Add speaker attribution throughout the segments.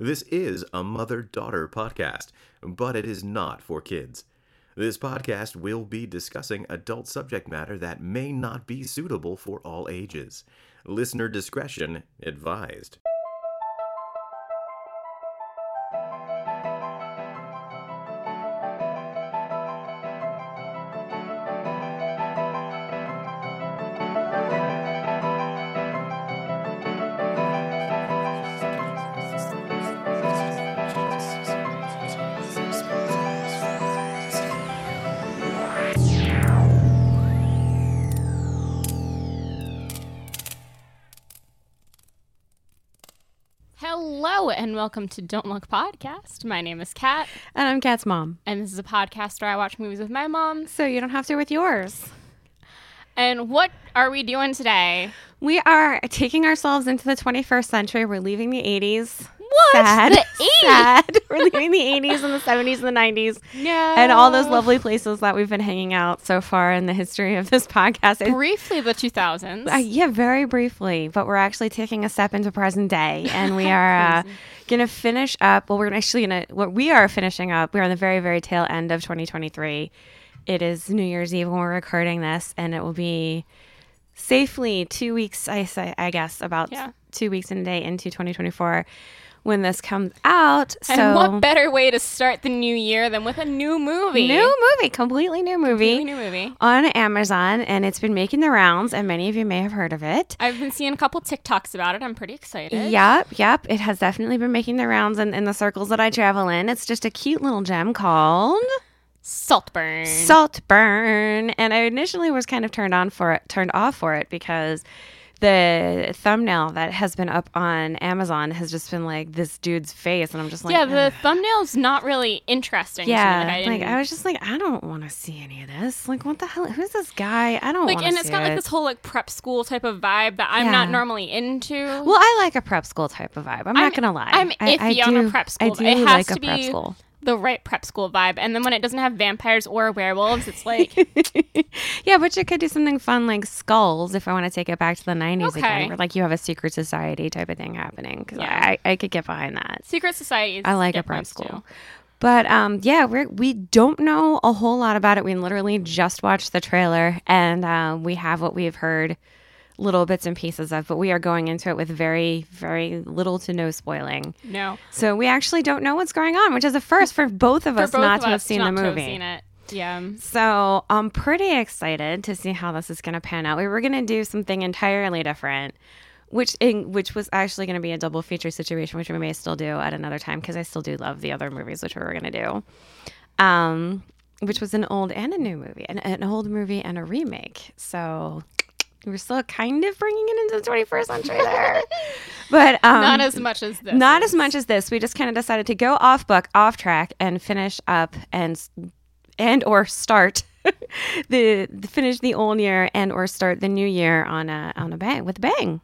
Speaker 1: This is a mother daughter podcast, but it is not for kids. This podcast will be discussing adult subject matter that may not be suitable for all ages. Listener discretion advised.
Speaker 2: Hello and welcome to Don't Look Podcast. My name is Kat,
Speaker 3: And I'm Kat's mom.
Speaker 2: and this is a podcast where I watch movies with my moms.
Speaker 3: So you don't have to with yours.
Speaker 2: And what are we doing today?
Speaker 3: We are taking ourselves into the 21st century. We're leaving the 80s.
Speaker 2: What?
Speaker 3: Sad.
Speaker 2: The 80s?
Speaker 3: Sad. We're leaving the 80s and the 70s and the 90s
Speaker 2: No.
Speaker 3: and all those lovely places that we've been hanging out so far in the history of this podcast. It-
Speaker 2: Briefly, the 2000s.
Speaker 3: uh, yeah, very briefly, but we're actually taking a step into present day, and we are uh, going to finish up. Well, we're actually going to. What we are finishing up. We're on the very, very tail end of 2023. It is New Year's Eve when we're recording this, and it will be safely two weeks. I say, I guess about
Speaker 2: Yeah.
Speaker 3: two weeks and a day into 2024 when this comes out. So
Speaker 2: and what better way to start the new year than with a new movie?
Speaker 3: new movie, completely new movie
Speaker 2: Completely new movie.
Speaker 3: on Amazon, and it's been making the rounds, and many of you may have heard of it.
Speaker 2: I've been seeing a couple TikToks about it. I'm pretty excited.
Speaker 3: Yep, yep. It has definitely been making the rounds in, in the circles that I travel in. It's just a cute little gem called
Speaker 2: Saltburn.
Speaker 3: Saltburn, and I initially was kind of turned on for it, turned off for it because the thumbnail that has been up on Amazon has just been like this dude's face, and I'm just like,
Speaker 2: yeah,
Speaker 3: "Ugh."
Speaker 2: the thumbnail's not really interesting. to me.
Speaker 3: yeah.
Speaker 2: Like, I
Speaker 3: like
Speaker 2: didn't-
Speaker 3: I was just like, I don't want to see any of this. Like, what the hell? Who's this guy? I don't
Speaker 2: like
Speaker 3: want
Speaker 2: and
Speaker 3: to
Speaker 2: it's
Speaker 3: see
Speaker 2: got like
Speaker 3: it.
Speaker 2: this whole like prep school type of vibe that I'm not
Speaker 3: Yeah.
Speaker 2: normally into.
Speaker 3: Well, I like a prep school type of vibe. I'm,
Speaker 2: I'm-
Speaker 3: not gonna lie.
Speaker 2: I'm
Speaker 3: I- I
Speaker 2: iffy on a
Speaker 3: do-
Speaker 2: prep
Speaker 3: I
Speaker 2: school.
Speaker 3: do
Speaker 2: It has
Speaker 3: like
Speaker 2: to
Speaker 3: a prep
Speaker 2: be
Speaker 3: school.
Speaker 2: the right prep school vibe. And then when it doesn't have vampires or werewolves, it's like,
Speaker 3: yeah, but you could do something fun like skulls if I want to take it back to the 90s
Speaker 2: Okay.
Speaker 3: again, where like you have a secret society type of thing happening. Because
Speaker 2: Yeah.
Speaker 3: I, I could get behind that.
Speaker 2: Secret Society. Is
Speaker 3: I like a
Speaker 2: get
Speaker 3: prep
Speaker 2: points,
Speaker 3: school.
Speaker 2: too.
Speaker 3: But um, yeah, we we don't know a whole lot about it. We literally just watched the trailer and uh, we have what we've heard little bits and pieces of, but we are going into it with very, very little to no spoiling.
Speaker 2: No,
Speaker 3: So we actually don't know what's going on, which is a first for both of
Speaker 2: for
Speaker 3: us
Speaker 2: both
Speaker 3: not
Speaker 2: of
Speaker 3: to have
Speaker 2: us
Speaker 3: seen
Speaker 2: not
Speaker 3: the
Speaker 2: to have
Speaker 3: movie. Um,
Speaker 2: seen it. Yeah.
Speaker 3: So I'm pretty excited to see how this is going to pan out. We were going to do something entirely different, which in, which was actually going to be a double feature situation, which we may still do at another time because I still do love the other movies, which we were going to do. Um, which was an old and a new movie, an, an old movie and a remake. So we're still kind of bringing it into the 21st century there, but um,
Speaker 2: Not as much as this.
Speaker 3: not as much as this. We just kind of decided to go off book, off track, and finish up and and or start the, finish the old year and or start the new year on a on a bang with a bang.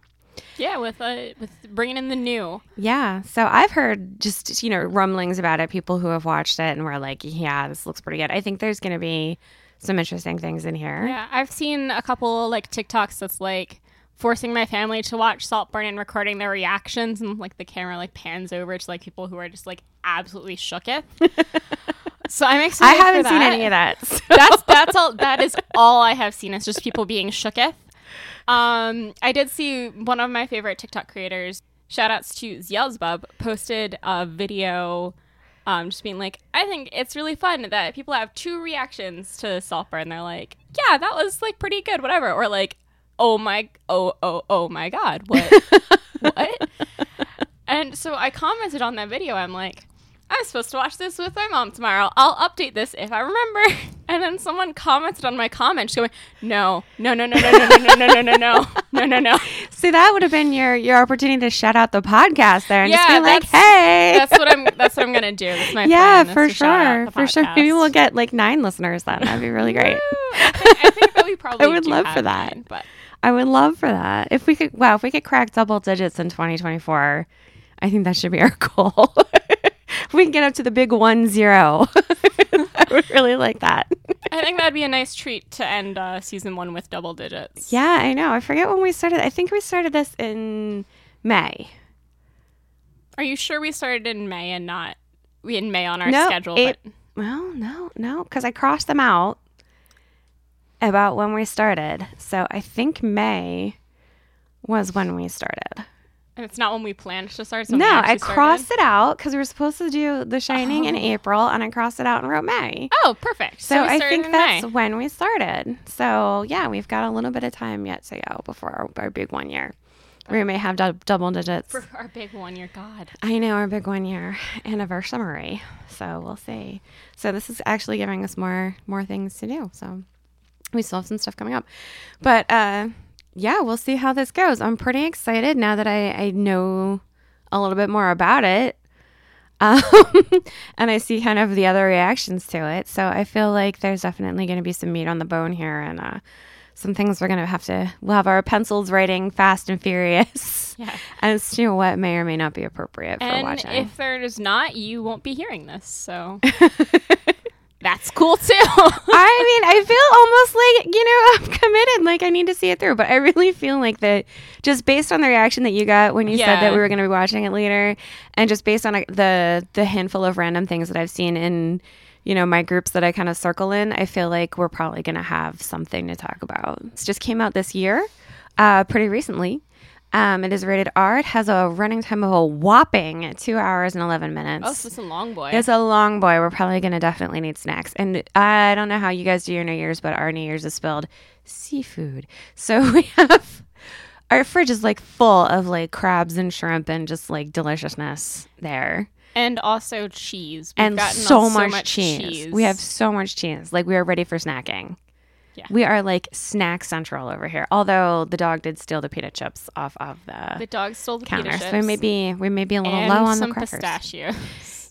Speaker 2: Yeah, with uh, with bringing in the new.
Speaker 3: Yeah. So I've heard just you know rumblings about it. People who have watched it and were like, yeah, this looks pretty good. I think there's going to be some interesting things in here.
Speaker 2: Yeah, I've seen a couple like TikToks that's like forcing my family to watch Saltburn and recording their reactions, and like the camera like pans over to like people who are just like absolutely shooketh. so I'm excited.
Speaker 3: I
Speaker 2: for
Speaker 3: haven't seen
Speaker 2: that.
Speaker 3: any of that. so-
Speaker 2: that's that's all that is all I have seen is just people being shooketh. Um, I did see one of my favorite TikTok creators, shout outs to Zielsbub, posted a video um, just being like, I think it's really fun that people have two reactions to Saltburn. They're like, yeah, that was like pretty good, whatever. Or like, oh my, oh, oh, oh my God, what? what? And so I commented on that video. I'm like, I'm supposed to watch this with my mom tomorrow. I'll update this if I remember. And then someone commented on my comment, she's going, "No, no, no, no, no, no, no, no, no, no, no, no, no, no."
Speaker 3: See, that would have been your your opportunity to shout out the podcast there and
Speaker 2: Yeah,
Speaker 3: just be
Speaker 2: that's-
Speaker 3: like, hey,
Speaker 2: That's what I'm. That's what I'm gonna do. That's my
Speaker 3: yeah,
Speaker 2: plan,
Speaker 3: for
Speaker 2: is to shout out
Speaker 3: sure,
Speaker 2: the
Speaker 3: for sure. Maybe
Speaker 2: podcast.
Speaker 3: we'll get like nine listeners then. That'd be really great.
Speaker 2: Ooh, I think, I think that we probably.
Speaker 3: I would
Speaker 2: do
Speaker 3: love
Speaker 2: have
Speaker 3: for that.
Speaker 2: nine, but
Speaker 3: I would love for that. If we could, wow, if we could crack double digits in 2024, I think that should be our goal. if we can get up to the big one zero, I would really like that.
Speaker 2: I think that'd be a nice treat to end uh, season one with double digits.
Speaker 3: Yeah, I know. I forget when we started. I think we started this in May.
Speaker 2: Are you sure we started in May and not we in May on our
Speaker 3: No,
Speaker 2: schedule?
Speaker 3: it-
Speaker 2: but
Speaker 3: Well, no, no, because I crossed them out about when we started. So I think May was when we started.
Speaker 2: and it's not when we planned to start. So
Speaker 3: no,
Speaker 2: we
Speaker 3: I
Speaker 2: actually started?
Speaker 3: crossed it out because we were supposed to do The Shining in April, and I crossed it out and wrote May.
Speaker 2: Oh, perfect.
Speaker 3: So,
Speaker 2: So, we
Speaker 3: I
Speaker 2: started
Speaker 3: think
Speaker 2: in
Speaker 3: that's
Speaker 2: May.
Speaker 3: when we started. So yeah, we've got a little bit of time yet to go before our, our big one year. We may have dou- double digits.
Speaker 2: for our big one. Your God.
Speaker 3: I know our big one year anniversary, so we'll see. So this is actually giving us more more things to do. So we still have some stuff coming up, but uh, yeah, we'll see how this goes. I'm pretty excited now that I, I know a little bit more about it, um, and I see kind of the other reactions to it. So I feel like there's definitely going to be some meat on the bone here, and uh, some things we're going to have to we'll have our pencils writing fast and furious
Speaker 2: Yeah.
Speaker 3: as to what may or may not be appropriate for
Speaker 2: And
Speaker 3: watching.
Speaker 2: if there is not, you won't be hearing this. So that's cool too.
Speaker 3: I mean, I feel almost like, you know, I'm committed. Like, I need to see it through. But I really feel like that, just based on the reaction that you got when you said
Speaker 2: Yeah.
Speaker 3: that we were going to be watching it later, and just based on like, the, the handful of random things that I've seen in, you know, my groups that I kind of circle in, I feel like we're probably going to have something to talk about. It just came out this year, uh, pretty recently. Um, it is rated R. It has a running time of a whopping two hours and 11 minutes.
Speaker 2: oh, so it's a long boy.
Speaker 3: It's a long boy. We're probably going to definitely need snacks. And I don't know how you guys do your New Year's, but our New Year's is spelled seafood. So we have our fridge is like full of like crabs and shrimp and just like deliciousness there.
Speaker 2: and also cheese. We've
Speaker 3: And
Speaker 2: gotten
Speaker 3: so,
Speaker 2: all-
Speaker 3: much, cheese. We have so much cheese. Like we are ready for snacking.
Speaker 2: Yeah.
Speaker 3: We are like snack central over here. Although the dog did steal the pita chips off of the,
Speaker 2: the dog stole the
Speaker 3: counter.
Speaker 2: pita
Speaker 3: So we
Speaker 2: chips
Speaker 3: may be we may be a little
Speaker 2: and
Speaker 3: low on
Speaker 2: some
Speaker 3: the crackers.
Speaker 2: pistachio.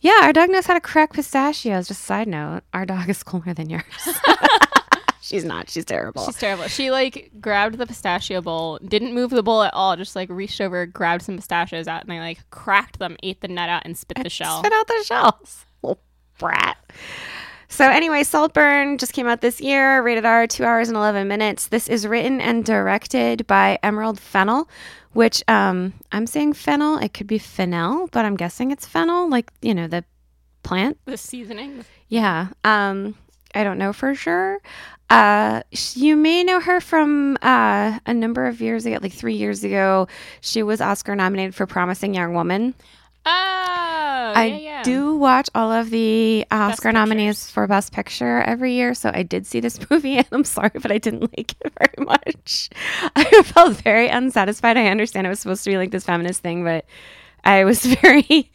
Speaker 3: Yeah, our dog knows how to crack pistachios. Just a side note, our dog is cooler than yours. she's not. She's terrible.
Speaker 2: She's terrible. She like grabbed the pistachio bowl, didn't move the bowl at all, just like reached over, grabbed some pistachios out, and I like cracked them, ate the nut out, and spit the shell.
Speaker 3: Spit out the shells, little brat. So anyway, Saltburn just came out this year, rated R, two hours and eleven minutes. This is written and directed by Emerald Fennel, which um, I'm saying fennel. It could be fennel, but I'm guessing it's fennel, like you know the plant.
Speaker 2: The seasoning.
Speaker 3: Yeah. Um, I don't know for sure. Uh, sh- you may know her from uh, a number of years ago, like three years ago. She was Oscar nominated for Promising Young Woman.
Speaker 2: Oh, I
Speaker 3: I
Speaker 2: yeah, yeah.
Speaker 3: do watch all of the Oscar
Speaker 2: Pictures.
Speaker 3: nominees for Best Picture every year, so I did see this movie, and I'm sorry, but I didn't like it very much. I felt very unsatisfied. I understand it was supposed to be like this feminist thing, but I was very.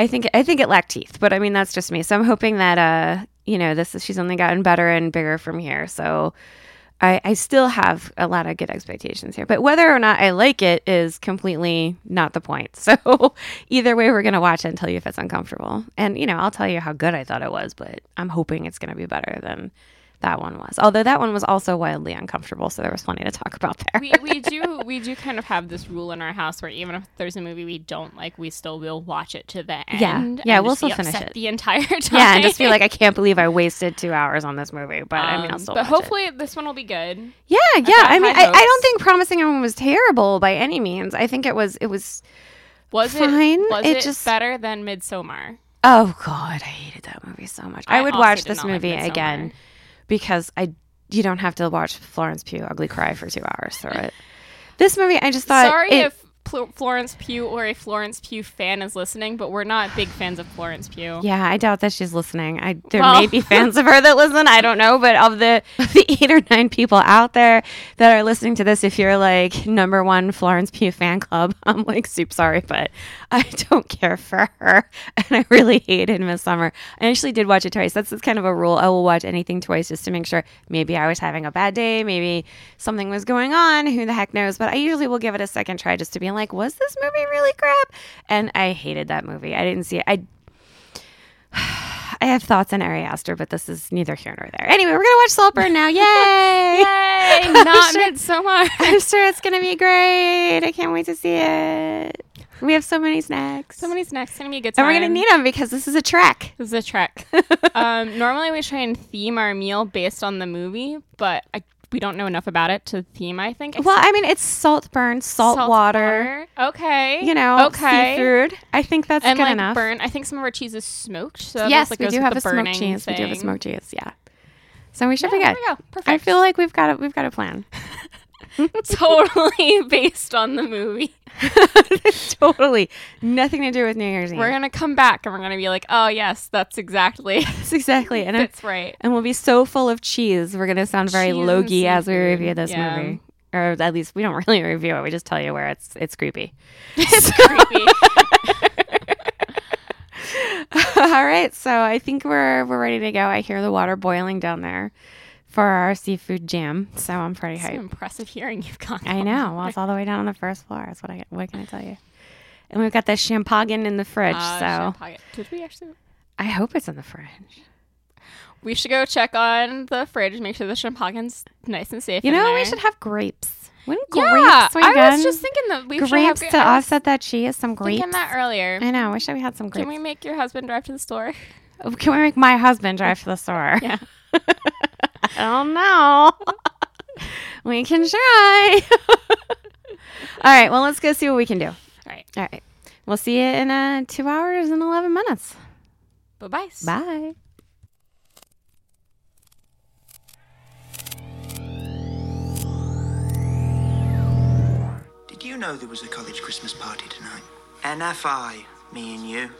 Speaker 3: I think I think it lacked teeth, but I mean that's just me. So I'm hoping that uh, you know, this is, she's only gotten better and bigger from here. So I, I still have a lot of good expectations here, but whether or not I like it is completely not the point. So either way, we're gonna watch it and tell you if it's uncomfortable. And you know, I'll tell you how good I thought it was, but I'm hoping it's gonna be better than that one was. Although that one was also wildly uncomfortable, so there was plenty to talk about there.
Speaker 2: we, we do we do kind of have this rule in our house where even if there's a movie we don't like, we still will watch it to the end.
Speaker 3: Yeah.
Speaker 2: and
Speaker 3: Yeah, we'll
Speaker 2: just be
Speaker 3: still finish
Speaker 2: upset
Speaker 3: it.
Speaker 2: the entire time.
Speaker 3: yeah, and just be like, I can't believe I wasted two hours on this movie, but I mean, I'll
Speaker 2: Um,
Speaker 3: still.
Speaker 2: but
Speaker 3: watch it.
Speaker 2: hopefully this one will be good.
Speaker 3: Yeah, yeah. I
Speaker 2: had
Speaker 3: mean,
Speaker 2: high
Speaker 3: I, I don't
Speaker 2: hopes.
Speaker 3: think Promising Young Woman was terrible by any means. I think it was, it was,
Speaker 2: Was
Speaker 3: Fine,
Speaker 2: it was
Speaker 3: it
Speaker 2: it,
Speaker 3: just-
Speaker 2: better than Midsommar?
Speaker 3: oh God, I hated that movie so much. I,
Speaker 2: I
Speaker 3: would
Speaker 2: also
Speaker 3: watch
Speaker 2: did
Speaker 3: this
Speaker 2: not like
Speaker 3: movie
Speaker 2: Midsommar.
Speaker 3: again because I, you don't have to watch Florence Pugh ugly cry for two hours through it. This movie, I just thought.
Speaker 2: Sorry
Speaker 3: it-
Speaker 2: if Pl- Florence Pugh or a Florence Pugh fan is listening, but we're not big fans of Florence Pugh.
Speaker 3: Yeah, I doubt that she's listening. I there may
Speaker 2: Well-
Speaker 3: be fans of her that listen. I don't know, but of the the eight or nine people out there that are listening to this, if you're like number one Florence Pugh fan club, I'm like soup sorry, but I don't care for her, and I really hated Miss Summer. I actually did watch it twice. That's that's kind of a rule. I will watch anything twice just to make sure. Maybe I was having a bad day. Maybe something was going on. Who the heck knows? But I usually will give it a second try just to be like, was this movie really crap? And I hated that movie. I didn't see it. I I have thoughts on Ari Aster, but this is neither here nor there. Anyway, we're gonna watch Saltburn now. Yay!
Speaker 2: Yay,
Speaker 3: Oh,
Speaker 2: not
Speaker 3: Sure.
Speaker 2: Midsommar.
Speaker 3: I'm sure it's gonna be great. I can't wait to see it. We have so many snacks,
Speaker 2: So many snacks. It's gonna be a good time.
Speaker 3: and we're gonna need them because this is a trek.
Speaker 2: This is a trek. um, normally we try and theme our meal based on the movie, but I we don't know enough about it to theme. I think.
Speaker 3: Well, I mean, it's salt burn, salt, water,
Speaker 2: Okay.
Speaker 3: you know,
Speaker 2: Okay.
Speaker 3: seafood. I think that's
Speaker 2: and
Speaker 3: good
Speaker 2: like
Speaker 3: enough.
Speaker 2: burn. I think some of our cheese is smoked. So that
Speaker 3: yes,
Speaker 2: like,
Speaker 3: we
Speaker 2: goes
Speaker 3: do
Speaker 2: with
Speaker 3: have
Speaker 2: the
Speaker 3: a smoked
Speaker 2: burning
Speaker 3: cheese. We do have a
Speaker 2: thing.
Speaker 3: smoked cheese. Yeah. So we should
Speaker 2: Yeah,
Speaker 3: be
Speaker 2: there
Speaker 3: good.
Speaker 2: we go. Perfect.
Speaker 3: I feel like we've got a we've got a plan.
Speaker 2: totally based on the movie.
Speaker 3: totally nothing to do with New Year's Eve.
Speaker 2: We're gonna come back and we're gonna be like, oh yes, that's exactly
Speaker 3: That's exactly, and I'm-
Speaker 2: that's right.
Speaker 3: and we'll be so full of cheese. We're gonna sound very
Speaker 2: Cheese and
Speaker 3: logy as we
Speaker 2: seafood.
Speaker 3: review this
Speaker 2: Yeah.
Speaker 3: movie, or at least we don't really review it. We just tell you where it's it's creepy.
Speaker 2: It's creepy.
Speaker 3: All right, so I think we're we're ready to go. I hear the water boiling down there for our seafood jam, so I'm pretty
Speaker 2: so
Speaker 3: hyped.
Speaker 2: impressive hearing you've gone.
Speaker 3: I know. Well, it's all the way down on the first floor. That's what I. What can I tell you? And we've got the champagne in the fridge,
Speaker 2: Uh,
Speaker 3: so
Speaker 2: shit, pocket. Did we actually?
Speaker 3: I hope it's in the fridge.
Speaker 2: We should go check on the fridge, make sure the champagne's nice and safe.
Speaker 3: You
Speaker 2: in
Speaker 3: know,
Speaker 2: there.
Speaker 3: we should have grapes. Wouldn't grapes
Speaker 2: Yeah,
Speaker 3: be
Speaker 2: I was
Speaker 3: good?
Speaker 2: just thinking that we
Speaker 3: grapes
Speaker 2: should have gra-
Speaker 3: to
Speaker 2: I was
Speaker 3: offset that cheese. Some grapes.
Speaker 2: Thinking that earlier.
Speaker 3: I know. Wish we had some grapes.
Speaker 2: Can we make your husband drive to the store?
Speaker 3: Oh, Can we make my husband drive to the store?
Speaker 2: Yeah.
Speaker 3: I don't know. we can try. All right. Well, let's go see what we can do. All
Speaker 2: All right.
Speaker 3: right. We'll see you in uh, two hours and 11 minutes.
Speaker 2: Bye bye.
Speaker 3: Bye.
Speaker 4: Did you know there was a college Christmas party tonight? NFI, me and you.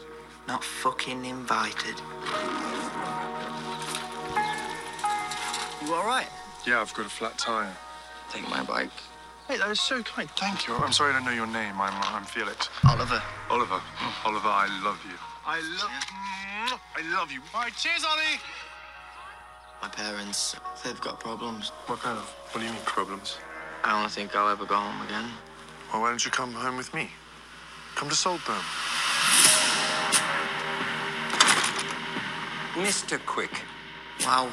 Speaker 4: Not fucking invited. You alright?
Speaker 5: Yeah, I've got a flat tire.
Speaker 4: Take my bike.
Speaker 5: Hey, that was so kind. Thank you. Oh, I'm sorry I don't know your name. I'm, I'm Felix.
Speaker 4: Oliver.
Speaker 5: Oliver. Oh, Oliver, I love you. I love. I love you. All right, cheers, Ollie.
Speaker 4: My parents, they've got problems.
Speaker 5: What kind of? What do you mean problems?
Speaker 4: I don't think I'll ever go home again.
Speaker 5: Well, why don't you come home with me? Come to Saltburn.
Speaker 4: Mr. Quick. Wow.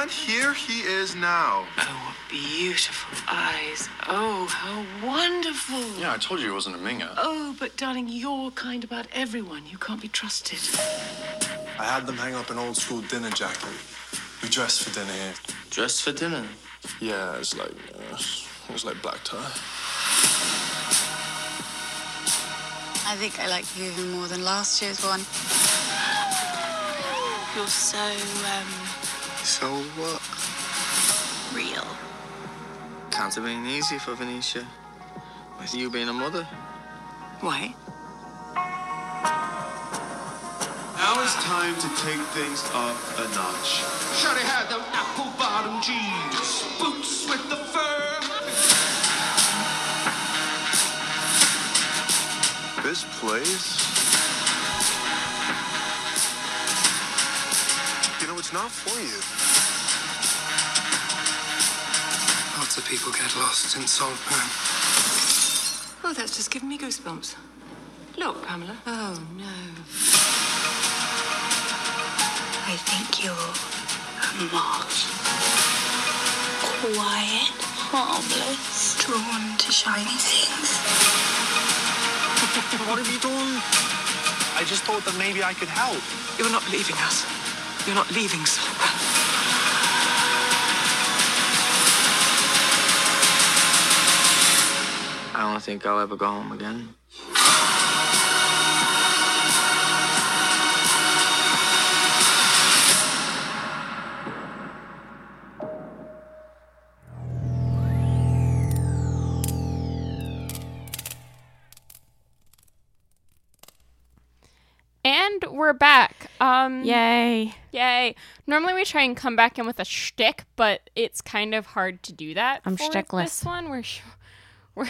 Speaker 6: And here he is now.
Speaker 7: Oh, beautiful eyes. Oh, how wonderful.
Speaker 5: Yeah, I told you it wasn't a minger.
Speaker 7: Oh, but darling, you're kind about everyone. You can't be trusted.
Speaker 8: I had them hang up an old school dinner jacket. We dressed for dinner here.
Speaker 4: Dressed for dinner.
Speaker 8: Yeah, it's like uh, it was like black tie.
Speaker 9: I think I like you even more than last year's one. You're so um,
Speaker 4: So what?
Speaker 9: real.
Speaker 4: Can't have been easy for Venetia. With you being a mother.
Speaker 7: Why?
Speaker 6: Now it's time to take things up a notch. Shawty had them apple bottom jeans, boots with the fur. This place. You know, it's not for you.
Speaker 8: Lots of people get lost in Saltburn.
Speaker 7: Oh, that's just giving me goosebumps. Look, Pamela. Oh, no.
Speaker 9: I think you're a moth. Quiet, harmless, drawn to shiny things.
Speaker 6: What have you done? I just thought that maybe I could help.
Speaker 7: You're not leaving us. You're not leaving Saltburn.
Speaker 4: I don't think I'll ever go home again.
Speaker 2: And we're back. Um,
Speaker 3: Yay.
Speaker 2: Yay. Normally we try and come back in with a shtick, but it's kind of hard to do that.
Speaker 3: I'm
Speaker 2: for
Speaker 3: shtickless.
Speaker 2: This one we're sh- we're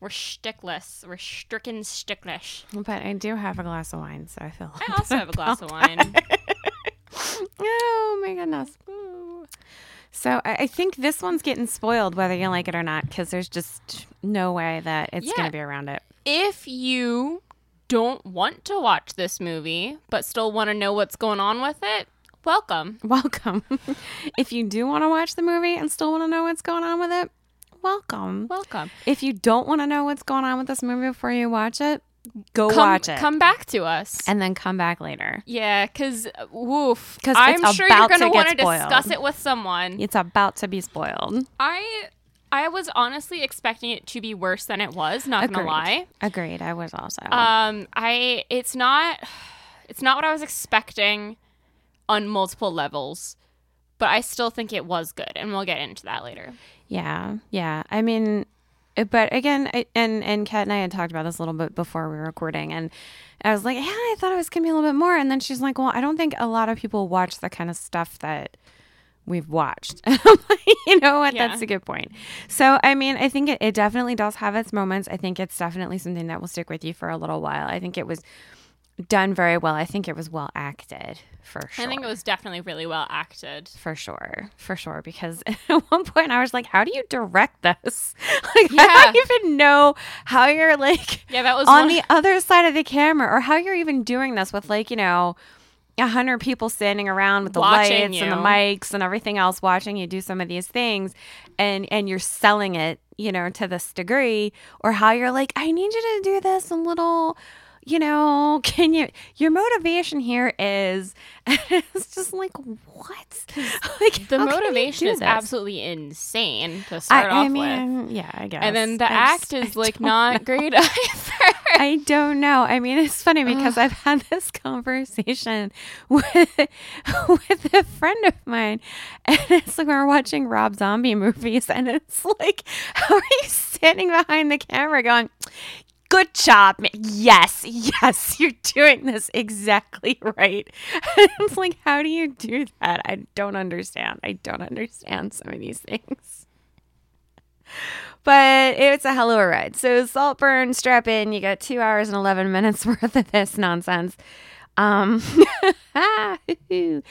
Speaker 2: we're shtickless. We're stricken sticklish.
Speaker 3: But I do have a glass of wine, so I feel.
Speaker 2: I also have a glass of wine.
Speaker 3: oh my goodness. Ooh. So I, I think this one's getting spoiled, whether you like it or not, because there's just no way that it's
Speaker 2: Yeah.
Speaker 3: going to be around it.
Speaker 2: If you don't want to watch this movie but still want to know what's going on with it, welcome.
Speaker 3: Welcome. if you do want to watch the movie and still want to know what's going on with it, welcome.
Speaker 2: Welcome.
Speaker 3: If you don't want to know what's going on with this movie before you watch it, Go
Speaker 2: come,
Speaker 3: watch it.
Speaker 2: Come back to us.
Speaker 3: and then come back later.
Speaker 2: Yeah, because woof.
Speaker 3: 'Cause it's
Speaker 2: I'm sure you're
Speaker 3: about
Speaker 2: going
Speaker 3: to
Speaker 2: to
Speaker 3: get
Speaker 2: want to discuss
Speaker 3: spoiled.
Speaker 2: it with someone.
Speaker 3: It's about to be spoiled.
Speaker 2: I I was honestly expecting it to be worse than it was. Not gonna lie.
Speaker 3: Agreed. I was also.
Speaker 2: Um, I it's not it's not what I was expecting on multiple levels, but I still think it was good, and we'll get into that later.
Speaker 3: yeah. Yeah. I mean, uh, but again, I, and and Kat and I had talked about this a little bit before we were recording, and I was like, yeah, I thought it was gonna be a little bit more, and then she's like, well, I don't think a lot of people watch the kind of stuff that we've watched. And I'm like, you know what?
Speaker 2: Yeah.
Speaker 3: That's a good point. So, I mean, I think it, it definitely does have its moments. I think it's definitely something that will stick with you for a little while. I think it was done very well. I think it was well acted for sure.
Speaker 2: I think it was definitely really well acted.
Speaker 3: for sure, for sure. Because at one point I was like, "How do you direct this? Like,
Speaker 2: Yeah.
Speaker 3: I don't even know how you're like
Speaker 2: Yeah, that was
Speaker 3: on
Speaker 2: one-
Speaker 3: the other side of the camera, or how you're even doing this with like you know." A hundred people standing around with the
Speaker 2: Watching
Speaker 3: lights and the
Speaker 2: you.
Speaker 3: mics and everything else, watching you do some of these things, and and you're selling it, you know, to this degree, or how you're like, I need you to do this a little, you know, can you? Your motivation here is, it's just like what? Like
Speaker 2: The
Speaker 3: how can you
Speaker 2: motivation
Speaker 3: do
Speaker 2: is
Speaker 3: this?
Speaker 2: absolutely insane to
Speaker 3: I,
Speaker 2: start off
Speaker 3: I
Speaker 2: with.
Speaker 3: mean, yeah, I guess.
Speaker 2: And then the
Speaker 3: I
Speaker 2: act
Speaker 3: just- I
Speaker 2: is like
Speaker 3: don't
Speaker 2: not great either.
Speaker 3: I don't know. I mean, it's funny because I've had this conversation with with a friend of mine, and it's like we we're watching Rob Zombie movies, and it's like, how are you standing behind the camera going? Good job. ma- Yes, yes, you're doing this exactly right. it's like, how do you do that? I don't understand. I don't understand some of these things but it's a hell of a ride. So Saltburn, strap in. You got two hours and eleven minutes worth of this nonsense. Um, I mean,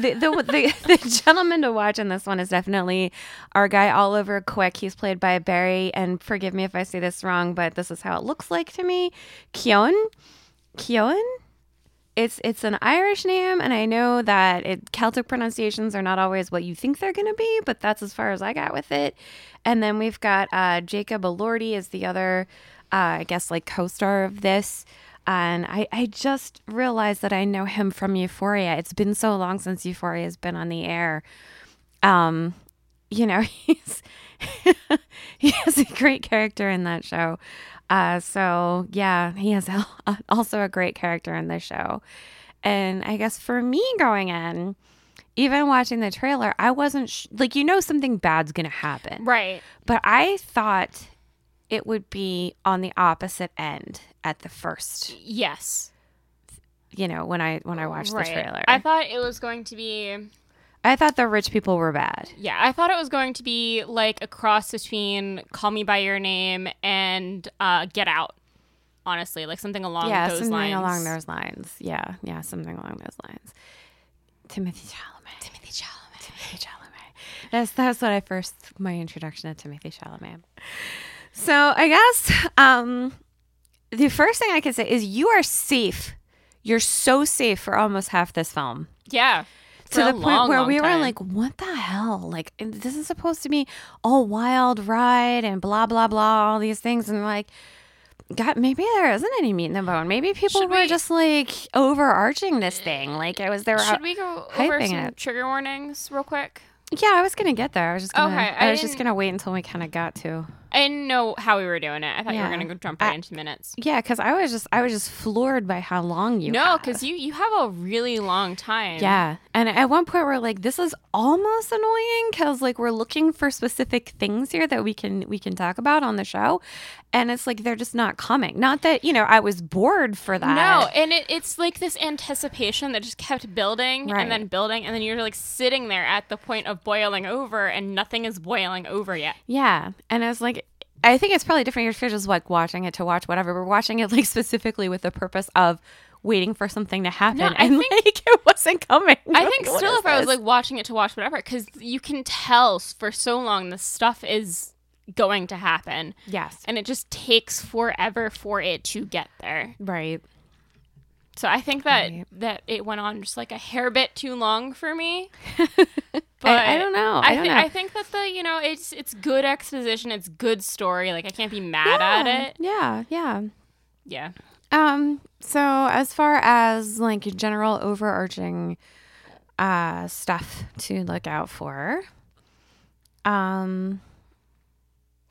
Speaker 3: the, the the the gentleman to watch in this one is definitely our guy Oliver Quick. He's played by Barry, and forgive me if I say this wrong, but this is how it looks like to me. Keown, Keown. It's it's an Irish name, and I know that it, Celtic pronunciations are not always what you think they're going to be, but that's as far as I got with it. And then we've got uh, Jacob Elordi is the other, uh, I guess, like co-star of this. And I, I just realized that I know him from Euphoria. It's been so long since Euphoria has been on the air. Um, you know, he's he has a great character in that show. Uh, so yeah, he has al- also a great character in the show. And I guess for me going in, even watching the trailer, I wasn't sh- like you know something bad's gonna happen,
Speaker 2: Right.
Speaker 3: but I thought it would be on the opposite end at the first.
Speaker 2: Yes.
Speaker 3: You know when I when I watched
Speaker 2: right.
Speaker 3: the trailer,
Speaker 2: I thought it was going to be
Speaker 3: I thought the rich people were bad.
Speaker 2: Yeah, I thought it was going to be like a cross between Call Me by Your Name and uh, Get Out. Honestly, like something along
Speaker 3: yeah,
Speaker 2: those
Speaker 3: something
Speaker 2: lines.
Speaker 3: along those lines. Yeah, yeah, something along those lines. Timothy Chalamet. Timothy Chalamet. Timothy Chalamet. That's that's what I first my introduction to Timothy Chalamet. So I guess um, the first thing I can say is you are safe. You're so safe for almost half this film
Speaker 2: Yeah.
Speaker 3: to
Speaker 2: for
Speaker 3: the
Speaker 2: a
Speaker 3: point
Speaker 2: long,
Speaker 3: where
Speaker 2: long
Speaker 3: we
Speaker 2: time.
Speaker 3: were like, "What the hell? Like this is supposed to be all wild ride and blah blah blah, all these things." And like, God, maybe there isn't any meat in the bone. Maybe people
Speaker 2: Should
Speaker 3: were
Speaker 2: we-
Speaker 3: just like overarching this thing. Like it was there. uh,
Speaker 2: should we go over
Speaker 3: hyping
Speaker 2: some
Speaker 3: it.
Speaker 2: trigger warnings real quick?
Speaker 3: Yeah, I was gonna get there. I was just gonna.
Speaker 2: Okay,
Speaker 3: I,
Speaker 2: I
Speaker 3: was just
Speaker 2: didn't-
Speaker 3: gonna wait until we kind of got to.
Speaker 2: I didn't know how we were doing it. I thought you were
Speaker 3: Yeah.
Speaker 2: going to go jump right into minutes.
Speaker 3: Yeah, because I was just I was just floored by how long you.
Speaker 2: No,
Speaker 3: had.
Speaker 2: because you you have a really long time.
Speaker 3: Yeah. And at one point we're like, this is almost annoying because like we're looking for specific things here that we can we can talk about on the show. And it's like they're just not coming. Not that, you know, I was bored for that.
Speaker 2: No, and it, it's like this anticipation that just kept building
Speaker 3: Right.
Speaker 2: and then building, and then you're like sitting there at the point of boiling over, and nothing is boiling over yet.
Speaker 3: Yeah. And I was like, I think it's probably different. You're just like watching it to watch whatever. We're watching it like specifically with the purpose of waiting for something to happen.
Speaker 2: No, I
Speaker 3: and
Speaker 2: think-
Speaker 3: like it wasn't coming.
Speaker 2: I think
Speaker 3: Like, what
Speaker 2: still
Speaker 3: is
Speaker 2: if I was
Speaker 3: this?
Speaker 2: like watching it to watch whatever, because you can tell s- for so long the stuff is going to happen,
Speaker 3: Yes.
Speaker 2: and it just takes forever for it to get there.
Speaker 3: Right.
Speaker 2: So I think that that it went on just like a hair bit too long for me. But
Speaker 3: I don't know. I don't
Speaker 2: thi-
Speaker 3: know.
Speaker 2: I think that the you know it's it's good exposition. It's good story. Like I can't be mad at it.
Speaker 3: Yeah, yeah.
Speaker 2: Yeah.
Speaker 3: Um, so as far as like general overarching uh stuff to look out for. Um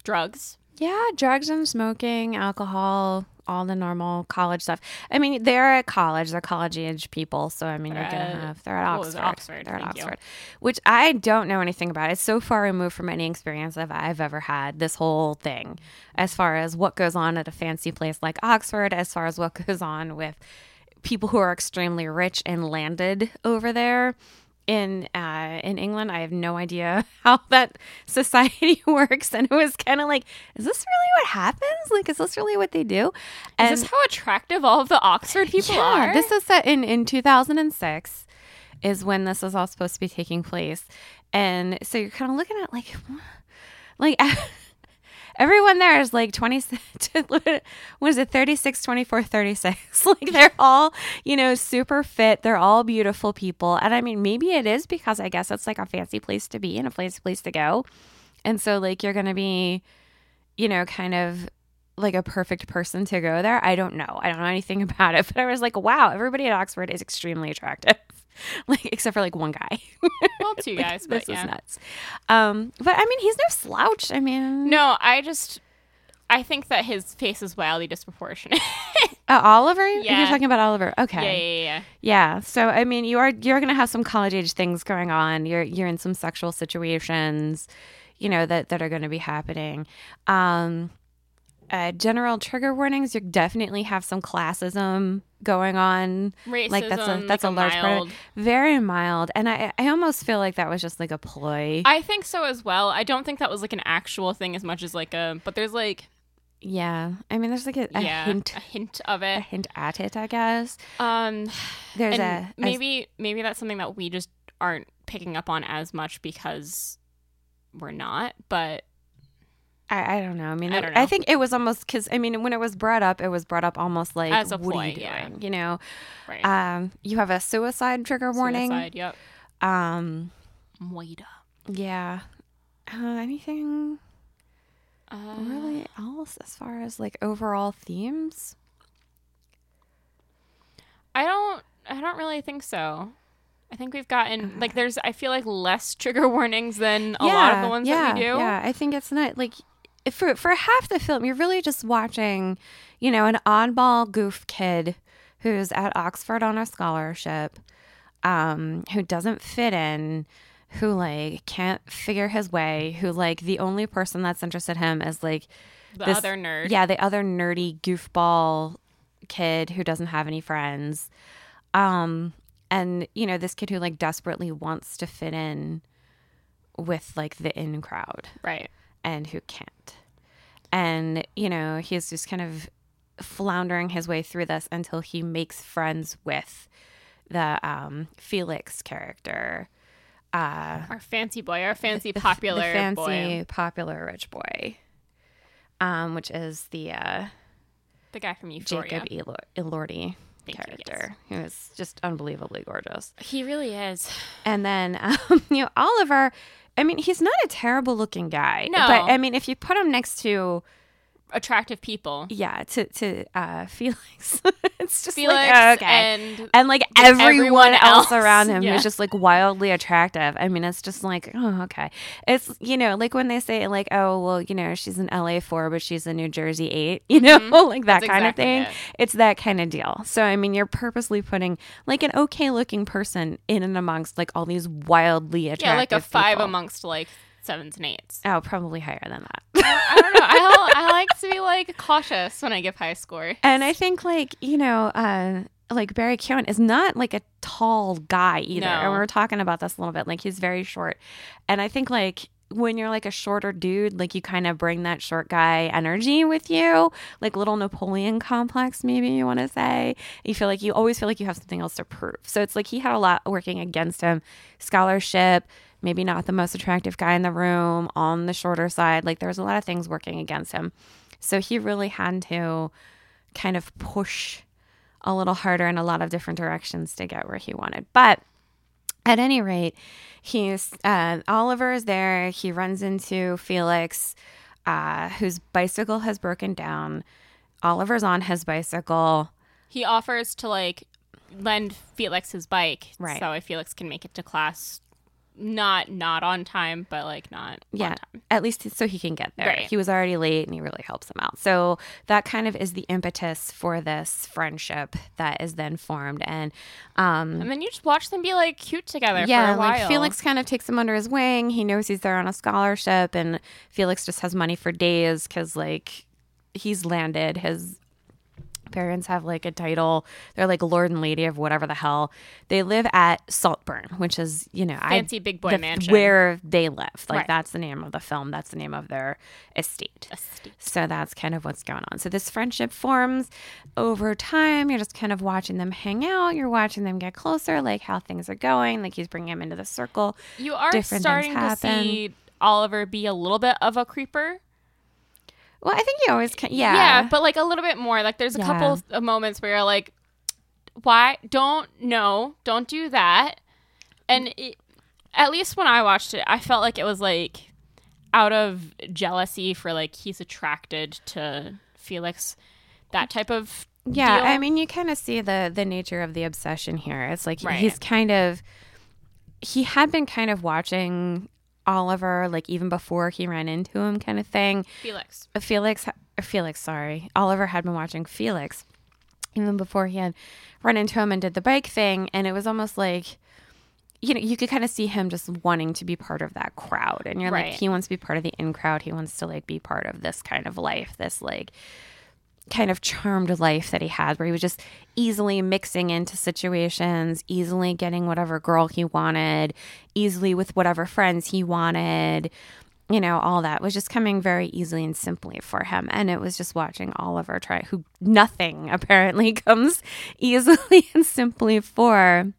Speaker 2: Drugs.
Speaker 3: yeah, drugs and smoking, alcohol, all the normal college stuff. I mean, they're at college, they're college age people, so I mean you're
Speaker 2: They're at-
Speaker 3: gonna have they're at
Speaker 2: what was
Speaker 3: Oxford.
Speaker 2: it, Oxford,
Speaker 3: They're at
Speaker 2: thank you.
Speaker 3: Oxford. Which I don't know anything about. It's so far removed from any experience that I've ever had, this whole thing, as far as what goes on at a fancy place like Oxford, as far as what goes on with people who are extremely rich and landed over there in uh, in England. I have no idea how that society works, and it was kind of like, is this really what happens? Like, is this really what they do? And
Speaker 2: Is this how attractive all of the Oxford people
Speaker 3: yeah,
Speaker 2: are?
Speaker 3: this is set in in 2006 is when this is all supposed to be taking place, and so you're kind of looking at like, like. Everyone there is like 20, what is it, 36, 24, 36. Like they're all, you know, super fit. They're all beautiful people. And I mean, maybe it is because I guess it's like a fancy place to be and a fancy place to go. And so, like, you're going to be, you know, kind of like a perfect person to go there. I don't know. I don't know anything about it. But I was like, wow, everybody at Oxford is extremely attractive. Like, except for like one guy.
Speaker 2: well, two guys,
Speaker 3: this
Speaker 2: but yeah.
Speaker 3: is nuts. Um, but I mean, he's no slouch. I mean,
Speaker 2: No, I just I think that his face is wildly disproportionate.
Speaker 3: Uh, Oliver?
Speaker 2: Yeah.
Speaker 3: You're talking about Oliver.
Speaker 2: yeah, yeah,
Speaker 3: Okay.
Speaker 2: yeah, yeah.
Speaker 3: Yeah. So I mean, you are you're going to have some college age things going on. You're you're in some sexual situations, you know, that that are going to be happening. Um uh, general trigger warnings. You definitely have some classism going on. like that's a
Speaker 2: Racism,
Speaker 3: that's
Speaker 2: like
Speaker 3: a
Speaker 2: a
Speaker 3: large part. Of
Speaker 2: mild-
Speaker 3: Very mild, and I I almost feel like that was just like a ploy.
Speaker 2: I think so as well. I don't think that was like an actual thing as much as like a but there's like
Speaker 3: yeah, I mean, there's like a, a
Speaker 2: yeah,
Speaker 3: hint
Speaker 2: a hint of
Speaker 3: a
Speaker 2: it.
Speaker 3: hint at it, I guess.
Speaker 2: Um
Speaker 3: There's
Speaker 2: and
Speaker 3: a a-
Speaker 2: maybe maybe that's something that we just aren't picking up on as much because we're not, but
Speaker 3: I, I don't know. I mean,
Speaker 2: I
Speaker 3: I,
Speaker 2: don't know.
Speaker 3: think it was almost because I mean, when it was brought up, it was brought up almost like
Speaker 2: As a
Speaker 3: what are you
Speaker 2: ploy,
Speaker 3: doing?
Speaker 2: yeah.
Speaker 3: You know,
Speaker 2: right.
Speaker 3: um, you have a suicide trigger warning.
Speaker 2: Suicide, yep.
Speaker 3: Um,
Speaker 2: Moida.
Speaker 3: yeah. Uh, anything
Speaker 2: Uh,
Speaker 3: really else as far as like overall themes?
Speaker 2: I don't I don't really think so. I think we've gotten like there's I feel like less trigger warnings than a lot of the ones that we do.
Speaker 3: Yeah, I think it's not like if- for for half the film, you're really just watching, you know, an oddball goof kid who's at Oxford on a scholarship, um, who doesn't fit in, who like can't figure his way, who like the only person that's interested in him is like
Speaker 2: The
Speaker 3: this-
Speaker 2: other nerd.
Speaker 3: Yeah, the other nerdy goofball kid who doesn't have any friends. Um and you know, this kid who like desperately wants to fit in with like the in crowd
Speaker 2: Right.
Speaker 3: and who can't. And, you know, he's just kind of floundering his way through this until he makes friends with the um Felix character. Uh
Speaker 2: Our fancy boy, our fancy
Speaker 3: the f-
Speaker 2: popular
Speaker 3: the fancy
Speaker 2: boy.
Speaker 3: popular rich boy. Um, which is the uh
Speaker 2: The guy from Euphoria.
Speaker 3: Jacob E. Elor- Elordi
Speaker 2: Thank you,
Speaker 3: character, who is just unbelievably gorgeous.
Speaker 2: He really is.
Speaker 3: And then, um, you know, Oliver, I mean, he's not a terrible looking guy.
Speaker 2: No.
Speaker 3: But I mean, if you put him next to,
Speaker 2: Attractive people.
Speaker 3: yeah, to, to uh, Felix, it's just
Speaker 2: Felix
Speaker 3: like, okay.
Speaker 2: and
Speaker 3: and like everyone,
Speaker 2: everyone
Speaker 3: else,
Speaker 2: else.
Speaker 3: around him
Speaker 2: Yeah.
Speaker 3: is just like wildly attractive. I mean, it's just like, oh, okay. It's, you know, like when they say, like, oh, well, you know, she's an LA 4, but she's a New Jersey 8, you know, like that
Speaker 2: Mm-hmm. That's
Speaker 3: kind
Speaker 2: exactly
Speaker 3: of thing.
Speaker 2: it.
Speaker 3: It's that kind of deal. So, I mean, you're purposely putting like an okay looking person in and amongst like all these wildly attractive
Speaker 2: yeah, like a five
Speaker 3: people.
Speaker 2: amongst like sevens and eights.
Speaker 3: Oh, probably higher than that.
Speaker 2: I don't know. I, I like to be like cautious when I give high score.
Speaker 3: and I think, like, you know, uh, like Barry Keoghan is not like a tall guy either.
Speaker 2: No.
Speaker 3: And we were talking about this a little bit. Like he's very short. And I think like when you're like a shorter dude, like you kind of bring that short guy energy with you, like little Napoleon complex, maybe you want to say. You feel like you always feel like you have something else to prove. So it's like he had a lot working against him. Scholarship, maybe not the most attractive guy in the room, on the shorter side. Like there was a lot of things working against him. So he really had to kind of push a little harder in a lot of different directions to get where he wanted. But at any rate, he's uh, Oliver is there. He runs into Felix, uh, whose bicycle has broken down. Oliver's on his bicycle.
Speaker 2: He offers to like lend Felix his bike,
Speaker 3: Right.
Speaker 2: So if Felix can make it to class, not not on time, but like not
Speaker 3: Yeah, at least so he can get there.
Speaker 2: Right.
Speaker 3: He was already late and he really helps him out. So that kind of is the impetus for this friendship that is then formed. And um,
Speaker 2: And then you just watch them be like cute together
Speaker 3: yeah,
Speaker 2: for a while.
Speaker 3: like Felix kind of takes him under his wing. He knows he's there on a scholarship, and Felix just has money for days because like he's landed. His parents have like a title. They're like lord and lady of whatever the hell. They live at Saltburn, which is you know I-
Speaker 2: Fancy big boy
Speaker 3: the-
Speaker 2: mansion.
Speaker 3: where they live. Like
Speaker 2: Right.
Speaker 3: that's the name of the film. That's the name of their estate.
Speaker 2: Estate.
Speaker 3: So that's kind of what's going on. So this friendship forms over time. You're just kind of watching them hang out. You're watching them get closer, like how things are going. Like he's bringing him into the circle.
Speaker 2: you are
Speaker 3: different things
Speaker 2: starting to
Speaker 3: happen.
Speaker 2: see Oliver be a little bit of a creeper.
Speaker 3: Well, I think you always can. Yeah.
Speaker 2: Yeah, but like a little bit more. Like there's a
Speaker 3: Yeah.
Speaker 2: couple of moments where you're like, why? Don't no, don't do that. And it, at least when I watched it, I felt like it was like out of jealousy for like he's attracted to Felix, that type of
Speaker 3: yeah.
Speaker 2: deal.
Speaker 3: I mean, you kind of see the the nature of the obsession here. It's like
Speaker 2: Right.
Speaker 3: he's kind of he had been kind of watching Oliver, like even before he ran into him, kind of thing.
Speaker 2: Felix.
Speaker 3: Felix, Felix, sorry, Oliver had been watching Felix even before he had run into him and did the bike thing, and it was almost like, you know, you could kind of see him just wanting to be part of that crowd, and you're
Speaker 2: Right.
Speaker 3: like, he wants to be part of the in crowd, he wants to like be part of this kind of life, this like kind of charmed life that he had where he was just easily mixing into situations, easily getting whatever girl he wanted, easily with whatever friends he wanted. You know, all that was just coming very easily and simply for him. And it was just watching Oliver try, who nothing apparently comes easily and simply for.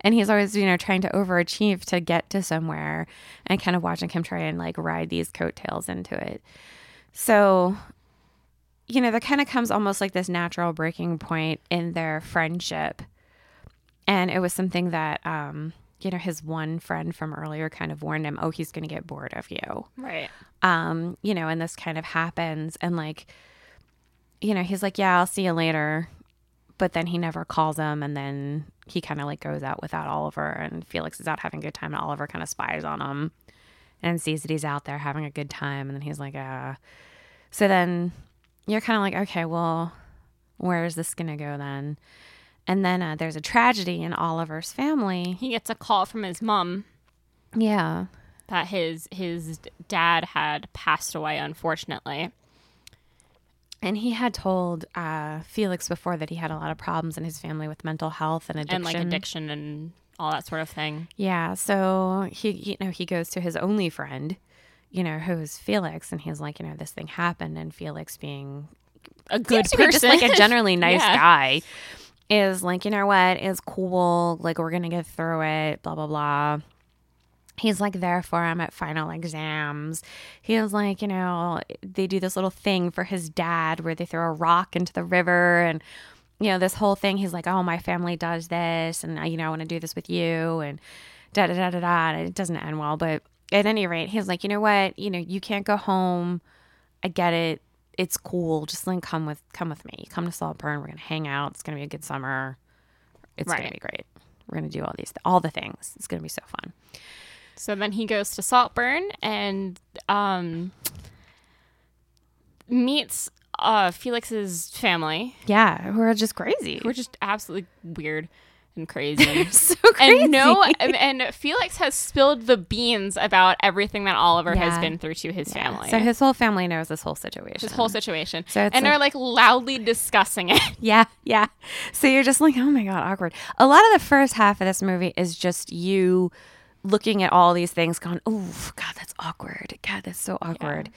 Speaker 3: And he's always, you know, trying to overachieve to get to somewhere and kind of watching him try and like ride these coattails into it. So you know, there kind of comes almost like this natural breaking point in their friendship. And it was something that, um, you know, his one friend from earlier kind of warned him, oh, he's going to get bored of you.
Speaker 2: Right.
Speaker 3: Um, you know, and this kind of happens. And like, you know, he's like, yeah, I'll see you later. But then he never calls him. And then he kind of like goes out without Oliver. And Felix is out having a good time. And Oliver kind of spies on him and sees that he's out there having a good time. And then he's like, uh, so then you're kind of like, okay, well, where is this going to go then? And then uh, there's a tragedy in Oliver's family.
Speaker 2: He gets a call from his mom
Speaker 3: Yeah.
Speaker 2: that his his dad had passed away unfortunately.
Speaker 3: And he had told uh, Felix before that he had a lot of problems in his family with mental health and addiction.
Speaker 2: and like addiction and all that sort of thing.
Speaker 3: Yeah. So he, you know, he goes to his only friend, you know, who's Felix, and he's like, you know, this thing happened, and Felix being
Speaker 2: A good
Speaker 3: seems to
Speaker 2: person,
Speaker 3: be just like a generally nice
Speaker 2: Yeah.
Speaker 3: guy, is like, you know what, is cool. Like we're gonna get through it. Blah blah blah. He's like there for him at final exams. He was like, you know, they do this little thing for his dad where they throw a rock into the river and you know, this whole thing. He's like, oh, my family does this, and you know, I want to do this with you, and da da da da da. And it doesn't end well, but at any rate, he's like, you know what, you know, you can't go home. I get it. It's cool. Just like come with come with me. Come to Saltburn. We're gonna hang out. It's gonna be a good summer. It's gonna
Speaker 2: Right.
Speaker 3: be great. We're gonna do all these all the things. It's gonna be so fun.
Speaker 2: So then he goes to Saltburn and um, meets uh, Felix's family,
Speaker 3: Yeah, we're just crazy.
Speaker 2: who are just absolutely weird and crazy.
Speaker 3: so crazy.
Speaker 2: and no, and, and Felix has spilled the beans about everything that Oliver has
Speaker 3: Yeah.
Speaker 2: been through to his family.
Speaker 3: So his whole family knows this whole situation.
Speaker 2: his whole situation,
Speaker 3: So it's
Speaker 2: and they're like loudly discussing it.
Speaker 3: Yeah, yeah. So you're just like, oh my God, awkward. A lot of the first half of this movie is just you looking at all these things going, oh, God, that's awkward. God, that's so awkward.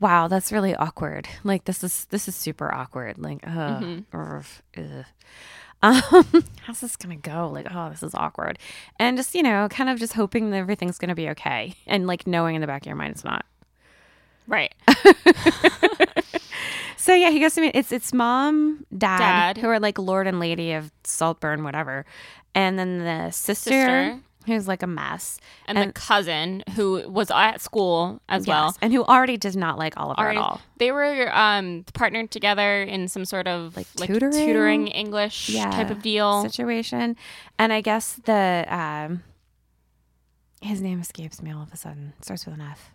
Speaker 3: Wow, that's really awkward. Like this is this is super awkward. Like, uh, ugh. Um, how's this gonna go? Like, oh, this is awkward. And just, you know, kind of just hoping that everything's gonna be okay. And like knowing in the back of your mind it's not.
Speaker 2: right.
Speaker 3: So yeah, he goes to meet it's it's mom, dad,
Speaker 2: Dad.
Speaker 3: who are like lord and lady of Saltburn, whatever, and then the sister,
Speaker 2: Sister.
Speaker 3: who's who's like a mess.
Speaker 2: and, the cousin who was at school as well.
Speaker 3: and who already does not like Oliver
Speaker 2: Already-
Speaker 3: at all.
Speaker 2: They were um, partnered together in some sort of like,
Speaker 3: tutoring?
Speaker 2: English
Speaker 3: Yeah,
Speaker 2: type of deal.
Speaker 3: situation. And I guess the um, his name escapes me all of a sudden. Starts with an F.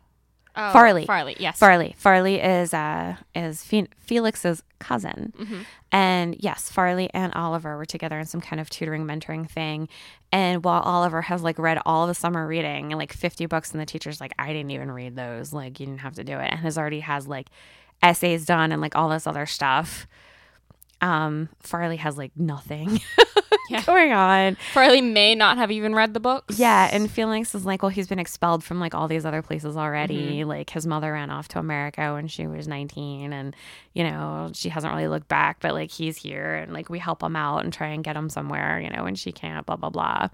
Speaker 2: Oh,
Speaker 3: Farley.
Speaker 2: Farley, yes.
Speaker 3: Farley. Farley is uh is Fe- Felix's cousin, and yes, Farley and Oliver were together in some kind of tutoring mentoring thing. And while Oliver has like read all the summer reading, like fifty books, and the teacher's like, I didn't even read those. Like you didn't have to do it, and has already has like essays done and like all this other stuff. Um, Farley has like nothing going on.
Speaker 2: Farley may not have even read the books.
Speaker 3: Yeah, and Felix is like, well, he's been expelled from like all these other places already. Like his mother ran off to America when she was 19 and you know, she hasn't really looked back, but like he's here and like we help him out and try and get him somewhere, you know, and she can't blah blah blah.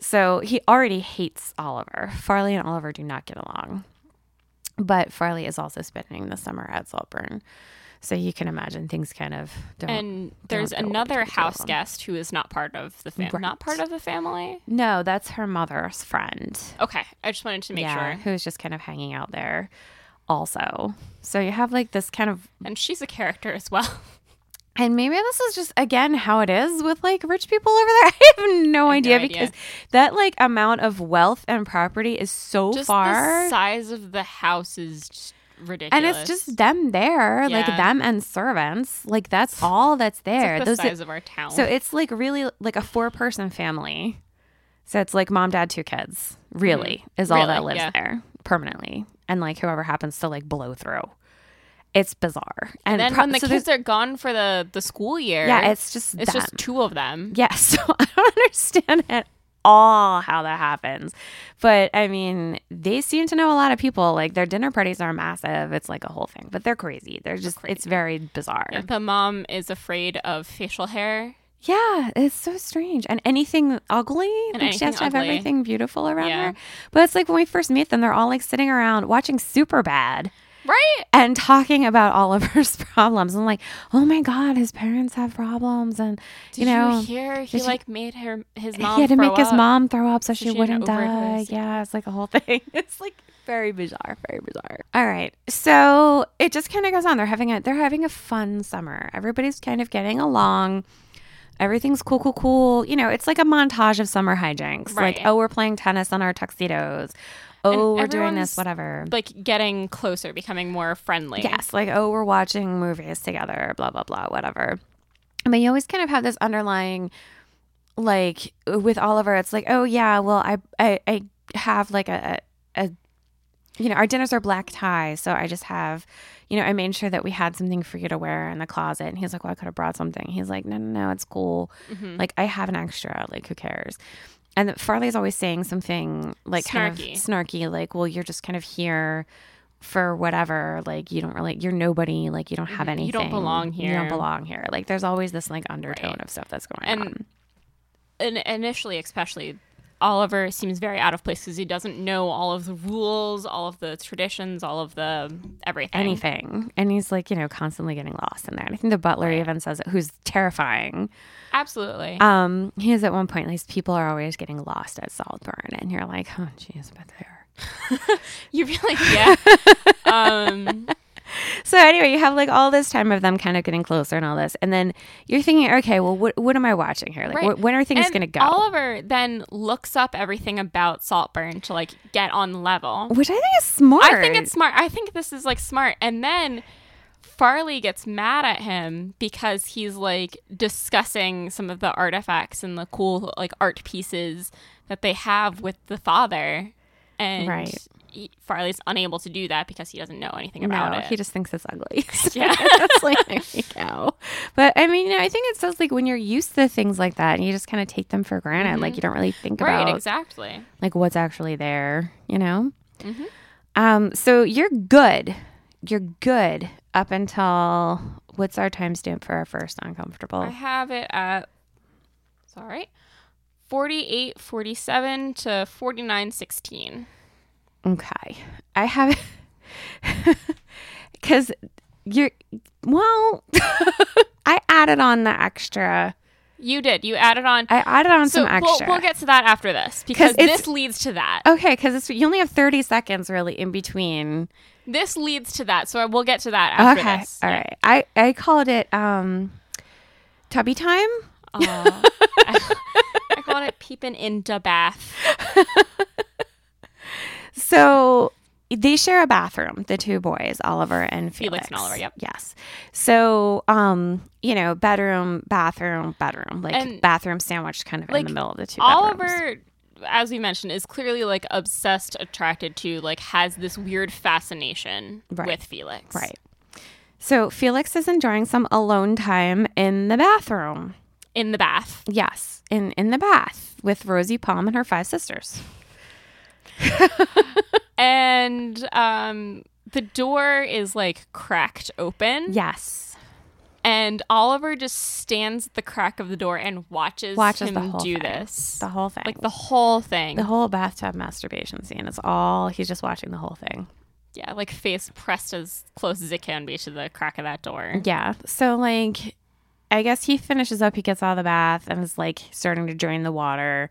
Speaker 3: So he already hates Oliver. Farley and Oliver do not get along. But Farley is also spending the summer at Saltburn. So you can imagine things kind of don't
Speaker 2: And there's
Speaker 3: Don't go
Speaker 2: another
Speaker 3: between the two of
Speaker 2: house
Speaker 3: them.
Speaker 2: guest who is not part of the family.
Speaker 3: Right.
Speaker 2: Not part of the family.
Speaker 3: No, that's her mother's friend.
Speaker 2: Okay, I just wanted to make sure.
Speaker 3: who's just kind of hanging out there also. So you have like this kind of
Speaker 2: And she's a character as well.
Speaker 3: and maybe this is just again how it is with like rich people over there. I have no idea
Speaker 2: idea.
Speaker 3: because that like amount of wealth and property is so
Speaker 2: Just
Speaker 3: far
Speaker 2: the size of the house is just ridiculous.
Speaker 3: and it's just them there, like
Speaker 2: Yeah.
Speaker 3: them and servants. Like that's all that's there.
Speaker 2: like the
Speaker 3: Those
Speaker 2: size of our town.
Speaker 3: So it's like really like a four person family. So it's like mom, dad, two kids, really, is all that
Speaker 2: Mm-hmm. Really,
Speaker 3: lives
Speaker 2: yeah.
Speaker 3: there permanently. And like whoever happens to like blow through. It's bizarre.
Speaker 2: and then
Speaker 3: pro-
Speaker 2: when the
Speaker 3: so there's-
Speaker 2: kids are gone for the the school year,
Speaker 3: Yeah, it's just
Speaker 2: it's just
Speaker 3: them.
Speaker 2: two of them.
Speaker 3: Yeah, so I don't understand at all how that happens. But I mean, they seem to know a lot of people. Like their dinner parties are massive. It's like a whole thing. But they're crazy. They're just it's very bizarre.
Speaker 2: Yeah, The mom is afraid of facial hair.
Speaker 3: Yeah, it's so strange. And anything ugly,
Speaker 2: And
Speaker 3: like she
Speaker 2: anything
Speaker 3: has to have
Speaker 2: ugly.
Speaker 3: everything beautiful around
Speaker 2: Yeah.
Speaker 3: her. But it's like when we first meet them, they're all like sitting around watching Superbad
Speaker 2: Right?
Speaker 3: and talking about Oliver's problems. I'm like, oh my god, his parents have problems, and you
Speaker 2: Did
Speaker 3: know,
Speaker 2: you hear he
Speaker 3: did you-
Speaker 2: like made her his
Speaker 3: he
Speaker 2: mom.
Speaker 3: had to
Speaker 2: throw
Speaker 3: make his
Speaker 2: up?
Speaker 3: mom throw up so,
Speaker 2: so
Speaker 3: she,
Speaker 2: she
Speaker 3: wouldn't
Speaker 2: didn't
Speaker 3: die.
Speaker 2: overdose.
Speaker 3: Yeah, it's like a whole thing. It's like very bizarre, very bizarre. All right, so it just kind of goes on. They're having a they're having a fun summer. Everybody's kind of getting along. Everything's cool, cool, cool. You know, it's like a montage of summer hijinks.
Speaker 2: Right.
Speaker 3: Like, oh, we're playing tennis on our tuxedos. Oh,
Speaker 2: And
Speaker 3: we're doing this,
Speaker 2: everyone's,
Speaker 3: whatever.
Speaker 2: like getting closer, becoming more friendly.
Speaker 3: Yes, like, oh, we're watching movies together, blah, blah, blah, whatever. But you always kind of have this underlying, like, uh, with Oliver, it's like, oh, yeah, well, I, I, I have like a, a, you know, our dinners are black tie. So I just have, you know, I made sure that we had something for you to wear in the closet. And he's like, well, I could have brought something. He's like, no, no, no, it's cool.
Speaker 2: Mm-hmm.
Speaker 3: Like, I have an extra. Like, who cares? And Farley's always saying something like kind of
Speaker 2: Snarky.
Speaker 3: snarky, like, well, you're just kind of here for whatever. Like, you don't really, you're nobody. Like, you don't have anything.
Speaker 2: Mm-hmm. You don't belong
Speaker 3: You don't
Speaker 2: here.
Speaker 3: belong here. Like, there's always this like undertone
Speaker 2: Right.
Speaker 3: of stuff that's going
Speaker 2: And-
Speaker 3: on.
Speaker 2: And initially, especially, Oliver seems very out of place because he doesn't know all of the rules, all of the traditions, all of the everything.
Speaker 3: Anything. And he's like, you know, constantly getting lost in there. And I think the butler even says it, who's terrifying.
Speaker 2: Absolutely.
Speaker 3: Um, he is at one point, these people are always getting lost at Saltburn. And you're like, oh, jeez, but they're.
Speaker 2: you feel like yeah. um,
Speaker 3: So anyway, you have like all this time of them kind of getting closer and all this. And then you're thinking, okay, well, what, what am I watching here? Like,
Speaker 2: right.
Speaker 3: wh- when are things
Speaker 2: And
Speaker 3: going to go?
Speaker 2: Oliver then looks up everything about Saltburn to like get on level.
Speaker 3: Which I think is smart.
Speaker 2: I think it's smart. I think this is like smart. And then Farley gets mad at him because he's like discussing some of the artifacts and the cool like art pieces that they have with the father. And
Speaker 3: Right.
Speaker 2: he- Farley's unable to do that because he doesn't know anything about
Speaker 3: no,
Speaker 2: it.
Speaker 3: he just thinks it's ugly.
Speaker 2: Yeah.
Speaker 3: That's like, there you go. But I mean, you know, I think it says like when you're used to things like that and you just kind of take them for granted, like you don't really think
Speaker 2: Mm-hmm. right,
Speaker 3: about
Speaker 2: exactly.
Speaker 3: like what's actually there, you know?
Speaker 2: Mm-hmm.
Speaker 3: Um, so you're good. You're good up until what's our timestamp for our first uncomfortable?
Speaker 2: I have it at sorry. 48 47 to 49 16.
Speaker 3: Okay. I have cuz you're well I added on the extra
Speaker 2: You did. You added on.
Speaker 3: I added on
Speaker 2: so
Speaker 3: some extra.
Speaker 2: We'll, we'll get to that after this because
Speaker 3: 'Cause it's- Oh.
Speaker 2: this leads to that.
Speaker 3: Okay, because you only have 30 seconds really in between.
Speaker 2: This leads to that. So I will get to that after
Speaker 3: okay,
Speaker 2: this.
Speaker 3: all right. I, I called it um, tubby time.
Speaker 2: Aw. I, I called it peeping in the bath.
Speaker 3: So they share a bathroom, the two boys, Oliver and
Speaker 2: Felix
Speaker 3: Felix.
Speaker 2: and Oliver, yep.
Speaker 3: Yes. So, um, you know, bedroom, bathroom, bedroom, like
Speaker 2: And-
Speaker 3: bathroom sandwiched kind of in
Speaker 2: like,
Speaker 3: the middle of the two bedrooms.
Speaker 2: Oliver, as we mentioned, is clearly like obsessed, attracted to, like has this weird fascination
Speaker 3: Right.
Speaker 2: with Felix.
Speaker 3: Right. So Felix is enjoying some alone time in the bathroom.
Speaker 2: In the bath.
Speaker 3: Yes, in in the bath with Rosie Palm and her five sisters.
Speaker 2: And um the door is like cracked open.
Speaker 3: Yes.
Speaker 2: And Oliver just stands at the crack of the door and watches,
Speaker 3: Watches
Speaker 2: him
Speaker 3: the whole
Speaker 2: do
Speaker 3: thing.
Speaker 2: this.
Speaker 3: The whole thing.
Speaker 2: like the whole thing.
Speaker 3: the whole bathtub masturbation scene is all he's just watching the whole thing.
Speaker 2: yeah, like face pressed as close as it can be to the crack of that door.
Speaker 3: Yeah. So like I guess he finishes up, he gets out of the bath and is like starting to drain the water.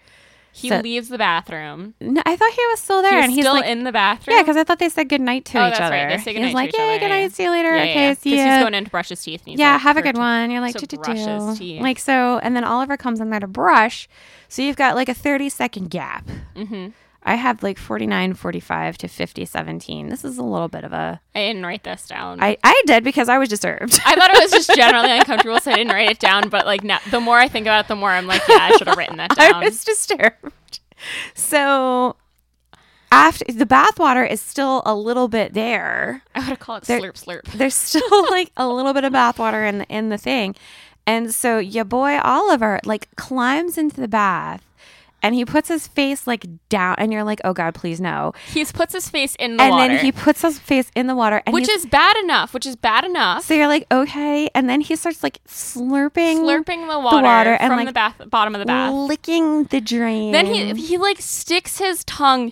Speaker 2: He
Speaker 3: So-
Speaker 2: leaves the bathroom.
Speaker 3: No, I thought he was still there
Speaker 2: He's
Speaker 3: and he's
Speaker 2: still
Speaker 3: like
Speaker 2: in the bathroom.
Speaker 3: Yeah, because I thought they said goodnight to
Speaker 2: Oh,
Speaker 3: each
Speaker 2: that's
Speaker 3: other.
Speaker 2: right. They say goodnight
Speaker 3: he's
Speaker 2: to
Speaker 3: like,
Speaker 2: each
Speaker 3: Yeah,
Speaker 2: other,
Speaker 3: good night,
Speaker 2: yeah.
Speaker 3: see you later.
Speaker 2: Yeah, yeah,
Speaker 3: okay,
Speaker 2: yeah. 'Cause
Speaker 3: see ya.
Speaker 2: he's going in to brush his teeth. And he's
Speaker 3: yeah,
Speaker 2: like,
Speaker 3: have a
Speaker 2: for-
Speaker 3: good one. You're like,
Speaker 2: to
Speaker 3: "Do, do,
Speaker 2: brush his
Speaker 3: do."
Speaker 2: teeth.
Speaker 3: like so, and then Oliver comes in there to brush. So you've got like a 30 second gap.
Speaker 2: Mm-hmm.
Speaker 3: I have like 49, 45 to 50, 17. This is a little bit of a.
Speaker 2: I didn't write this down. I,
Speaker 3: I, I did because I was disturbed.
Speaker 2: thought it was just generally uncomfortable, so I didn't write it down. But like, now, the more I think about it, the more I'm like, yeah, I should have written that down.
Speaker 3: I was disturbed. So after the bathwater is still a little bit there.
Speaker 2: I would have called it
Speaker 3: There-
Speaker 2: slurp slurp.
Speaker 3: there's still like a little bit of bathwater in the in the thing. And so your boy Oliver like climbs into the bath and he puts his face like down and you're like, Oh God, please no.
Speaker 2: He puts his face in the
Speaker 3: And
Speaker 2: water,
Speaker 3: then he puts his face in the water and
Speaker 2: which is
Speaker 3: he's-
Speaker 2: bad enough. Which is bad enough.
Speaker 3: so you're like, okay. And then he starts like slurping
Speaker 2: Slurping the water,
Speaker 3: water and,
Speaker 2: from
Speaker 3: like,
Speaker 2: the bath, bottom of the bath.
Speaker 3: licking the drain.
Speaker 2: Then he he like sticks his tongue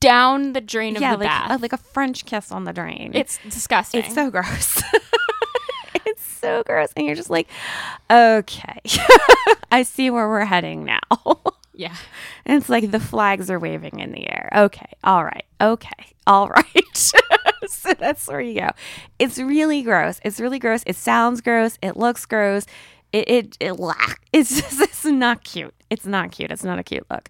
Speaker 2: down the drain of
Speaker 3: yeah,
Speaker 2: the
Speaker 3: like,
Speaker 2: bath.
Speaker 3: A, like a French kiss on the drain.
Speaker 2: it's disgusting.
Speaker 3: it's so gross. it's so gross. And you're just like, okay. I see where we're heading now.
Speaker 2: yeah.
Speaker 3: And it's like the flags are waving in the air. Okay, all right, okay, all right. so that's where you go. It's really gross. It's really gross. It sounds gross. It looks gross. It it, it la- It's just it's not cute. It's not cute. It's not a cute look.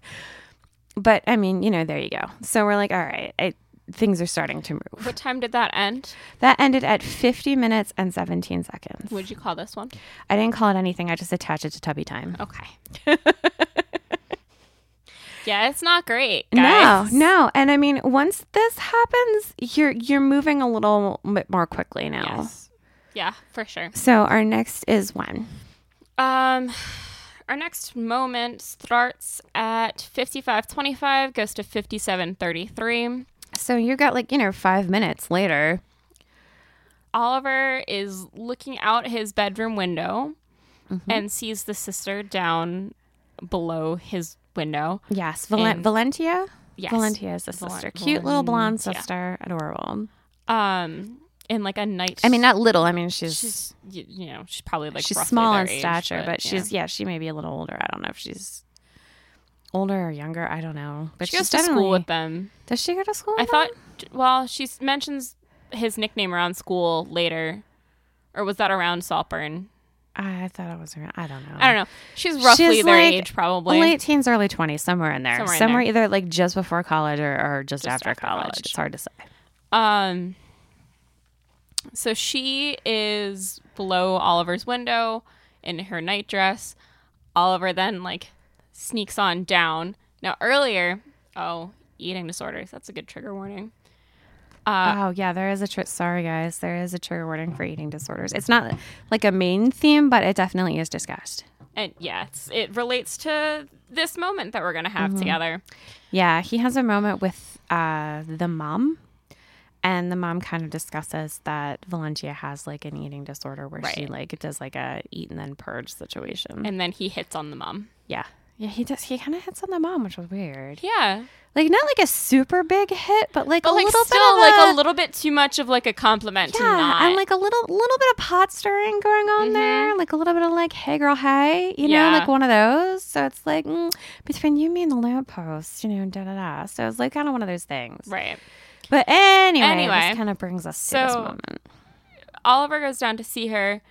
Speaker 3: But I mean, you know, there you go. So we're like, all right, I, things are starting to move.
Speaker 2: What time did that end?
Speaker 3: That ended at 50 minutes and 17 seconds.
Speaker 2: Would you call this one?
Speaker 3: I didn't call it anything. I just attached it to tubby time.
Speaker 2: Okay. yeah, it's not great,
Speaker 3: No,
Speaker 2: guys.
Speaker 3: no, and I mean, once this happens, you're you're moving a little bit more quickly now.
Speaker 2: Yes. Yeah, for sure.
Speaker 3: So our next is when
Speaker 2: Um, our next moment starts at fifty-five twenty-five, goes to fifty-seven thirty-three.
Speaker 3: so you got like you know five minutes later.
Speaker 2: Oliver is looking out his bedroom window
Speaker 3: Mm-hmm.
Speaker 2: and sees the sister down below his window.
Speaker 3: Yes, Val-
Speaker 2: And-
Speaker 3: Valentia.
Speaker 2: Yes.
Speaker 3: Valentia is the sister,
Speaker 2: Valen-
Speaker 3: cute little blonde
Speaker 2: Valentia.
Speaker 3: sister, adorable.
Speaker 2: Um, in like a night.
Speaker 3: I mean, not little. I mean, she's she's,
Speaker 2: she's y- you know she's probably like roughly
Speaker 3: small
Speaker 2: their
Speaker 3: in
Speaker 2: age,
Speaker 3: stature, but,
Speaker 2: yeah.
Speaker 3: she's yeah, she may be a little older. I don't know if she's older or younger. I don't know. But
Speaker 2: she
Speaker 3: she's
Speaker 2: goes to school
Speaker 3: definitely- Uh-huh.
Speaker 2: with them.
Speaker 3: Does she go to school?
Speaker 2: I
Speaker 3: with
Speaker 2: thought.
Speaker 3: them?
Speaker 2: Well, she s- mentions his nickname around school later, or was that around Saltburn?
Speaker 3: I thought I was around. I don't know.
Speaker 2: I don't know. She's roughly their age, probably.
Speaker 3: late teens, early twenties, somewhere in there.
Speaker 2: Somewhere
Speaker 3: Somewhere,
Speaker 2: in
Speaker 3: either like just before college or, or just, after,
Speaker 2: after
Speaker 3: college.
Speaker 2: college.
Speaker 3: It's hard to say.
Speaker 2: Um. So she is below Oliver's window in her nightdress. Oliver then like sneaks on down. Now earlier, oh, eating disorders. That's a good trigger warning. Uh,
Speaker 3: oh yeah, there is a tr- sorry guys, there is a trigger warning for eating disorders. It's not like a main theme, but it definitely is discussed.
Speaker 2: And yeah, it's, it relates to this moment that we're gonna
Speaker 3: Mm-hmm.
Speaker 2: have together.
Speaker 3: Yeah, he has a moment with uh, the mom, and the mom kind of discusses that Valentia has like an eating disorder where she
Speaker 2: Right.
Speaker 3: like does like a eat and then purge situation.
Speaker 2: And then he hits on the mum.
Speaker 3: yeah, Yeah, he does. He kind of hits on the mom, which was weird.
Speaker 2: Yeah.
Speaker 3: Like not like a super big hit, but like
Speaker 2: But
Speaker 3: a
Speaker 2: like
Speaker 3: little
Speaker 2: still
Speaker 3: bit of
Speaker 2: like a,
Speaker 3: a
Speaker 2: little bit too much of like a compliment to
Speaker 3: yeah,
Speaker 2: not. Mm-hmm.
Speaker 3: and like a little little bit of pot stirring going on there, like a little bit of like, hey girl, hey, you know,
Speaker 2: Yeah.
Speaker 3: like one of those. So it's like mm, between you, me, and the lamppost, you know, da da da. So it's like kind of one of those things.
Speaker 2: right.
Speaker 3: But anyway,
Speaker 2: Anyway.
Speaker 3: this kind of brings us to this
Speaker 2: So-
Speaker 3: moment.
Speaker 2: Oliver goes down to see her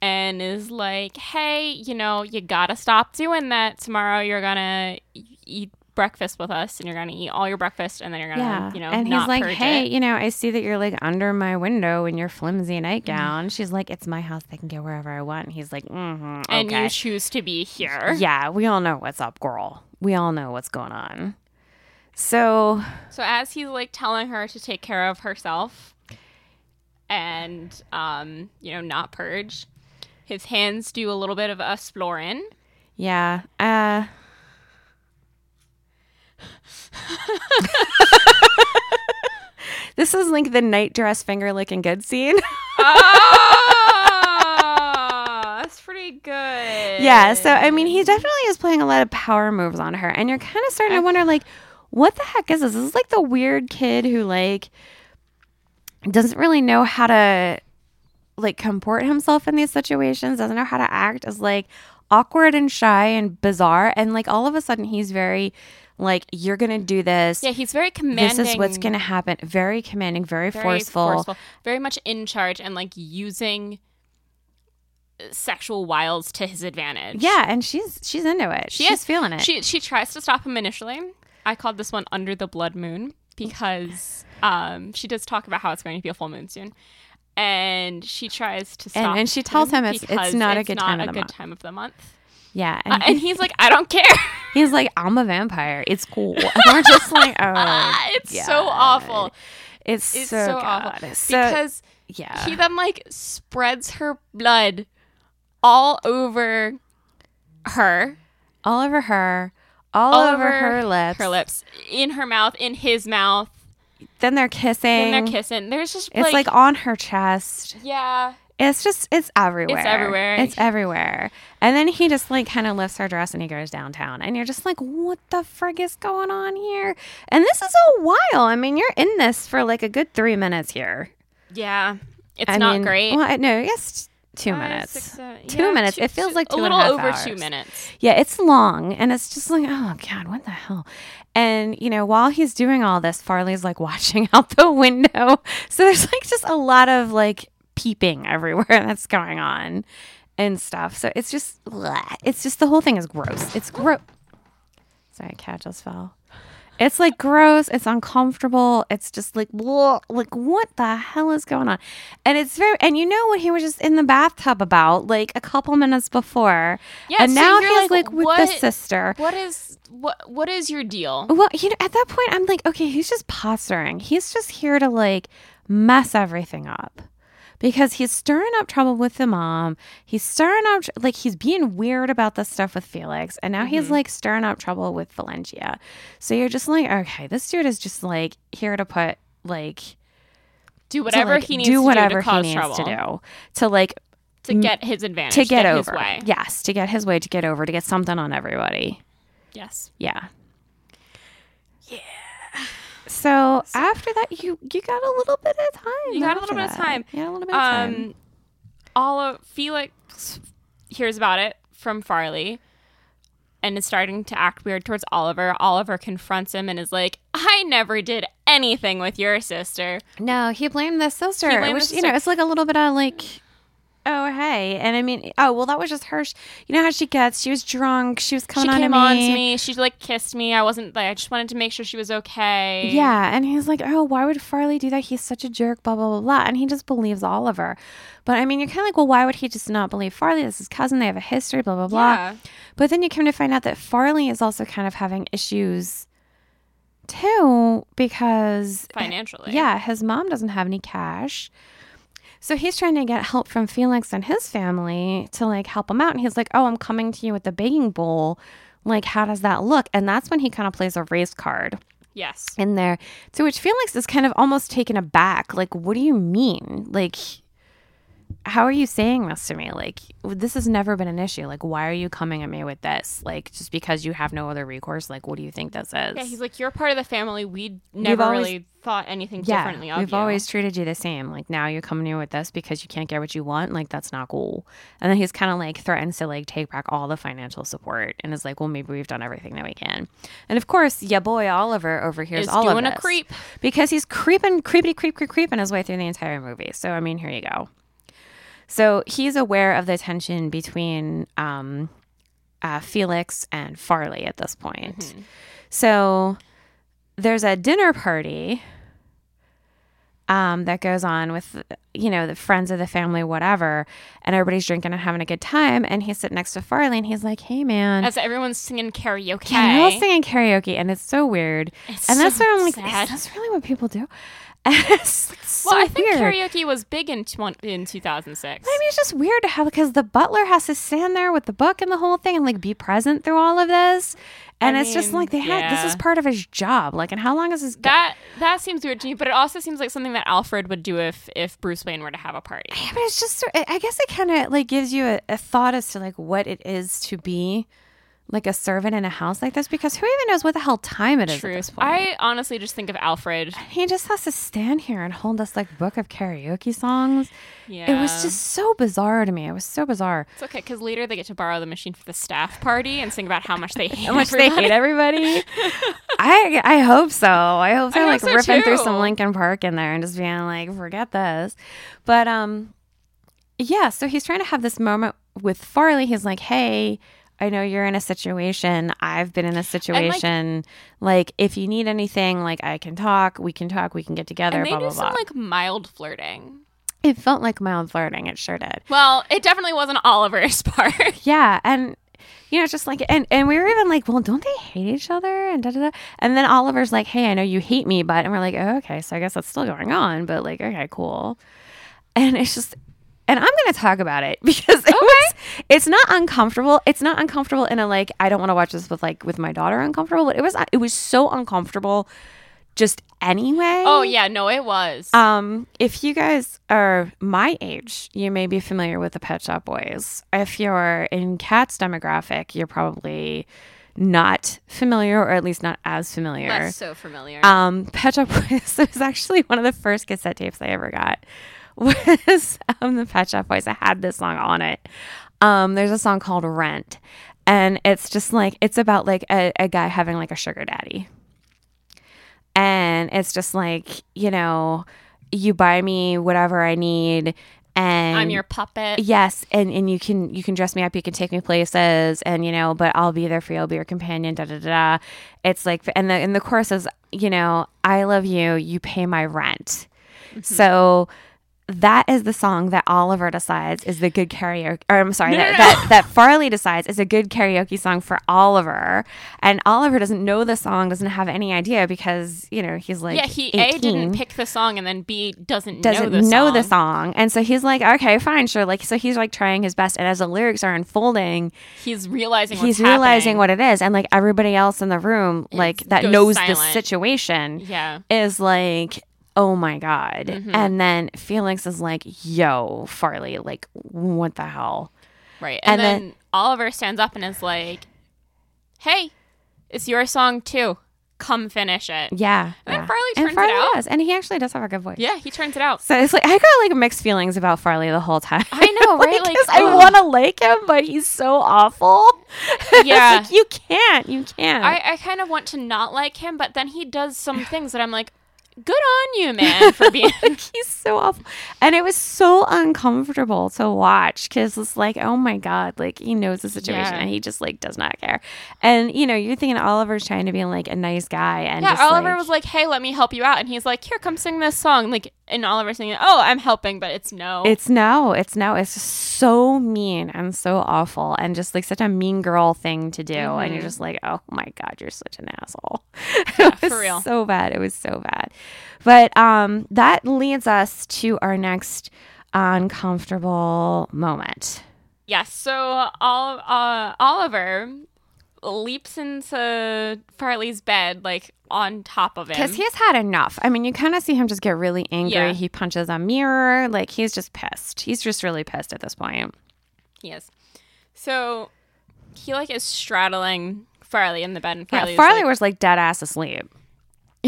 Speaker 2: and is like, "Hey, you know, you got to stop doing that. Tomorrow you're going to eat breakfast with us and you're going to eat all your breakfast and then you're going to,
Speaker 3: Yeah,
Speaker 2: um, you know,
Speaker 3: and he's
Speaker 2: not
Speaker 3: like,
Speaker 2: purge
Speaker 3: hey,
Speaker 2: it." Mm-hmm.
Speaker 3: you know, I see that you're like under my window in your flimsy nightgown. She's like, it's my house; I can go wherever I want. And he's like, mm-hmm,
Speaker 2: and
Speaker 3: okay.
Speaker 2: you choose to be here.
Speaker 3: Yeah, we all know what's up, girl. We all know what's going on. So
Speaker 2: So as he's like telling her to take care of herself and um, you know, not purge, his hands do a little bit of exploring.
Speaker 3: yeah, uh, this is like the night dress finger licking good scene.
Speaker 2: oh, that's pretty good.
Speaker 3: yeah, so I mean, he definitely is playing a lot of power moves on her, and you're kind of starting to wonder like, what the heck is this? This is like the weird kid who like doesn't really know how to like comport himself in these situations, doesn't know how to act, is like awkward and shy and bizarre, and like all of a sudden he's very like, you're gonna do this.
Speaker 2: Yeah, he's very commanding.
Speaker 3: This is what's going to happen. Very commanding, very,
Speaker 2: very
Speaker 3: forceful.
Speaker 2: very much in charge and like using uh, sexual wiles to his advantage.
Speaker 3: Yeah, and she's she's into it.
Speaker 2: She
Speaker 3: she's
Speaker 2: is.
Speaker 3: feeling it.
Speaker 2: She she tries to stop him initially. I called this one under the blood moon because um she does talk about how it's going to be a full moon soon. And she tries to stop
Speaker 3: And- and she tells him it's- it's
Speaker 2: because
Speaker 3: not a good time of the
Speaker 2: good
Speaker 3: month.
Speaker 2: time of the month.
Speaker 3: yeah,
Speaker 2: Uh, and he's like, I don't care.
Speaker 3: He's like, I'm a vampire. It's cool. And we're just like, oh,
Speaker 2: it's so awful.
Speaker 3: It's,
Speaker 2: It's
Speaker 3: so,
Speaker 2: so,
Speaker 3: God.
Speaker 2: awful.
Speaker 3: So,
Speaker 2: because
Speaker 3: yeah,
Speaker 2: he then like spreads her blood all over her,
Speaker 3: all over her, all, over, her lips.
Speaker 2: her lips, in her mouth, in his mouth,
Speaker 3: Then they're kissing.
Speaker 2: and they're kissing. There's just
Speaker 3: It's like, on her chest.
Speaker 2: yeah,
Speaker 3: It's just, it's everywhere.
Speaker 2: everywhere.
Speaker 3: It's everywhere. And then he just like kind of lifts her dress and he goes downtown. And you're just like, what the frig is going on here? And this is a while. I mean, you're in this for like a good three minutes here.
Speaker 2: yeah. It's
Speaker 3: I
Speaker 2: not
Speaker 3: mean,
Speaker 2: great.
Speaker 3: Well, I- no, yes, two minutes. two minutes. it feels like two
Speaker 2: a
Speaker 3: and
Speaker 2: little
Speaker 3: half
Speaker 2: over two
Speaker 3: hours.
Speaker 2: minutes.
Speaker 3: Yeah, it's long and it's just like, oh God, what the hell? And, you know, while he's doing all this, Farley's like watching out the window. So there's like just a lot of like peeping everywhere that's going on and stuff. So it's just, bleh. it's just the whole thing is gross. It's gross. Sorry, cat just fell. It's like gross. It's uncomfortable. It's just like, bleh, like what the hell is going on? And it's very, and you know what he was just in the bathtub about like a couple minutes before.
Speaker 2: Yeah,
Speaker 3: and
Speaker 2: so
Speaker 3: now
Speaker 2: you're
Speaker 3: he's
Speaker 2: like,
Speaker 3: like, with the
Speaker 2: what-
Speaker 3: sister.
Speaker 2: What is what? What is your deal?
Speaker 3: Well, you know, at that point, I'm like, okay, he's just posturing. He's just here to like mess everything up because he's stirring up trouble with the mom. He's stirring up, tr- like, he's being weird about this stuff with Felix. And now
Speaker 2: Mm-hmm.
Speaker 3: he's like stirring up trouble with Valencia. So you're just like, okay, this dude is just like here to put, like, to,
Speaker 2: Do whatever
Speaker 3: like,
Speaker 2: he needs to do to cause trouble
Speaker 3: to do to like
Speaker 2: to get his advantage,
Speaker 3: to get,
Speaker 2: his
Speaker 3: over
Speaker 2: way.
Speaker 3: yes to get his way to get over to get something on everybody
Speaker 2: Yes.
Speaker 3: yeah. Yeah. So, after that, you you got a little bit of time.
Speaker 2: You got a little
Speaker 3: after
Speaker 2: bit of
Speaker 3: that.
Speaker 2: time.
Speaker 3: You got a little bit of time.
Speaker 2: Um, all of Felix hears about it from Farley and is starting to act weird towards Oliver. Oliver confronts him and is like, "I never did anything with your sister."
Speaker 3: No, he blamed the sister,
Speaker 2: He blamed
Speaker 3: which
Speaker 2: the
Speaker 3: you know,
Speaker 2: sister.
Speaker 3: it's like a little bit of like, oh hey, and I mean, oh well, that was just her. sh- You know how she gets? She was drunk. She was
Speaker 2: She
Speaker 3: coming
Speaker 2: came
Speaker 3: on
Speaker 2: on
Speaker 3: to
Speaker 2: to me. She like kissed me. I wasn't there. I just wanted to make sure she was okay.
Speaker 3: Yeah, and he's like, "Oh, why would Farley do that? He's such a jerk." Blah blah blah blah, and he just believes Oliver. But I mean, you're kind of like, "Well, why would he just not believe Farley? This is his cousin. They have a history." Blah blah blah.
Speaker 2: Yeah.
Speaker 3: But then you come to find out that Farley is also kind of having issues too, because
Speaker 2: Financially.
Speaker 3: yeah, his mom doesn't have any cash. So he's trying to get help from Felix and his family to like help him out. And he's like, Oh, I'm coming to you with the begging bowl. Like, how does that look? And that's when he kind of plays a race card
Speaker 2: Yes.
Speaker 3: in there. To which Felix is kind of almost taken aback. Like, what do you mean? Like, how are you saying this to me? Like, this has never been an issue. Like, why are you coming at me with this? Like, just because you have no other recourse? Like, what do you think this is?
Speaker 2: Yeah, he's like, you're part of the family. We never
Speaker 3: always-
Speaker 2: really thought anything differently of
Speaker 3: we've
Speaker 2: you.
Speaker 3: always treated you the same. Like now you're coming here with this because you can't get what you want. Like that's not cool. And then he's kind of like threatens to like take back all the financial support and is like, well, maybe we've done everything that we can. And of course, yeah, boy Oliver overhears
Speaker 2: Is
Speaker 3: all
Speaker 2: doing
Speaker 3: of
Speaker 2: a
Speaker 3: this
Speaker 2: creep.
Speaker 3: because he's creeping, creepity, creep, creep, creeping his way through the entire movie. So I mean, here you go. So he's aware of the tension between um, uh, Felix and Farley at this point.
Speaker 2: Mm-hmm.
Speaker 3: So there's a dinner party um, that goes on with, you know, the friends of the family, whatever, and everybody's drinking and having a good time. And he's sitting next to Farley and he's like, hey, man.
Speaker 2: As everyone's singing karaoke.
Speaker 3: Yeah, they're all singing karaoke, and it's so weird.
Speaker 2: It's
Speaker 3: and that's
Speaker 2: so
Speaker 3: what I'm like,
Speaker 2: sad.
Speaker 3: is this really what people do? And it's, like, so
Speaker 2: well, I think
Speaker 3: weird.
Speaker 2: karaoke was big in tw- in 2006.
Speaker 3: I mean, it's just weird to have because the butler has to stand there with the book and the whole thing and like be present through all of this, and it's just
Speaker 2: mean,
Speaker 3: like they had this is
Speaker 2: yeah.
Speaker 3: part of his job. Like, and how long is this? go-
Speaker 2: that that seems weird to me, but it also seems like something that Alfred would do if if Bruce Wayne were to have a party.
Speaker 3: Yeah, but it's just so- I I guess it kind of like gives you a, a thought as to like what it is to be like a servant in a house like this because who even knows what the hell time it is at this
Speaker 2: Truth.
Speaker 3: point.
Speaker 2: I honestly just think of Alfred.
Speaker 3: he just has to stand here and hold this like book of karaoke songs.
Speaker 2: Yeah.
Speaker 3: It was just so bizarre to me. It was so bizarre.
Speaker 2: It's okay because later they get to borrow the machine for the staff party and sing about how much they hate
Speaker 3: how much they
Speaker 2: everybody.
Speaker 3: hate everybody. I I hope so. I hope they're
Speaker 2: hope
Speaker 3: like
Speaker 2: so,
Speaker 3: ripping through
Speaker 2: too.
Speaker 3: some Lincoln Park in there and just being like, forget this. But um, yeah. So he's trying to have this moment with Farley. He's like, hey. I know you're in a situation. I've been in a situation. Like, if you need anything, like I can talk. We can talk. We can get together.
Speaker 2: And they
Speaker 3: blah
Speaker 2: do
Speaker 3: blah
Speaker 2: some
Speaker 3: blah.
Speaker 2: like mild flirting.
Speaker 3: it felt like mild flirting. It sure did.
Speaker 2: Well, it definitely wasn't Oliver's part.
Speaker 3: Yeah, and you know, just like and and we were even like, well, don't they hate each other? And da da da. And then Oliver's like, hey, I know you hate me, but and we're like, oh, okay, so I guess that's still going on, but like, okay, cool. And it's just. And I'm going to talk about it because it was, it's not uncomfortable. It's not uncomfortable in a like I don't want to watch this with like with my daughter uncomfortable, but it was uh, it was so uncomfortable just anyway.
Speaker 2: oh yeah, no, it was.
Speaker 3: Um, if you guys are my age, you may be familiar with the Pet Shop Boys. If you're in Cat's demographic, you're probably not familiar, or at least not as familiar.
Speaker 2: That's so familiar.
Speaker 3: Um, Pet Shop Boys was actually one of the first cassette tapes I ever got. Was um, the Pet Shop Boys? I had this song on it. Um, there's a song called Rent, and it's just like it's about like a, a guy having like a sugar daddy, and it's just like you know, you buy me whatever I need, and
Speaker 2: I'm your puppet.
Speaker 3: Yes, and and you can you can dress me up, you can take me places, and you know, but I'll be there for you. I'll be your companion. Da da da. da. It's like and the and the chorus is you know I love you. You pay my rent.
Speaker 2: Mm-hmm.
Speaker 3: So that is the song that Oliver decides is the good karaoke. Or I'm sorry, that, that that Farley decides is a good karaoke song for Oliver, and Oliver doesn't know the song, doesn't have any idea because you know he's like
Speaker 2: yeah, he
Speaker 3: 18
Speaker 2: A didn't pick the song and then B doesn't,
Speaker 3: doesn't
Speaker 2: know the song.
Speaker 3: song. And so he's like, okay, fine, sure. Like, so he's like trying his best. And as the lyrics are unfolding,
Speaker 2: He's realizing what's
Speaker 3: he's realizing
Speaker 2: happening.
Speaker 3: what it is. And like everybody else in the room, like that
Speaker 2: goes
Speaker 3: knows the
Speaker 2: silent.
Speaker 3: situation,
Speaker 2: Yeah. Mm-hmm.
Speaker 3: is like, oh my God. And then Felix is like, yo, Farley, like, what the hell?
Speaker 2: Right. And,
Speaker 3: And
Speaker 2: then,
Speaker 3: then-
Speaker 2: Oliver stands up and is like, Hey, it's your song too. Come finish it.
Speaker 3: Yeah.
Speaker 2: And then
Speaker 3: yeah.
Speaker 2: Farley turns it
Speaker 3: and Farley
Speaker 2: out.
Speaker 3: does. And he actually does have a good voice.
Speaker 2: Yeah, he turns it out.
Speaker 3: So it's like I got like mixed feelings about Farley the whole time.
Speaker 2: I know, right? Like, oh.
Speaker 3: 'cause I
Speaker 2: ugh.
Speaker 3: want to like him, but he's so awful. It's
Speaker 2: Yeah.
Speaker 3: like, you can't, you can't.
Speaker 2: I, I kind of want to not like him, but then he does some things that I'm like, Good on you, man, for being.
Speaker 3: he's so awful, and it was so uncomfortable to watch because it's like, oh my god, like he knows the situation
Speaker 2: Yeah.
Speaker 3: and he just like does not care. And you know, you're thinking Oliver's trying to be like a nice guy, and
Speaker 2: yeah,
Speaker 3: just,
Speaker 2: Oliver was like, Hey, let me help you out. And he's like, Here, come sing this song. Like, and Oliver's singing, Oh, I'm helping, but it's no.
Speaker 3: It's no, it's no. It's just so mean and so awful and just like such a mean girl thing to do. And
Speaker 2: Mm-hmm.
Speaker 3: you're just like, oh my God, you're such an asshole. it was
Speaker 2: for real.
Speaker 3: So bad. It was so bad. But um that leads us to our next uncomfortable moment.
Speaker 2: Yes. So all, uh, Oliver leaps into Farley's bed, like on top of him.
Speaker 3: Because he's had enough. I mean, you kind of see him just get really angry.
Speaker 2: Yeah.
Speaker 3: He punches a mirror. Like, he's just pissed. He's just really pissed at this point.
Speaker 2: Yes. So he like is straddling Farley in the bed, and
Speaker 3: Yeah,
Speaker 2: Farley's
Speaker 3: Farley
Speaker 2: like,
Speaker 3: was like dead ass asleep.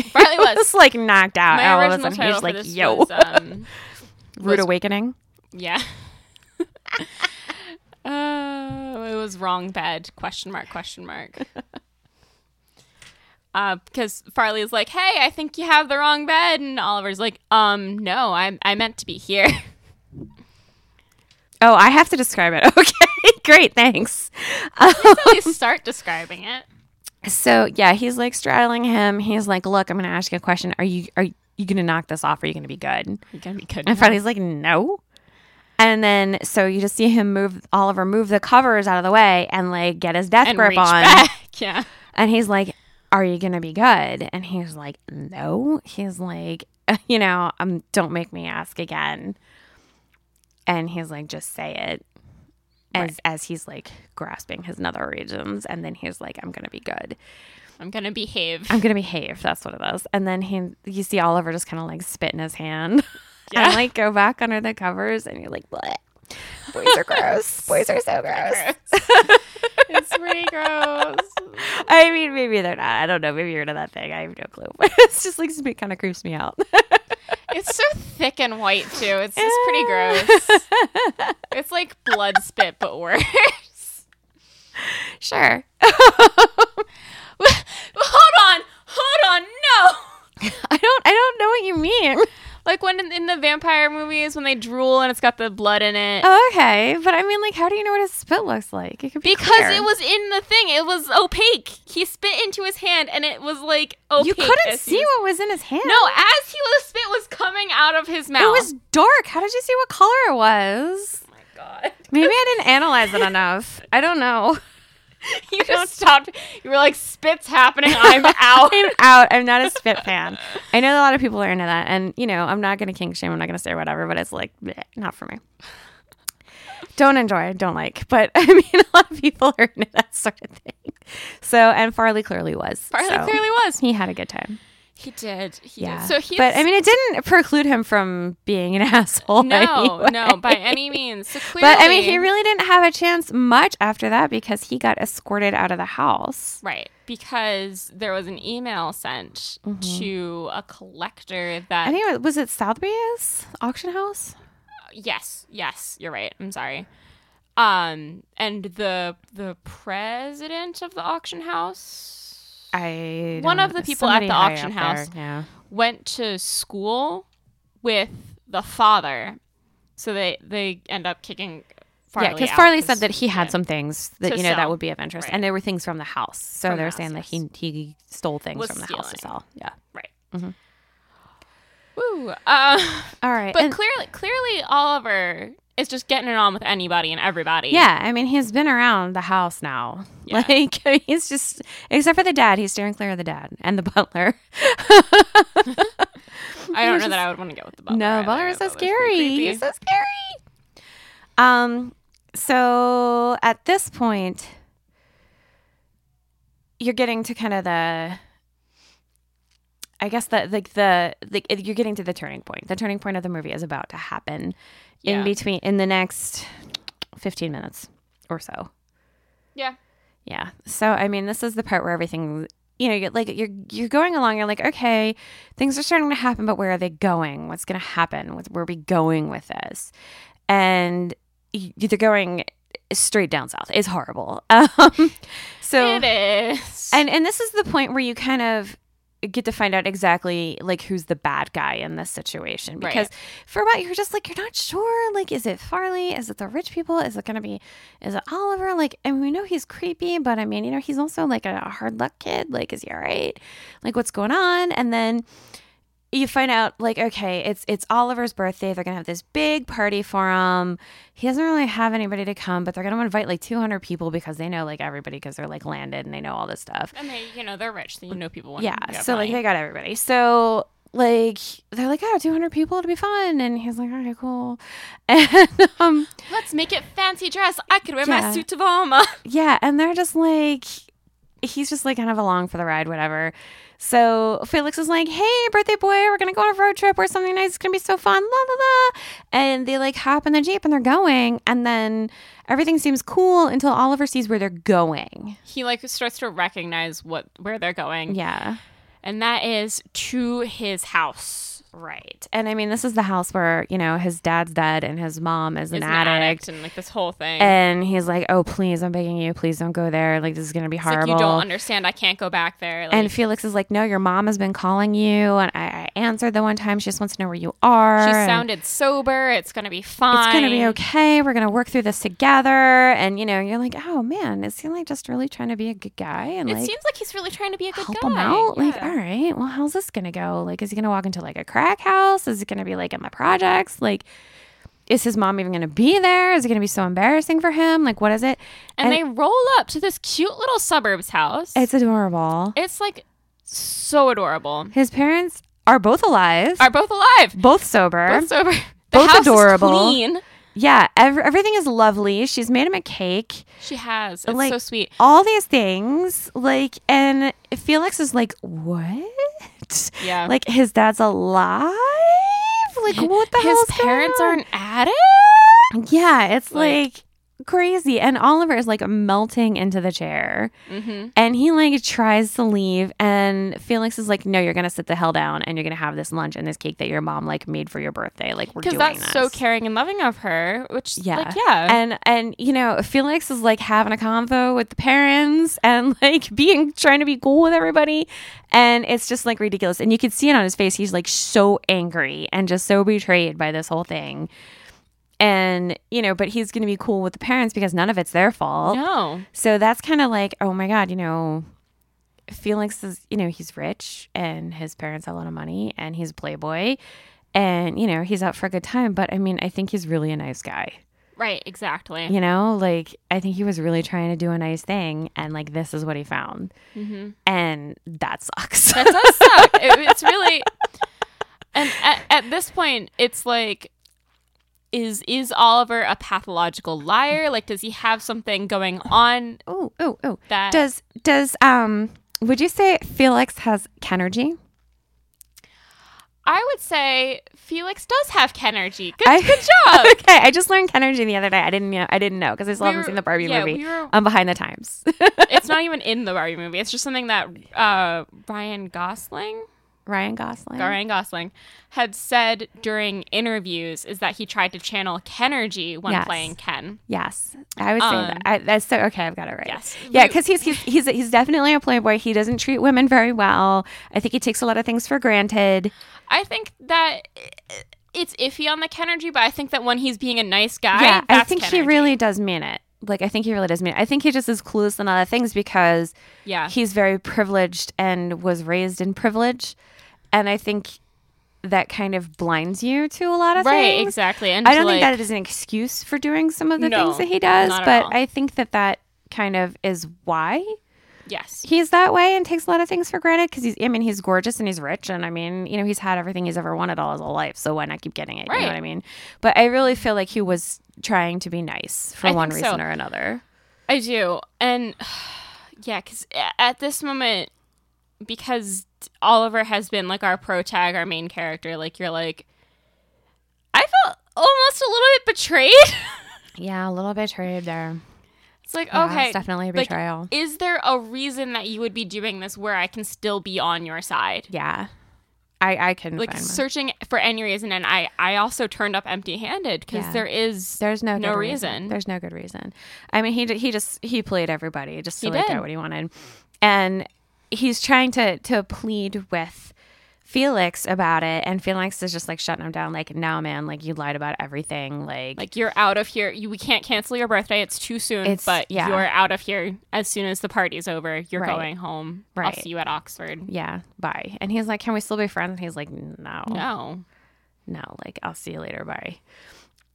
Speaker 2: Farley was.
Speaker 3: Just like knocked out.
Speaker 2: My
Speaker 3: all of a
Speaker 2: original
Speaker 3: sudden,
Speaker 2: title
Speaker 3: he's
Speaker 2: for
Speaker 3: like,
Speaker 2: this
Speaker 3: yo,
Speaker 2: was um,
Speaker 3: rude awakening.
Speaker 2: yeah. uh, it was wrong bed? Question mark? Question mark. Uh, because Farley's like, "Hey, I think you have the wrong bed," and Oliver's like, "Um, no, I I meant to be here."
Speaker 3: Oh, I have to describe it. Okay, great, thanks.
Speaker 2: They start describing it.
Speaker 3: So yeah, he's like straddling him. He's like, "Look, I'm gonna ask you a question. Are you are you gonna knock this off? Are you gonna be good?"
Speaker 2: You're gonna be good.
Speaker 3: And Freddy's like, "No." And then so you just see him move Oliver move the covers out of the way and like get his death
Speaker 2: and
Speaker 3: grip
Speaker 2: reach
Speaker 3: on.
Speaker 2: back. Yeah.
Speaker 3: And he's like, "Are you gonna be good?" And he's like, "No." He's like, "You know, um, don't make me ask again." And he's like, "Just say it." As as he's like grasping his nether regions, and then he's like, "I'm gonna be good."
Speaker 2: I'm gonna behave.
Speaker 3: I'm gonna behave. That's what it is. And then he, you see Oliver just kind of like spit in his hand,
Speaker 2: Yeah.
Speaker 3: and like go back under the covers, and you're like, Bleh. boys are gross. Boys are so gross.
Speaker 2: it's pretty gross.
Speaker 3: I mean, maybe they're not. I don't know. Maybe you're into that thing. I have no clue. it's just like it kind of creeps me out.
Speaker 2: It's so thick and white too. It's just pretty gross. It's like blood spit, but worse.
Speaker 3: sure.
Speaker 2: hold on, hold on, no.
Speaker 3: I don't. I don't know what you mean.
Speaker 2: Like when in, in the vampire movies when they drool and it's got the blood in it.
Speaker 3: Oh, okay, but I mean, like, how do you know what a spit looks like? It could be
Speaker 2: because
Speaker 3: clear.
Speaker 2: it was in the thing, it was opaque. He spit into his hand, and it was like opaque.
Speaker 3: You couldn't
Speaker 2: as he
Speaker 3: see
Speaker 2: was-
Speaker 3: what was in his hand.
Speaker 2: No, as he was spit was coming out of his mouth.
Speaker 3: it was dark. How did you see what color it was?
Speaker 2: my god.
Speaker 3: Maybe I didn't analyze it enough. I don't know.
Speaker 2: You just stopped. You were like, "Spit's happening. I'm out."
Speaker 3: I'm out. I'm not a spit fan. I know a lot of people are into that, and you know, I'm not gonna kink shame. I'm not gonna say whatever, but it's like bleh, not for me. Don't enjoy. Don't like. But I mean, a lot of people are into that sort of thing. So, and Farley clearly was.
Speaker 2: Farley
Speaker 3: So,
Speaker 2: clearly was.
Speaker 3: He had a good time.
Speaker 2: He did. He
Speaker 3: Yeah.
Speaker 2: did. So he.
Speaker 3: but I mean, it didn't preclude him from being an asshole.
Speaker 2: no,
Speaker 3: anyway.
Speaker 2: no, by any means. So clearly,
Speaker 3: But I mean, he really didn't have a chance much after that because he got escorted out of the house.
Speaker 2: right because there was an email sent
Speaker 3: Mm-hmm.
Speaker 2: to a collector that.
Speaker 3: I think it was, was it Sotheby's auction house.
Speaker 2: yes, yes, you're right. I'm sorry. Um, and the the president of the auction house
Speaker 3: I
Speaker 2: One
Speaker 3: don't-
Speaker 2: of the people
Speaker 3: somebody
Speaker 2: at the
Speaker 3: high
Speaker 2: auction
Speaker 3: up there,
Speaker 2: house.
Speaker 3: Yeah.
Speaker 2: went to school with the father, so they they end up kicking. Farley
Speaker 3: yeah, because
Speaker 2: out
Speaker 3: Farley said that he
Speaker 2: yeah.
Speaker 3: had some things that
Speaker 2: To
Speaker 3: you know
Speaker 2: sell.
Speaker 3: that would be of interest,
Speaker 2: Right.
Speaker 3: and there were things from the house. So
Speaker 2: From the
Speaker 3: they're
Speaker 2: house,
Speaker 3: saying that he he stole things
Speaker 2: Was
Speaker 3: from the house to
Speaker 2: stealing.
Speaker 3: sell. Yeah.
Speaker 2: Right.
Speaker 3: Mm-hmm.
Speaker 2: Woo. Uh,
Speaker 3: All right.
Speaker 2: but
Speaker 3: and-
Speaker 2: clearly, clearly, Oliver is just getting it on with anybody and everybody.
Speaker 3: yeah, I mean he's been around the house now.
Speaker 2: Yeah.
Speaker 3: Like he's just except for the dad, he's steering clear of the dad and the butler.
Speaker 2: I don't know that I would want to go with the butler.
Speaker 3: no,
Speaker 2: either.
Speaker 3: butler is so
Speaker 2: Butler's pretty
Speaker 3: scary.
Speaker 2: creepy.
Speaker 3: He's so scary. Um. So at this point, you're getting to kind of the. I guess the like the, the you're getting to the turning point. The turning point of the movie is about to happen
Speaker 2: Yeah.
Speaker 3: in between in the next 15 minutes or so.
Speaker 2: Yeah.
Speaker 3: Yeah. So I mean, this is the part where everything, you know, you're like you're you're going along. You're like, okay, things are starting to happen, but where are they going? What's going to happen? What's, where are we going with this? And y- they're going straight down south. It's horrible. Um, so
Speaker 2: It is.
Speaker 3: and and this is the point where you kind of get to find out exactly like who's the bad guy in this situation
Speaker 2: Right.
Speaker 3: because for a while you're just like you're not sure like is it Farley is it the rich people is it gonna be is it Oliver like and we know he's creepy but I mean you know he's also like a hard luck kid like is he all right like what's going on and then you find out like okay it's it's oliver's birthday they're gonna have this big party for him he doesn't really have anybody to come but they're gonna invite like 200 people because they know like everybody because they're like landed and they know all this stuff
Speaker 2: and they, you know, they're rich, so you know people. want
Speaker 3: yeah
Speaker 2: to get
Speaker 3: so like
Speaker 2: money.
Speaker 3: they got everybody so like they're like oh 200 people it'll be fun and he's like okay cool and um
Speaker 2: let's make it fancy dress. I could wear my
Speaker 3: Yeah.
Speaker 2: suit of armor.
Speaker 3: yeah and they're just like he's just like kind of along for the ride, whatever. So Felix is like, "Hey, birthday boy, we're gonna go on a road trip or something nice. It's gonna be so fun." La la la. And they like hop in the jeep and they're going, and then everything seems cool until Oliver sees where they're going.
Speaker 2: He like starts to recognize what where they're going.
Speaker 3: Yeah.
Speaker 2: And that is to his house.
Speaker 3: Right. And I mean, this is the house where, you know, his dad's dead and his mom is
Speaker 2: He's
Speaker 3: an, addict.
Speaker 2: and like this whole thing.
Speaker 3: And he's like, oh, please, I'm begging you, please don't go there. Like, this is going to be
Speaker 2: it's like
Speaker 3: horrible.
Speaker 2: you don't understand. I can't go back there. Like,
Speaker 3: and Felix is like, no, your mom has been calling you. And I, I answered the one time. She just wants to know where you are.
Speaker 2: she
Speaker 3: and
Speaker 2: sounded sober. It's gonna be fine.
Speaker 3: It's going to be okay. We're going to work through this together. And, you know, you're like, oh, man, is he like just really trying to be a good guy? And
Speaker 2: It
Speaker 3: like,
Speaker 2: seems like he's really trying to be a good
Speaker 3: help
Speaker 2: guy.
Speaker 3: him out? Like,
Speaker 2: Yeah.
Speaker 3: all right, well, how's this gonna go? Like, is he gonna walk into like a crack house? Is it gonna be like in the projects? Like, is his mom even gonna be there? Is it gonna be so embarrassing for him? Like, what is it?
Speaker 2: and, they roll up to this cute little suburbs house.
Speaker 3: it's adorable.
Speaker 2: It's like so adorable.
Speaker 3: his parents are both alive,
Speaker 2: Are both alive?
Speaker 3: both sober.
Speaker 2: Both sober. The
Speaker 3: Both
Speaker 2: house is
Speaker 3: adorable.
Speaker 2: clean.
Speaker 3: yeah, ev- everything is lovely. She's made him a cake.
Speaker 2: She has. It's
Speaker 3: Like-
Speaker 2: so sweet.
Speaker 3: All these things, like, and Felix is like, what?
Speaker 2: Yeah.
Speaker 3: Like, his dad's alive. Like, what the
Speaker 2: His
Speaker 3: hell's going
Speaker 2: parents
Speaker 3: on?
Speaker 2: are an addict.
Speaker 3: Yeah, it's
Speaker 2: Like-
Speaker 3: like, crazy. And Oliver is like melting into the chair.
Speaker 2: Mm-hmm.
Speaker 3: And he like tries to leave. And Felix is like, no, you're going to sit the hell down and you're going to have this lunch and this cake that your mom like made for your birthday. Like, we're
Speaker 2: Because
Speaker 3: doing
Speaker 2: that's
Speaker 3: this.
Speaker 2: so caring and loving of her. Which,
Speaker 3: Yeah.
Speaker 2: like, yeah.
Speaker 3: And and you know, Felix is like having a convo with the parents and like being trying to be cool with everybody. And it's just like ridiculous. And you can see it on his face. He's like so angry and just so betrayed by this whole thing. And, you know, but he's gonna be cool with the parents because none of it's their fault.
Speaker 2: no.
Speaker 3: So that's kind of like, oh my God, you know, Felix is, you know, he's rich and his parents have a lot of money and he's a playboy and, you know, he's out for a good time. But I mean, I think he's really a nice guy.
Speaker 2: Right. Exactly.
Speaker 3: You know, like I think he was really trying to do a nice thing, and like this is what he found,
Speaker 2: Mm-hmm.
Speaker 3: and that sucks.
Speaker 2: That does suck. It- it's really, and at, at this point, it's like, is is Oliver a pathological liar? Like, does he have something going on
Speaker 3: oh, oh, oh.
Speaker 2: that
Speaker 3: Does does um? Would you say Felix has Kenergy?
Speaker 2: I would say Felix does have Kenergy. Good,
Speaker 3: I-
Speaker 2: good job.
Speaker 3: Okay, I just learned Kenergy the other day. I didn't know. I didn't know because I still
Speaker 2: We
Speaker 3: haven't
Speaker 2: were-
Speaker 3: seen the Barbie
Speaker 2: yeah,
Speaker 3: movie.
Speaker 2: we were-
Speaker 3: I'm behind the times.
Speaker 2: it's not even in the Barbie movie. It's just something that uh, Ryan Gosling,
Speaker 3: Ryan Gosling.
Speaker 2: Ryan Gosling, had said during interviews is that he tried to channel Kenergy when
Speaker 3: Yes.
Speaker 2: playing Ken.
Speaker 3: Yes, I would say
Speaker 2: Um,
Speaker 3: that. I, that's so okay. I've got it right.
Speaker 2: Yes.
Speaker 3: Yeah,
Speaker 2: We-
Speaker 3: because he's, he's he's he's definitely a playboy. He doesn't treat women very well. I think he takes a lot of things for granted.
Speaker 2: I think that it's iffy on the Kenergy, but I think that when he's being a nice guy,
Speaker 3: yeah, I
Speaker 2: that's
Speaker 3: think he
Speaker 2: Kenergy.
Speaker 3: really does mean it. Like, I think he really does mean it. I think he just is clueless on other things because
Speaker 2: yeah.
Speaker 3: he's very privileged and was raised in privilege. And I think that kind of blinds you to a lot of
Speaker 2: right,
Speaker 3: things.
Speaker 2: exactly. And
Speaker 3: I don't
Speaker 2: to,
Speaker 3: think
Speaker 2: like-
Speaker 3: that is an excuse for doing some of the
Speaker 2: No,
Speaker 3: things that he does,
Speaker 2: not at
Speaker 3: but
Speaker 2: all.
Speaker 3: I think that that kind of is why
Speaker 2: yes,
Speaker 3: he's that way and takes a lot of things for granted because he's, I mean, he's gorgeous and he's rich. And I mean, you know, he's had everything he's ever wanted all his whole life. So why not keep getting it? You
Speaker 2: Right.
Speaker 3: know what I mean? But I really feel like he was trying to be nice for
Speaker 2: I
Speaker 3: one
Speaker 2: think so.
Speaker 3: reason or another.
Speaker 2: I do. And yeah, because at this moment, because Oliver has been like our pro tag, our main character, like you're like, I felt almost a little bit betrayed.
Speaker 3: Yeah, a little betrayed there.
Speaker 2: it's like,
Speaker 3: Yeah,
Speaker 2: okay.
Speaker 3: it's definitely a
Speaker 2: like,
Speaker 3: betrayal.
Speaker 2: is there a reason that you would be doing this where I can still be on your side?
Speaker 3: Yeah. I, I couldn't
Speaker 2: Like
Speaker 3: find one.
Speaker 2: searching for any reason, and I I also turned up empty handed because
Speaker 3: Yeah.
Speaker 2: there is
Speaker 3: There's no
Speaker 2: no
Speaker 3: good
Speaker 2: reason.
Speaker 3: There's no good reason. I mean, he d- he just he played everybody just to
Speaker 2: He
Speaker 3: like
Speaker 2: did.
Speaker 3: get what he wanted, and he's trying to to plead with Felix about it, and Felix is just like shutting him down, like, "No, man, like you lied about everything, like."
Speaker 2: like you're out of here. You, we can't cancel your birthday. It's too soon.
Speaker 3: It's-
Speaker 2: but
Speaker 3: yeah.
Speaker 2: you're out of here as soon as the party's over. You're
Speaker 3: Right.
Speaker 2: going home. I'll
Speaker 3: Right.
Speaker 2: see you at Oxford.
Speaker 3: yeah, bye. And he's like, "Can we still be friends?" And he's like, "No,
Speaker 2: No.
Speaker 3: no, like I'll see you later, bye."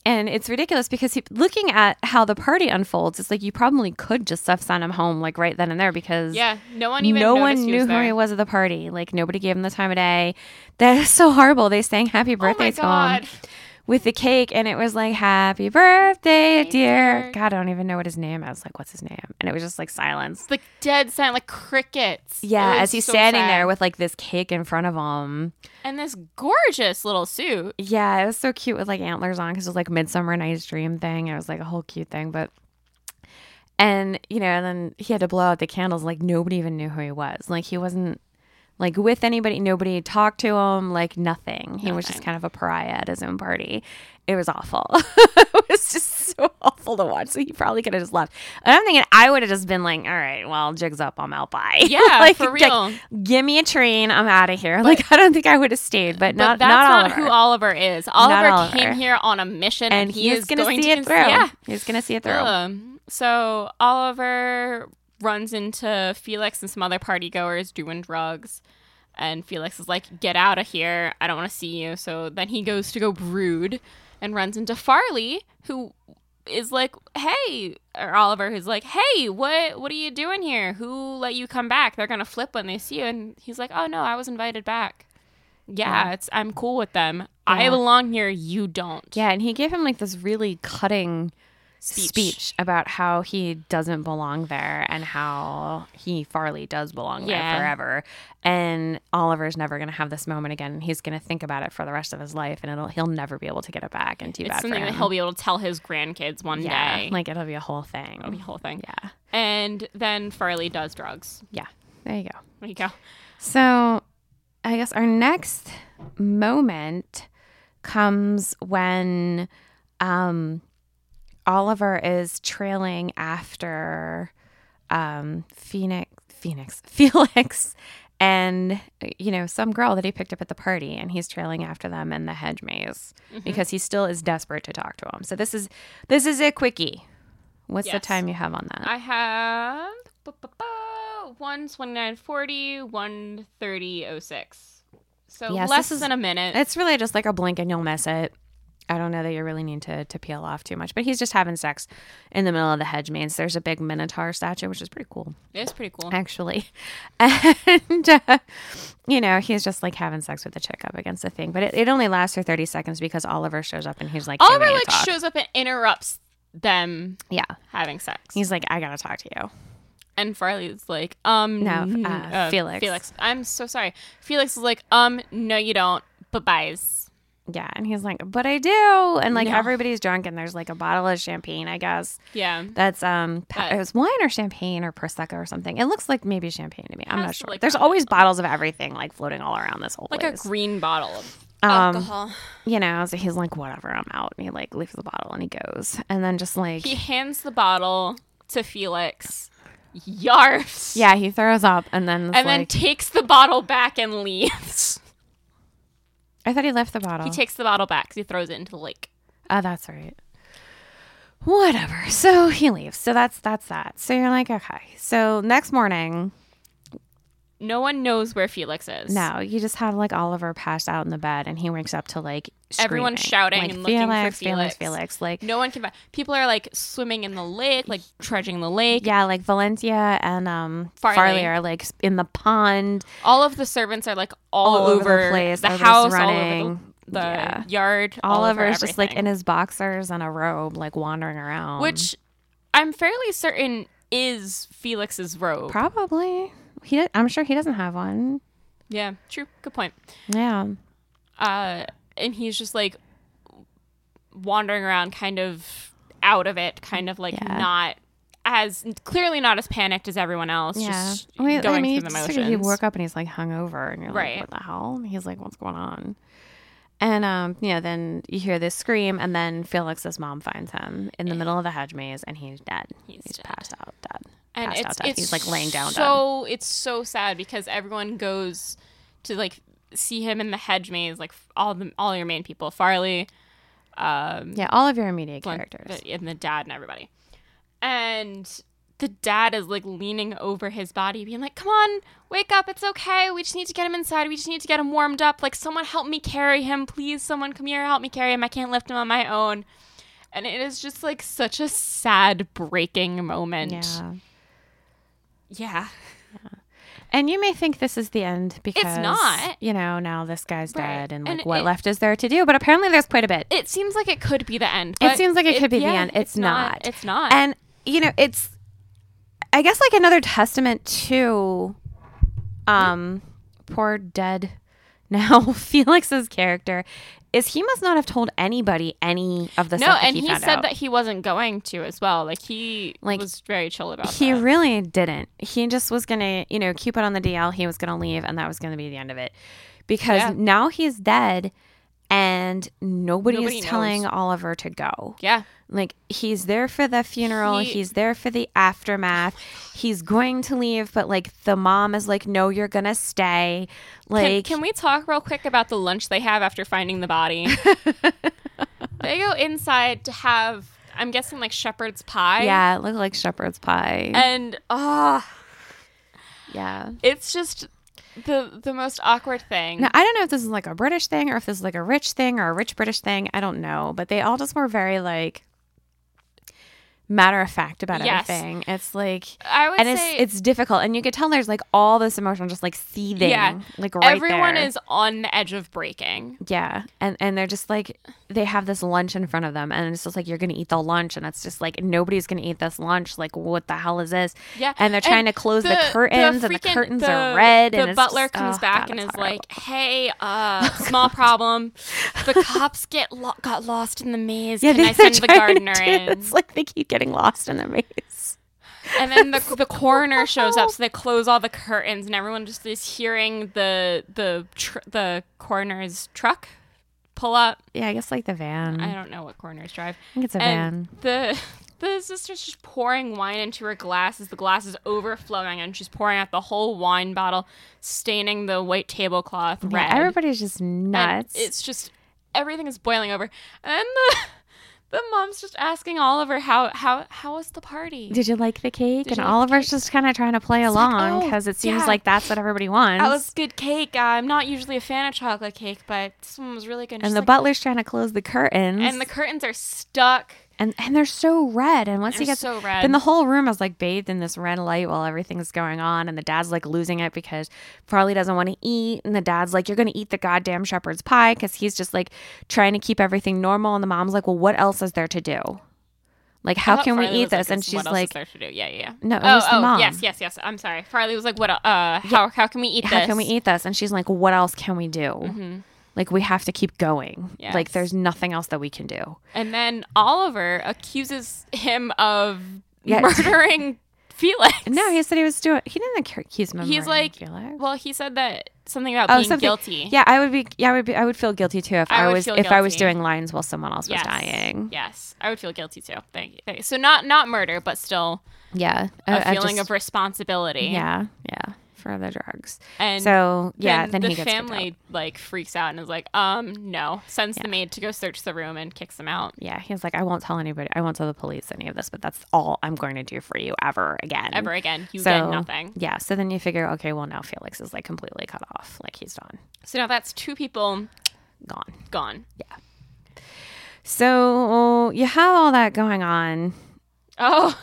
Speaker 3: And it's ridiculous because he, looking at how the party unfolds, it's like you probably could just stuff send him home like right then and there because
Speaker 2: Yeah. No one even.
Speaker 3: no
Speaker 2: noticed
Speaker 3: one
Speaker 2: he
Speaker 3: knew
Speaker 2: was
Speaker 3: who
Speaker 2: there.
Speaker 3: he was at the party. Like nobody gave him the time of day. That is so horrible. They sang happy
Speaker 2: Oh my
Speaker 3: birthday to him,
Speaker 2: god.
Speaker 3: with the cake, and it was like "Happy birthday, dear."
Speaker 2: dear.
Speaker 3: God, I don't even know what his name. I was like, "What's his name?" And it was just like silence.
Speaker 2: It's like dead silent, like crickets.
Speaker 3: Yeah,
Speaker 2: It was
Speaker 3: as he's
Speaker 2: so
Speaker 3: standing
Speaker 2: sad.
Speaker 3: there with like this cake in front of him.
Speaker 2: and this gorgeous little suit.
Speaker 3: Yeah, it was so cute with like antlers on because it was like Midsummer Night's Dream thing. It was like a whole cute thing, but and you know, and then he had to blow out the candles. Like nobody even knew who he was. Like he wasn't like with anybody. Nobody talked to him. Like nothing. He was just kind of a pariah at his own party. It was awful. it was just so awful to watch. So he probably could have just left. And I'm thinking I would have just been like, all right, well, jigs up. I'm out. Bye.
Speaker 2: Yeah, for real.
Speaker 3: give me a train. I'm out of here. like I don't think I would have stayed. But, not
Speaker 2: but that's
Speaker 3: not
Speaker 2: not,
Speaker 3: Oliver
Speaker 2: who Oliver is. Oliver came
Speaker 3: Oliver.
Speaker 2: here on a mission,
Speaker 3: and
Speaker 2: he
Speaker 3: he's
Speaker 2: is
Speaker 3: gonna
Speaker 2: going
Speaker 3: see
Speaker 2: to
Speaker 3: it
Speaker 2: cons-
Speaker 3: through.
Speaker 2: Yeah.
Speaker 3: He's gonna see it through.
Speaker 2: Um, so Oliver runs into Felix and some other party goers doing drugs. And Felix is like, get out of here. I don't want to see you. So then he goes to go brood and runs into Farley, who is like, hey, or Oliver, who's like, hey, what, what are you doing here? Who let you come back? They're going to flip when they see you. And he's like, oh, no, I was invited back. Yeah, It's, I'm cool with them. I
Speaker 3: Yeah.
Speaker 2: belong here. You don't.
Speaker 3: Yeah, and he gave him like this really cutting speech. about how he doesn't belong there and how he Farley does belong
Speaker 2: Yeah.
Speaker 3: there forever. And Oliver's never gonna have this moment again. and He's gonna think about it for the rest of his life, and it'll he'll never be able to get it back. And too
Speaker 2: It's
Speaker 3: bad for
Speaker 2: something
Speaker 3: him.
Speaker 2: that he'll be able to tell his grandkids one
Speaker 3: yeah,
Speaker 2: day.
Speaker 3: like it'll be a whole thing.
Speaker 2: the whole thing.
Speaker 3: yeah,
Speaker 2: And then Farley does drugs.
Speaker 3: yeah. There you go.
Speaker 2: There you go.
Speaker 3: So, I guess our next moment comes when um, Oliver is trailing after um, Phoenix, Phoenix, Felix, and you know some girl that he picked up at the party, and he's trailing after them in the hedge maze because he still is desperate to talk to him. So this is this is a quickie. What's the
Speaker 2: Yes.
Speaker 3: time you have on that?
Speaker 2: I have bu- bu- bu- 12940, 13006. So
Speaker 3: Yes,
Speaker 2: less
Speaker 3: this is-
Speaker 2: than a minute.
Speaker 3: It's really just like a blink and you'll miss it. I don't know that you really need to to peel off too much, but he's just having sex in the middle of the hedge maze. There's a big minotaur statue, which is pretty cool
Speaker 2: It's pretty cool.
Speaker 3: actually. And, uh, you know, he's just like having sex with the chick up against the thing. But it, it only lasts for 30 seconds because Oliver shows up and he's like, "Hey, we
Speaker 2: Oliver
Speaker 3: need to
Speaker 2: like
Speaker 3: talk."
Speaker 2: shows up and interrupts them
Speaker 3: Yeah.
Speaker 2: having sex.
Speaker 3: He's like, I got to talk to you.
Speaker 2: and Farley's like, um
Speaker 3: No,
Speaker 2: n-
Speaker 3: uh, Felix.
Speaker 2: Felix. I'm so sorry. Felix is like, um, no, you don't. Bye byes.
Speaker 3: Yeah. And he's like, but I do. And like
Speaker 2: No.
Speaker 3: everybody's drunk and there's like a bottle of champagne, I guess.
Speaker 2: Yeah.
Speaker 3: That's um, pa-
Speaker 2: That-
Speaker 3: it was wine or champagne or prosecco or something. It looks like maybe champagne to me. I'm
Speaker 2: Has
Speaker 3: not
Speaker 2: to,
Speaker 3: sure.
Speaker 2: like,
Speaker 3: There's
Speaker 2: have
Speaker 3: always bottles of everything like floating all around this whole
Speaker 2: Like a
Speaker 3: place.
Speaker 2: green bottle of
Speaker 3: Um,
Speaker 2: alcohol.
Speaker 3: you know, so he's like, whatever, I'm out. And he like leaves the bottle and he goes, and then just like,
Speaker 2: He hands the bottle to Felix. Yarfs.
Speaker 3: yeah, he throws up, and then it's
Speaker 2: and then
Speaker 3: like-
Speaker 2: takes the bottle back and leaves.
Speaker 3: I thought he left the bottle.
Speaker 2: he takes the bottle back because he throws it into the lake.
Speaker 3: Oh, that's right. Whatever. So he leaves. So that's that's that. So you're like, okay. So next morning,
Speaker 2: No one knows where Felix is.
Speaker 3: no, you just have like Oliver passed out in the bed, and he wakes up to like
Speaker 2: Everyone
Speaker 3: screaming,
Speaker 2: shouting
Speaker 3: like,
Speaker 2: and looking for
Speaker 3: Felix,
Speaker 2: Felix.
Speaker 3: Felix, like
Speaker 2: No one can find. People are like swimming in the lake, like trudging the lake.
Speaker 3: Yeah, like Valencia and um,
Speaker 2: Farley.
Speaker 3: Farley. are like s- in the pond.
Speaker 2: All of the servants are like all,
Speaker 3: All over the place.
Speaker 2: the
Speaker 3: Everybody's
Speaker 2: house, all over
Speaker 3: running.
Speaker 2: the, the
Speaker 3: Yeah.
Speaker 2: yard. all over
Speaker 3: Oliver's just like
Speaker 2: everything.
Speaker 3: in his boxers and a robe, like wandering around.
Speaker 2: which I'm fairly certain is Felix's robe.
Speaker 3: probably he. Did, I'm sure he doesn't have one.
Speaker 2: yeah, true. Good point.
Speaker 3: Yeah,
Speaker 2: uh, and he's just like wandering around, kind of out of it, kind of like
Speaker 3: Yeah.
Speaker 2: not as clearly not as panicked as everyone else. Just
Speaker 3: I mean,
Speaker 2: going
Speaker 3: I mean,
Speaker 2: through
Speaker 3: you
Speaker 2: the
Speaker 3: just
Speaker 2: motions.
Speaker 3: figure he woke up and he's like hungover, and you're
Speaker 2: Right.
Speaker 3: like, "What the hell?" And he's like, "What's going on?" And um, you know, then you hear this scream, and then Felix's mom finds him in the middle of the hedge maze, and he's dead.
Speaker 2: He's
Speaker 3: He's,
Speaker 2: dead.
Speaker 3: passed out, dead.
Speaker 2: and
Speaker 3: passed
Speaker 2: it's,
Speaker 3: out dead.
Speaker 2: it's
Speaker 3: he's like laying down. dead.
Speaker 2: So it's so sad because everyone goes to like see him in the hedge maze, like all the all your main people, Farley, um,
Speaker 3: Yeah, all of your immediate
Speaker 2: Blunt-
Speaker 3: characters.
Speaker 2: the- and the dad and everybody. And the dad is like leaning over his body, being like, "Come on, wake up! It's okay. We just need to get him inside. We just need to get him warmed up. Like, someone help me carry him, please. Someone come here, help me carry him. I can't lift him on my own." And it is just like such a sad breaking moment.
Speaker 3: Yeah.
Speaker 2: Yeah.
Speaker 3: And you may think this is the end because
Speaker 2: not.
Speaker 3: You know, now this guy's
Speaker 2: Right.
Speaker 3: dead, and like
Speaker 2: And
Speaker 3: what
Speaker 2: it-
Speaker 3: left is there to do? But apparently, there's quite a bit.
Speaker 2: It seems like it could be the end.
Speaker 3: It
Speaker 2: but
Speaker 3: seems like it could be the
Speaker 2: yeah,
Speaker 3: end. It's, not.
Speaker 2: It's not.
Speaker 3: And you know, it's I guess like another testament to um poor dead now Felix's character is he must not have told anybody any of the
Speaker 2: no,
Speaker 3: stuff that
Speaker 2: and
Speaker 3: he,
Speaker 2: he,
Speaker 3: found
Speaker 2: said
Speaker 3: out.
Speaker 2: that he wasn't going to as well. Like he
Speaker 3: Like,
Speaker 2: was very chill about
Speaker 3: he
Speaker 2: that.
Speaker 3: really didn't. He just was gonna, you know, keep it on the DL. He was gonna leave, and that was gonna be the end of it. Because
Speaker 2: Yeah.
Speaker 3: now he's dead, and nobody,
Speaker 2: Nobody
Speaker 3: is telling
Speaker 2: knows.
Speaker 3: Oliver to go.
Speaker 2: yeah.
Speaker 3: Like he's there for the funeral,
Speaker 2: He-
Speaker 3: he's there for the aftermath. He's going to leave, but like the mom is like, "No, you're gonna stay."
Speaker 2: Can,
Speaker 3: Like,
Speaker 2: can we talk real quick about the lunch they have after finding the body? they go inside to have, I'm guessing, like shepherd's pie.
Speaker 3: Yeah, it looked like shepherd's pie.
Speaker 2: And ah,
Speaker 3: yeah.
Speaker 2: it's just the the most awkward thing.
Speaker 3: Now I don't know if this is like a British thing or if this is like a rich thing or a rich British thing. I don't know, but they all just were very like matter of fact about
Speaker 2: Yes.
Speaker 3: everything. It's like.
Speaker 2: I would
Speaker 3: And it's
Speaker 2: say
Speaker 3: it's difficult, and you could tell there's like all this emotion just like seething,
Speaker 2: Yeah.
Speaker 3: like right
Speaker 2: everyone
Speaker 3: there.
Speaker 2: is on the edge of breaking.
Speaker 3: Yeah. And and they're just like they have this lunch in front of them and it's just like you're gonna eat the lunch and it's just like nobody's gonna eat this lunch. Like what the hell is this?
Speaker 2: Yeah,
Speaker 3: And they're trying to close the, curtains and the
Speaker 2: freaking-
Speaker 3: curtains
Speaker 2: the-
Speaker 3: are red
Speaker 2: The
Speaker 3: and it's
Speaker 2: butler
Speaker 3: just-
Speaker 2: comes
Speaker 3: oh,
Speaker 2: back
Speaker 3: God,
Speaker 2: and
Speaker 3: it's
Speaker 2: is
Speaker 3: horrible. Oh,
Speaker 2: like, "Hey, uh, small problem. The cops get lo- got lost in the maze. Can I
Speaker 3: they're
Speaker 2: send the
Speaker 3: trying to
Speaker 2: gardener
Speaker 3: do-
Speaker 2: in?"
Speaker 3: It's like they keep getting lost in the maze.
Speaker 2: And then the the coroner shows up, so they close all the curtains, and everyone just is hearing the the tr- the coroner's truck pull up.
Speaker 3: Yeah, I guess like the van.
Speaker 2: I
Speaker 3: I,
Speaker 2: don't know what coroners drive.
Speaker 3: think Mm. it's a
Speaker 2: And
Speaker 3: van.
Speaker 2: the the sister's just pouring wine into her glasses. The glass is overflowing, and she's pouring out the whole wine bottle, staining the white tablecloth
Speaker 3: Yeah,
Speaker 2: red.
Speaker 3: everybody's just
Speaker 2: And
Speaker 3: nuts.
Speaker 2: It's just everything is boiling over, and then the the mom's just asking Oliver how how how was the party.
Speaker 3: did you like the cake?
Speaker 2: Did
Speaker 3: and
Speaker 2: you like the
Speaker 3: Oliver's just kind of trying to play along
Speaker 2: "Oh,
Speaker 3: because it seems
Speaker 2: yeah.
Speaker 3: like that's what everybody wants.
Speaker 2: that was good cake. Uh, I'm not usually a fan of chocolate cake, but this one was really good.
Speaker 3: and
Speaker 2: she's
Speaker 3: the
Speaker 2: like-
Speaker 3: butler's trying to close the curtains.
Speaker 2: and the curtains are stuck.
Speaker 3: and and they're so red. And once he
Speaker 2: They're
Speaker 3: gets
Speaker 2: so red.
Speaker 3: then the whole room is like bathed in this red light while everything's going on. And the dad's like losing it because Farley doesn't want to eat, and the dad's like, "You're going to eat the goddamn shepherd's pie," because he's just like trying to keep everything normal. And the mom's like, "Well, what else is there to do? Like,
Speaker 2: I
Speaker 3: how
Speaker 2: thought
Speaker 3: can we
Speaker 2: Farley
Speaker 3: eat
Speaker 2: was like,
Speaker 3: this?" And
Speaker 2: "Is- what
Speaker 3: she's
Speaker 2: else is
Speaker 3: like,
Speaker 2: there to do? Yeah, yeah. yeah."
Speaker 3: No, it
Speaker 2: oh,
Speaker 3: was the
Speaker 2: oh,
Speaker 3: mom.
Speaker 2: yes, yes, yes. I'm sorry. Farley was like, "What? Uh, how how can we eat
Speaker 3: "How
Speaker 2: this? Mm-hmm.
Speaker 3: can we eat this?" And she's like, "What else can we do?" Like we have to keep going. Like
Speaker 2: Yes.
Speaker 3: there's nothing else that we can do.
Speaker 2: And then Oliver accuses him of
Speaker 3: Yeah.
Speaker 2: murdering Felix.
Speaker 3: No, he said he was doing. He didn't accuse him. of
Speaker 2: he's
Speaker 3: murdering
Speaker 2: like,
Speaker 3: Felix.
Speaker 2: well, he said that something about
Speaker 3: Oh,
Speaker 2: being
Speaker 3: something-
Speaker 2: guilty.
Speaker 3: Yeah, I would be. Yeah, I would be. I would feel guilty too if
Speaker 2: I
Speaker 3: I,
Speaker 2: would
Speaker 3: was
Speaker 2: feel
Speaker 3: if I was
Speaker 2: guilty.
Speaker 3: doing lines while someone else
Speaker 2: Yes.
Speaker 3: was dying.
Speaker 2: Yes, I would feel guilty too. Thank you. Thank you. So not not murder, but still
Speaker 3: Yeah,
Speaker 2: a
Speaker 3: I- I
Speaker 2: feeling
Speaker 3: Uh,
Speaker 2: of
Speaker 3: just-
Speaker 2: responsibility.
Speaker 3: yeah, yeah for the drugs.
Speaker 2: And
Speaker 3: so yeah, then,
Speaker 2: the
Speaker 3: he gets kicked out.
Speaker 2: family like freaks out and is like, um, no. Sends the maid to go search the room and kicks him out.
Speaker 3: Yeah, he's like, I won't tell anybody. I won't tell the police any of this, but that's all I'm going to do for you ever again.
Speaker 2: Ever again, you
Speaker 3: so,
Speaker 2: get nothing.
Speaker 3: Yeah. So then you figure, okay, well now Felix is like completely cut off. Like he's done,
Speaker 2: So now that's two people
Speaker 3: gone.
Speaker 2: gone.
Speaker 3: So you have all that going on.
Speaker 2: Oh,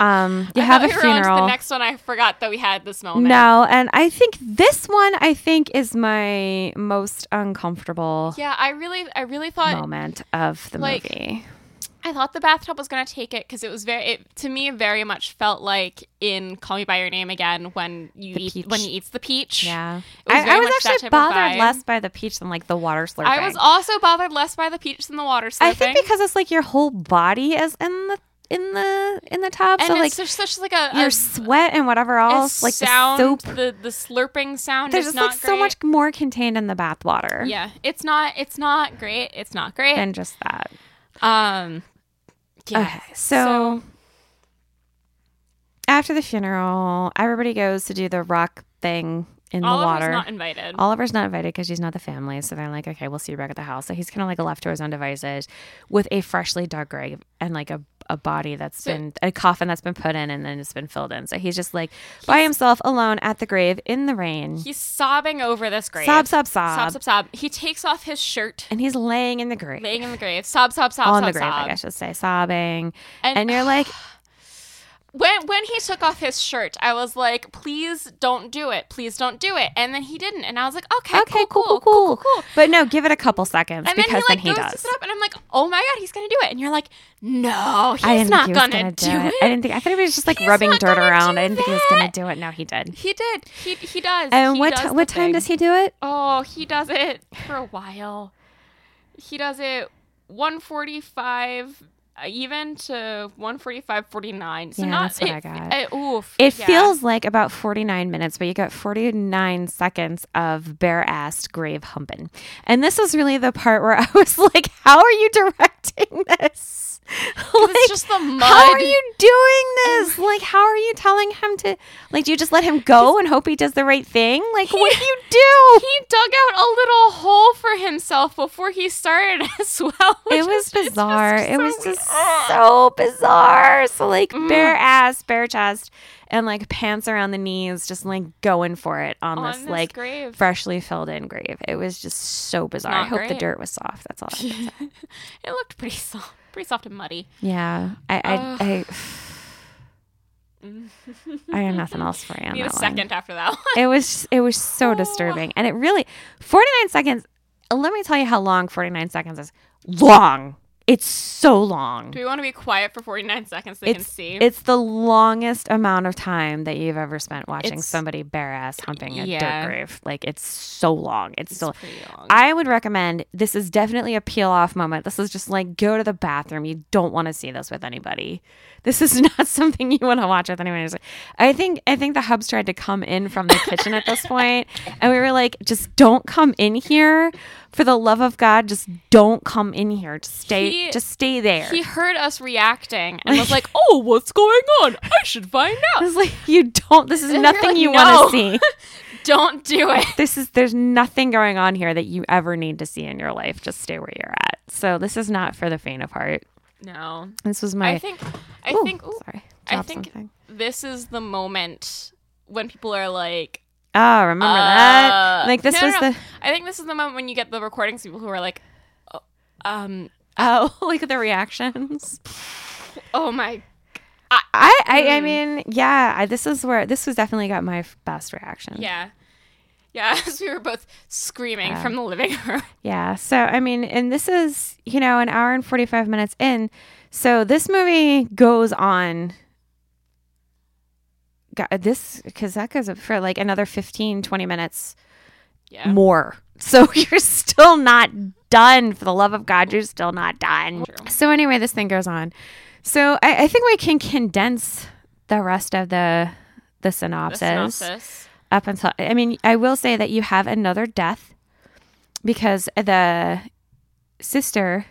Speaker 3: Um, you
Speaker 2: I
Speaker 3: have
Speaker 2: thought we
Speaker 3: a
Speaker 2: were on to
Speaker 3: funeral.
Speaker 2: The next one, I forgot that we had this moment.
Speaker 3: No, and I think this one I think is my most uncomfortable
Speaker 2: Yeah, I really, I really thought,
Speaker 3: moment of the
Speaker 2: like-
Speaker 3: movie.
Speaker 2: I thought the bathtub was gonna take it because it was very, it, to me, very much felt like in Call Me by Your Name again when you
Speaker 3: The
Speaker 2: eat,
Speaker 3: peach.
Speaker 2: when he eats the peach. It
Speaker 3: Yeah.
Speaker 2: was
Speaker 3: I,
Speaker 2: very
Speaker 3: I was
Speaker 2: much that
Speaker 3: actually
Speaker 2: type of
Speaker 3: bothered
Speaker 2: vibe.
Speaker 3: less by the peach than like the water slurping.
Speaker 2: I was also bothered less by the peach than the water slurping.
Speaker 3: I think because it's like your whole body is in the in the in the tub.
Speaker 2: and
Speaker 3: so
Speaker 2: it's
Speaker 3: like
Speaker 2: just such like a, a,
Speaker 3: your sweat and whatever
Speaker 2: a
Speaker 3: else, like
Speaker 2: sound,
Speaker 3: the soap.
Speaker 2: the the slurping sound.
Speaker 3: There's
Speaker 2: is
Speaker 3: just
Speaker 2: not
Speaker 3: like so
Speaker 2: great.
Speaker 3: much more contained in the bath water
Speaker 2: Yeah, it's not, it's not great. It's not great.
Speaker 3: than just that.
Speaker 2: um, yeah.
Speaker 3: Okay, so, after the funeral, everybody goes to do the rock thing in
Speaker 2: Oliver's
Speaker 3: the water.
Speaker 2: not invited.
Speaker 3: Oliver's not invited because she's not the family, so they're like, "Okay, we'll see you back at the house." So he's kind of like left to his own devices, with a freshly dug grave and like a a body that's
Speaker 2: So-
Speaker 3: been a coffin that's been put in and then it's been filled in. So he's just like by himself, alone at the grave in the rain,
Speaker 2: He's sobbing over this grave.
Speaker 3: sob, sob, sob,
Speaker 2: sob, sob, sob. He takes off his shirt,
Speaker 3: and he's laying in the grave,
Speaker 2: laying in the grave. Sob, sob, sob,
Speaker 3: on
Speaker 2: sob,
Speaker 3: the grave,
Speaker 2: sob.
Speaker 3: like I should say, sobbing,
Speaker 2: And-
Speaker 3: and you're like,
Speaker 2: when when he took off his shirt, I was like, "Please don't do it. Please don't do it." And then he didn't, and I was like, "Okay,
Speaker 3: Okay,
Speaker 2: cool, cool, cool, cool, cool."
Speaker 3: But no, give it a couple seconds
Speaker 2: And then he
Speaker 3: because
Speaker 2: like
Speaker 3: then he
Speaker 2: goes
Speaker 3: does.
Speaker 2: to sit up, and I'm like, "Oh my god, he's gonna do it!" And you're like, "No, he's
Speaker 3: I didn't
Speaker 2: not
Speaker 3: think he was
Speaker 2: gonna,
Speaker 3: gonna
Speaker 2: do it.
Speaker 3: I didn't think. I thought he was just like
Speaker 2: He's
Speaker 3: rubbing
Speaker 2: not
Speaker 3: dirt
Speaker 2: gonna
Speaker 3: around.
Speaker 2: do
Speaker 3: I didn't think he was gonna
Speaker 2: that.
Speaker 3: do it. No, he did.
Speaker 2: He did. He he does.
Speaker 3: And
Speaker 2: He
Speaker 3: what
Speaker 2: does
Speaker 3: ti
Speaker 2: the
Speaker 3: what time
Speaker 2: thing.
Speaker 3: does he do it?
Speaker 2: Oh, he does it for a while. He does it 145 uh, even to 145.49. So
Speaker 3: Yeah,
Speaker 2: not
Speaker 3: that's what
Speaker 2: it,
Speaker 3: I got.
Speaker 2: uh, oof,
Speaker 3: It
Speaker 2: yeah.
Speaker 3: feels like about 49 minutes, but you got 49 seconds of bare assed grave humping. And this is really the part where I was like, how are you directing this? Like,
Speaker 2: it's just the mud.
Speaker 3: How are you doing this? Like, how are you telling him to? Like, do you just let him go and hope he does the right thing? Like, what do you do?
Speaker 2: he dug out a little hole for himself before he started as well. which
Speaker 3: it was
Speaker 2: is- it's just
Speaker 3: bizarre. It
Speaker 2: so
Speaker 3: was
Speaker 2: weird. Mm.
Speaker 3: just so bizarre. So like bare ass, bare chest, and like pants around the knees, just like going for it on,
Speaker 2: On
Speaker 3: this,
Speaker 2: this
Speaker 3: like
Speaker 2: grave.
Speaker 3: freshly filled in grave. It was just so bizarre. I
Speaker 2: not
Speaker 3: hope the
Speaker 2: great.
Speaker 3: dirt was soft. That's all. I can say.
Speaker 2: It looked pretty soft, pretty soft and muddy.
Speaker 3: yeah, I I, I, I have nothing else for you. on
Speaker 2: Need a
Speaker 3: that one.
Speaker 2: second after that one.
Speaker 3: It was it was so disturbing, and it really 49 seconds. Let me tell you how long 49 seconds is. Long. It's so long.
Speaker 2: Do we want to be quiet for 49 seconds so they can
Speaker 3: it's,
Speaker 2: see?
Speaker 3: it's the longest amount of time that you've ever spent watching
Speaker 2: It's-
Speaker 3: somebody bare ass humping a
Speaker 2: Yeah.
Speaker 3: dirt grave. Like it's so long. It's, so
Speaker 2: pretty long.
Speaker 3: I would recommend this is definitely a peel off moment. This is just like go to the bathroom. You don't want to see this with anybody. This is not something you want to watch with anybody. I think I think the hubs tried to come in from the kitchen at this point, and we were like, just don't come in here. For the love of God, just don't come in here. Just stay
Speaker 2: He-
Speaker 3: just stay there.
Speaker 2: He heard us reacting and was like, "Oh, what's going on? I should find
Speaker 3: I
Speaker 2: out."
Speaker 3: was like, you don't. This is
Speaker 2: You're
Speaker 3: nothing
Speaker 2: like,
Speaker 3: you
Speaker 2: "No."
Speaker 3: want to see.
Speaker 2: Don't do it.
Speaker 3: This is there's nothing going on here that you ever need to see in your life. Just stay where you're at. So this is not for the faint of heart.
Speaker 2: No.
Speaker 3: This was my.
Speaker 2: I think I
Speaker 3: Ooh,
Speaker 2: think ooh,
Speaker 3: Sorry.
Speaker 2: I
Speaker 3: dropped
Speaker 2: think
Speaker 3: Something.
Speaker 2: this is the moment when people are like
Speaker 3: Oh, remember
Speaker 2: uh,
Speaker 3: that? Like this
Speaker 2: no, no,
Speaker 3: was
Speaker 2: no.
Speaker 3: the
Speaker 2: I think this is the moment when you get the recordings people who are like "Oh, um
Speaker 3: oh, like the reactions.
Speaker 2: oh my
Speaker 3: I I,
Speaker 2: mm.
Speaker 3: I mean, yeah. I, this is where this was definitely got my f- best reaction.
Speaker 2: yeah. Yeah, as we were both screaming from the living room.
Speaker 3: Yeah. So, I mean, and this is, you know, an hour and 45 minutes in. So, this movie goes on. Got this, because that goes up for like another 15, 20 minutes
Speaker 2: Yeah.
Speaker 3: more. So, you're still not done. For the love of God, you're still not done. So, anyway, this thing goes on. So, I, I think we can condense the rest of the. The
Speaker 2: The
Speaker 3: synopsis,
Speaker 2: synopsis.
Speaker 3: up until I mean, I will say that you have another death because the sister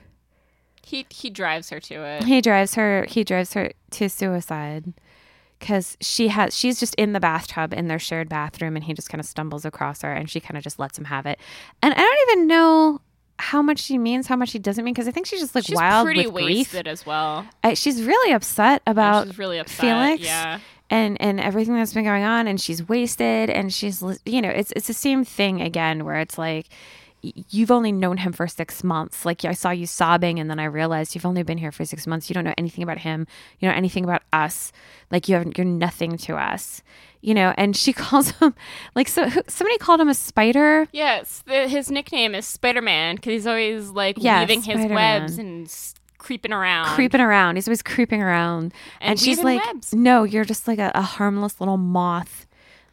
Speaker 2: He he drives her to it.
Speaker 3: he drives her he drives her to suicide because she has she's just in the bathtub in their shared bathroom and he just kind of stumbles across her and she kind of just lets him have it and I don't even know how much she means how much she doesn't mean because I think she's just like
Speaker 2: She's
Speaker 3: wild
Speaker 2: pretty
Speaker 3: with grief
Speaker 2: wasted as well.
Speaker 3: I, she's really upset about
Speaker 2: she's really upset,
Speaker 3: Felix
Speaker 2: yeah.
Speaker 3: and and everything that's been going on and she's wasted and she's li- you know it's it's the same thing again where it's like y- you've only known him for 6 months like I saw you sobbing and then I realized you've only been here for 6 months you don't know anything about him you don't know anything about us like you haven't you're nothing to us you know and she calls him like so who- somebody called him a spider
Speaker 2: Yes, the, his nickname is Spider Man because he's always like
Speaker 3: Yeah,
Speaker 2: weaving his
Speaker 3: Spider-Man.
Speaker 2: webs and s- creeping around.
Speaker 3: creeping around. He's always creeping around. And,
Speaker 2: And
Speaker 3: she's
Speaker 2: weaving
Speaker 3: like,
Speaker 2: webs.
Speaker 3: no, you're just like a, a harmless little moth,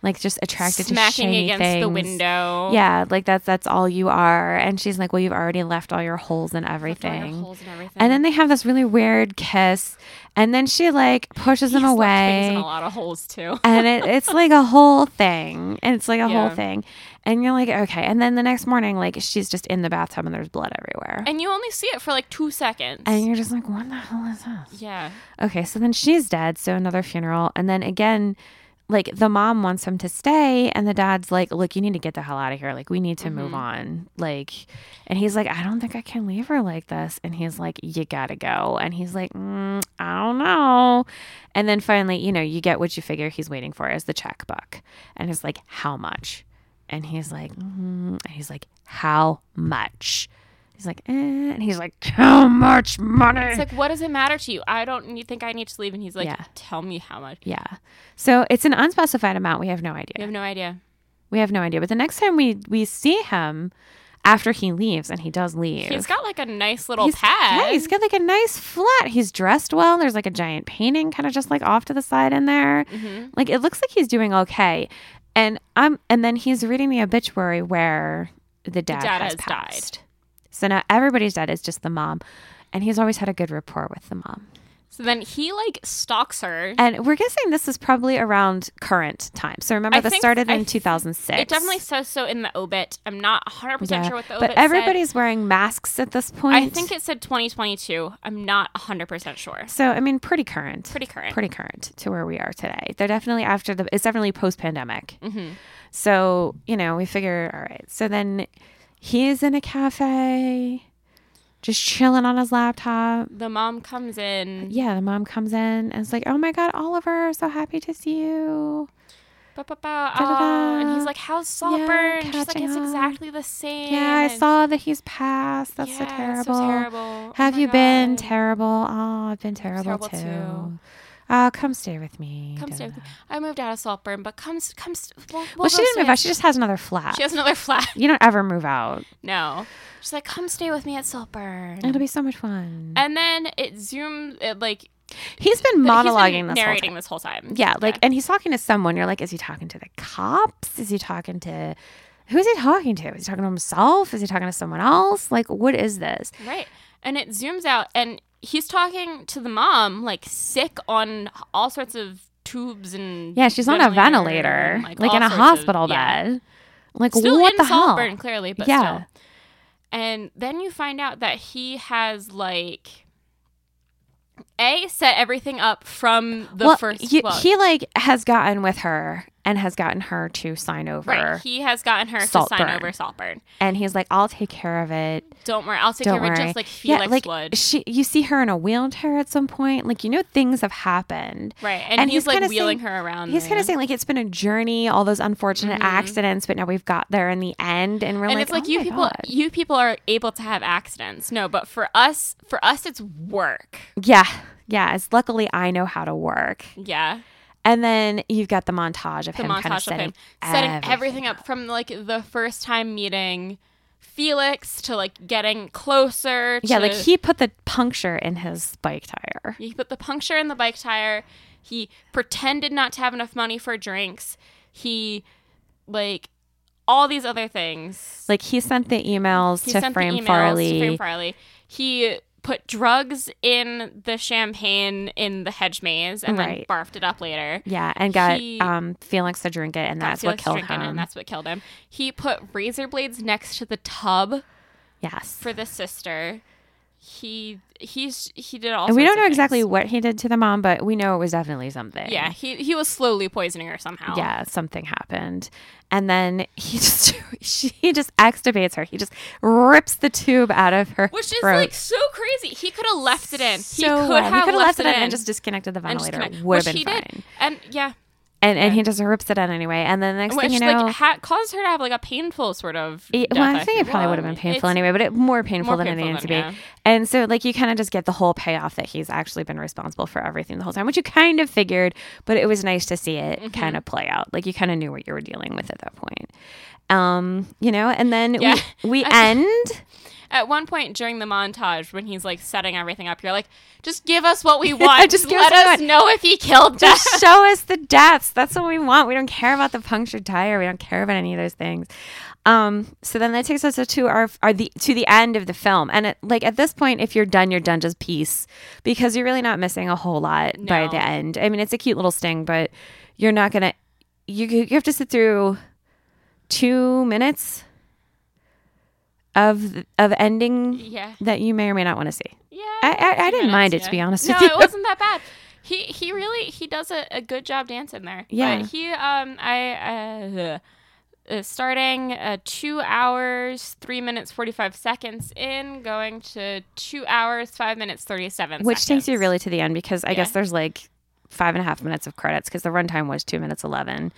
Speaker 3: like just attracted to
Speaker 2: smacking
Speaker 3: shiny
Speaker 2: against the
Speaker 3: things.
Speaker 2: window.
Speaker 3: Yeah, like that's that's all you are. And she's like, well, you've already left all your holes and
Speaker 2: With all your
Speaker 3: everything.
Speaker 2: holes and everything.
Speaker 3: And then they have this really weird kiss, and then she like pushes him
Speaker 2: He's left things in a
Speaker 3: away.
Speaker 2: lot of holes too.
Speaker 3: and it, it's like a whole thing. And it's like
Speaker 2: Yeah.
Speaker 3: a whole thing. And you're like, okay. And then the next morning, like she's just in the bathtub and there's blood everywhere.
Speaker 2: And you only see it for like two seconds.
Speaker 3: and you're just like, what the hell is this?
Speaker 2: yeah,
Speaker 3: Okay, so then she's dead, so another funeral. And then again, like the mom wants him to stay, and the dad's like, Look, you need to get the hell out of here. Like, we need to move on. Like, and he's like, I don't think I can leave her like this. And he's like, You gotta go. And he's like, mm, I don't know. And then finally, you know, you get what you figure he's waiting for is the checkbook. And it's "Mm-hmm." like, How much? And he's like, mm. and he's like, How much? He's like, eh, and he's like, how much money?
Speaker 2: It's like, what does it matter to you? I don't you think I need to leave. And he's like,
Speaker 3: Yeah.
Speaker 2: tell me how much.
Speaker 3: yeah. So it's an unspecified amount. We have no idea.
Speaker 2: You have no idea.
Speaker 3: We have no idea. But the next time we we see him after he leaves, and he does leave.
Speaker 2: He's got like a nice little
Speaker 3: He's-
Speaker 2: pad.
Speaker 3: Yeah, he's got like a nice flat. He's dressed well. There's like a giant painting kind of just like off to the side in there.
Speaker 2: Mm-hmm.
Speaker 3: Like it looks like he's doing okay. And um and then he's reading the obituary where the dad,
Speaker 2: dad
Speaker 3: has,
Speaker 2: has died.
Speaker 3: passed. So now everybody's dead is just the mom. And he's always had a good rapport with the mom.
Speaker 2: So then he like stalks her.
Speaker 3: And we're guessing this is probably around current time. So remember
Speaker 2: I
Speaker 3: this
Speaker 2: think-
Speaker 3: started
Speaker 2: I
Speaker 3: in
Speaker 2: th-
Speaker 3: 2006.
Speaker 2: It definitely says so in the obit. I'm not 100% sure what the obit
Speaker 3: but
Speaker 2: said.
Speaker 3: everybody's wearing masks at this point.
Speaker 2: I think it said 2022. I'm not 100% sure.
Speaker 3: So I mean, pretty current.
Speaker 2: Pretty current.
Speaker 3: Pretty current to where we are today. They're definitely after the. It's definitely post pandemic.
Speaker 2: Mm-hmm.
Speaker 3: So you know, we figure all right. So then he is in a cafe, just chilling on his laptop.
Speaker 2: The mom comes in.
Speaker 3: Yeah, the mom comes in and is like, "Oh my god, Oliver, so happy to see you."
Speaker 2: Ba, ba, ba,
Speaker 3: Da-da-da.
Speaker 2: ah, and he's like, How's
Speaker 3: Yeah,
Speaker 2: Saltburn? She's like,
Speaker 3: catching
Speaker 2: It's
Speaker 3: on.
Speaker 2: exactly the same.
Speaker 3: Yeah, I
Speaker 2: And-
Speaker 3: saw that he's passed. That's so
Speaker 2: Yeah, it's
Speaker 3: terrible.
Speaker 2: so terrible. Oh
Speaker 3: Have
Speaker 2: my
Speaker 3: you been
Speaker 2: God.
Speaker 3: terrible? Oh, I've been terrible,
Speaker 2: terrible
Speaker 3: too.
Speaker 2: too.
Speaker 3: Oh, come stay with me.
Speaker 2: Come stay
Speaker 3: Da-da-da.
Speaker 2: with me. I moved out of Saltburn, but come, s- come. s- We'll, we'll
Speaker 3: Well, she
Speaker 2: go
Speaker 3: didn't
Speaker 2: stay
Speaker 3: move out.
Speaker 2: at-
Speaker 3: She just has another flat.
Speaker 2: She has another flat.
Speaker 3: You don't ever move out.
Speaker 2: No. She's like, come stay with me at Saltburn.
Speaker 3: It'll be so much fun.
Speaker 2: and then it zooms, it like,
Speaker 3: He's been
Speaker 2: but he's been
Speaker 3: monologuing this
Speaker 2: narrating
Speaker 3: whole time.
Speaker 2: this whole time.
Speaker 3: Yeah, like, and he's talking to someone. You're like, is he talking to the cops? Is he talking to who is he talking to? Is he talking to himself? Is he talking to someone else? Like, what is this?
Speaker 2: Right. And it zooms out and he's talking to the mom, like sick on all sorts of tubes and
Speaker 3: Yeah, she's on a ventilator,
Speaker 2: and,
Speaker 3: like,
Speaker 2: all
Speaker 3: in a
Speaker 2: sorts of-
Speaker 3: hospital
Speaker 2: yeah.
Speaker 3: bed. Like,
Speaker 2: Still
Speaker 3: what
Speaker 2: in
Speaker 3: the hell?
Speaker 2: Saltburn, clearly, but
Speaker 3: Yeah.
Speaker 2: still. And then you find out that he has like A set everything up from the
Speaker 3: well,
Speaker 2: first
Speaker 3: he,
Speaker 2: well,
Speaker 3: he like has gotten with her and has gotten her to sign over,
Speaker 2: Right. He has gotten her to
Speaker 3: Saltburn.
Speaker 2: sign over Saltburn.
Speaker 3: and he's like, "I'll take care of it."
Speaker 2: Don't worry, I'll take
Speaker 3: Don't
Speaker 2: care of it
Speaker 3: worry.
Speaker 2: just like Felix
Speaker 3: yeah, like
Speaker 2: would.
Speaker 3: she, you see her in a wheelchair at some point. Like you know, things have happened.
Speaker 2: Right, and he's, like,
Speaker 3: kinda
Speaker 2: wheeling
Speaker 3: saying-
Speaker 2: her around
Speaker 3: He's kind
Speaker 2: there. Mm-hmm.
Speaker 3: of saying like it's been a journey, all those unfortunate accidents, but now we've got there in the end, and we're
Speaker 2: and
Speaker 3: like,
Speaker 2: it's like
Speaker 3: "Oh
Speaker 2: you
Speaker 3: my
Speaker 2: people
Speaker 3: God."
Speaker 2: you people are able to have accidents no but for us for us it's work
Speaker 3: yeah, yeah. It's luckily I know how to work,
Speaker 2: yeah
Speaker 3: and then you've got the montage of
Speaker 2: the
Speaker 3: him
Speaker 2: montage
Speaker 3: kind of
Speaker 2: of
Speaker 3: setting
Speaker 2: him setting everything, up from like the first time meeting felix to like getting closer to,
Speaker 3: Yeah, like he put the puncture in his bike tire.
Speaker 2: he put the puncture in the bike tire he pretended not to have enough money for drinks he like all these other things
Speaker 3: Like he sent the emails
Speaker 2: he
Speaker 3: to
Speaker 2: sent
Speaker 3: Frame
Speaker 2: the emails
Speaker 3: Farley.
Speaker 2: to frame farley he put drugs in the champagne in the hedge maze and
Speaker 3: Right.
Speaker 2: then barfed it up later
Speaker 3: Yeah, and got
Speaker 2: He-
Speaker 3: um, Felix to drink it, and
Speaker 2: got
Speaker 3: that's what
Speaker 2: Felix
Speaker 3: killed
Speaker 2: drinking,
Speaker 3: him.
Speaker 2: And that's what killed him. He put razor blades next to the tub
Speaker 3: yes,
Speaker 2: for the sister. He he's he did all.
Speaker 3: and we
Speaker 2: sorts
Speaker 3: don't know
Speaker 2: of
Speaker 3: exactly
Speaker 2: things.
Speaker 3: what he did to the mom, but we know it was definitely something.
Speaker 2: Yeah, he he was slowly poisoning her somehow.
Speaker 3: yeah, something happened, and then he just she, he just extubates her. He just rips the tube out of her,
Speaker 2: which is
Speaker 3: throat.
Speaker 2: like so crazy. He could have left it in. he
Speaker 3: So
Speaker 2: could
Speaker 3: well.
Speaker 2: have,
Speaker 3: he could have left it in
Speaker 2: in
Speaker 3: and just disconnected the
Speaker 2: and just
Speaker 3: ventilator.
Speaker 2: connect-
Speaker 3: Would have
Speaker 2: which
Speaker 3: been
Speaker 2: he
Speaker 3: fine.
Speaker 2: did. And yeah,
Speaker 3: And and he just rips it in anyway. And then the next
Speaker 2: which
Speaker 3: thing you know,
Speaker 2: like ha- caused her to have like a painful sort of.
Speaker 3: It-
Speaker 2: death,
Speaker 3: well, I think it probably
Speaker 2: well,
Speaker 3: would have been
Speaker 2: it's-
Speaker 3: painful anyway, but it more painful
Speaker 2: more
Speaker 3: than an
Speaker 2: painful than-
Speaker 3: antibiotic.
Speaker 2: yeah.
Speaker 3: And so, like, you kind of just get the whole payoff that he's actually been responsible for everything the whole time, which you kind of figured, but it was nice to see
Speaker 2: Mm-hmm.
Speaker 3: it kind of play out. Like, you kind of knew what you were dealing with at that point. Um, you know, and then
Speaker 2: Yeah.
Speaker 3: we, we
Speaker 2: I-
Speaker 3: end.
Speaker 2: At one point during the montage, when he's like setting everything up, you're like, "Just give us what we want.
Speaker 3: Just give us
Speaker 2: let
Speaker 3: what we
Speaker 2: us
Speaker 3: want."
Speaker 2: know if he killed us."
Speaker 3: Just show us the deaths. That's what we want. We don't care about the punctured tire. We don't care about any of those things. Um, so then that takes us to our, our the to the end of the film. And it, like at this point, if you're done, you're done. Just peace, because you're really not missing a whole lot by
Speaker 2: No.
Speaker 3: the end. I mean, it's a cute little sting, but you're not gonna. You you have to sit through two minutes of of ending
Speaker 2: Yeah.
Speaker 3: that you may or may not want to see.
Speaker 2: Yeah.
Speaker 3: I- I- I
Speaker 2: two
Speaker 3: didn't
Speaker 2: minutes,
Speaker 3: mind it,
Speaker 2: yeah.
Speaker 3: to be honest
Speaker 2: No,
Speaker 3: with you.
Speaker 2: it wasn't that bad. He he really he does a, a good job dancing there.
Speaker 3: Yeah.
Speaker 2: But he um I uh, uh starting uh, two hours three minutes forty five seconds in, going to two hours five minutes thirty seven.
Speaker 3: Which takes you really to the end because I guess
Speaker 2: Yeah.
Speaker 3: there's like five and a half minutes of credits because the runtime was two minutes 11.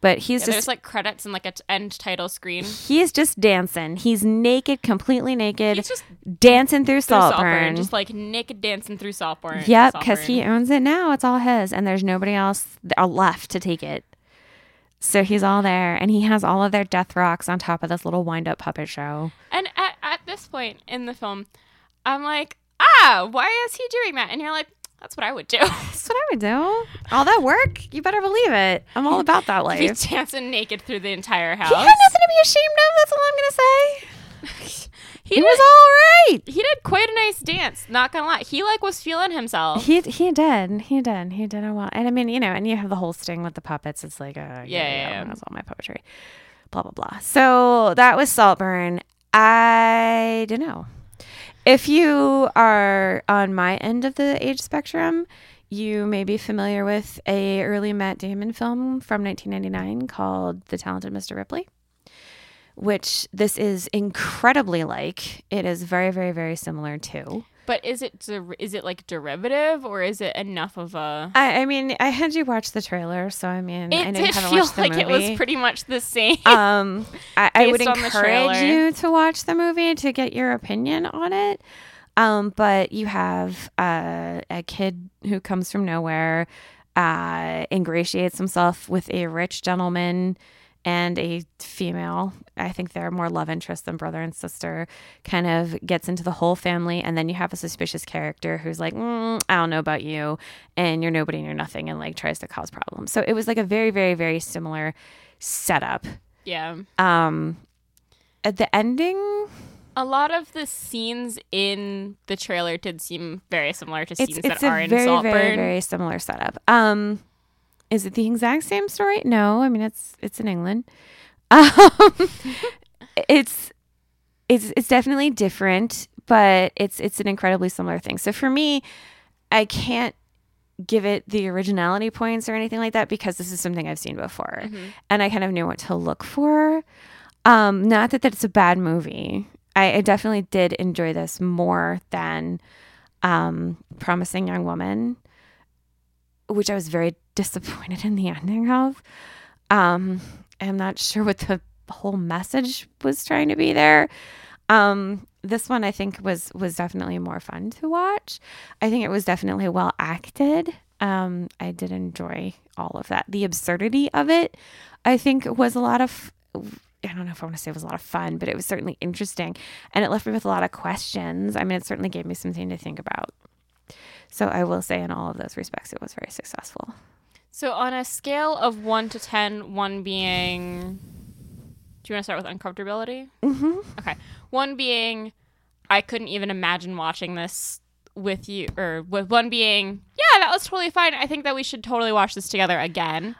Speaker 3: But he's
Speaker 2: Yeah,
Speaker 3: just
Speaker 2: there's like credits and like a t- end title screen.
Speaker 3: he's just dancing. He's naked, completely naked,
Speaker 2: He's just
Speaker 3: dancing through,
Speaker 2: through
Speaker 3: Saltburn.
Speaker 2: Saltburn, just like naked dancing through Saltburn.
Speaker 3: Yep, because he
Speaker 2: Saltburn.
Speaker 3: owns it now. It's all his, and there's nobody else th- uh, left to take it. So he's all there, and he has all of their death rocks on top of this little wind up puppet show.
Speaker 2: And at, at this point in the film, I'm like, ah, why is he doing that? And you're like, that's what I would do.
Speaker 3: That's what I would do. All that work, you better believe it. I'm all about that life.
Speaker 2: He's dancing naked through the entire house.
Speaker 3: He had nothing to be ashamed of. That's all I'm gonna say.
Speaker 2: He did,
Speaker 3: It was all right.
Speaker 2: He did quite a nice dance. Not gonna lie, he like was feeling himself.
Speaker 3: He he did he did he did a well. And I mean, you know, and you have the whole sting with the puppets. It's like, uh, yeah,
Speaker 2: yeah, yeah.
Speaker 3: that's all my poetry. Blah blah blah. So that was Saltburn. I don't know. If you are on my end of the age spectrum, you may be familiar with a early Matt Damon film from 1999 called The Talented Mr. Ripley which this is incredibly like. It is very, very, very similar to.
Speaker 2: But is it der- is it like derivative or is it enough of a?
Speaker 3: I, I mean, I had you watch the trailer, so I mean, I
Speaker 2: It
Speaker 3: know you
Speaker 2: did
Speaker 3: haven't
Speaker 2: feel
Speaker 3: watched the
Speaker 2: like
Speaker 3: movie.
Speaker 2: it was pretty much the same.
Speaker 3: um, I, I would
Speaker 2: based on the
Speaker 3: encourage
Speaker 2: trailer.
Speaker 3: you to watch the movie to get your opinion on it. Um, but you have uh, a kid who comes from nowhere, uh, ingratiates himself with a rich gentleman and a female. I think they're more love interest than brother and sister. Kind of gets into the whole family, and then you have a suspicious character who's like, mm, I don't know about you, and you're nobody and you're nothing, and like tries to cause problems. So it was like a very, very, very similar setup.
Speaker 2: yeah,
Speaker 3: Um, at the ending,
Speaker 2: a lot of the scenes in the trailer did seem very similar to
Speaker 3: it's
Speaker 2: scenes
Speaker 3: it's
Speaker 2: that are
Speaker 3: a
Speaker 2: in
Speaker 3: very,
Speaker 2: Saltburn.
Speaker 3: very, very similar setup. Um, is it the exact same story? No, I mean it's it's in England. Um, it's it's it's definitely different, but it's it's an incredibly similar thing. So for me, I can't give it the originality points or anything like that because this is something I've seen before,
Speaker 2: Mm-hmm.
Speaker 3: and I kind of knew what to look for. Um, not that that's a bad movie. I, I definitely did enjoy this more than um, Promising Young Woman, which I was very disappointed in the ending of. Um, I'm not sure what the whole message was trying to be there. Um, this one I think was was definitely more fun to watch. I think it was definitely well acted. Um, I did enjoy all of that. The absurdity of it, I think, was a lot of. I don't know if I want to say it was a lot of fun, but it was certainly interesting, and it left me with a lot of questions. I mean, it certainly gave me something to think about. So I will say, in all of those respects, it was very successful.
Speaker 2: So on a scale of one to ten, one being, do you want to start with uncomfortability? Mm-hmm. Okay, one being, I couldn't even imagine watching this with you, or with one being, yeah, that was totally fine. I think that we should totally watch this together again.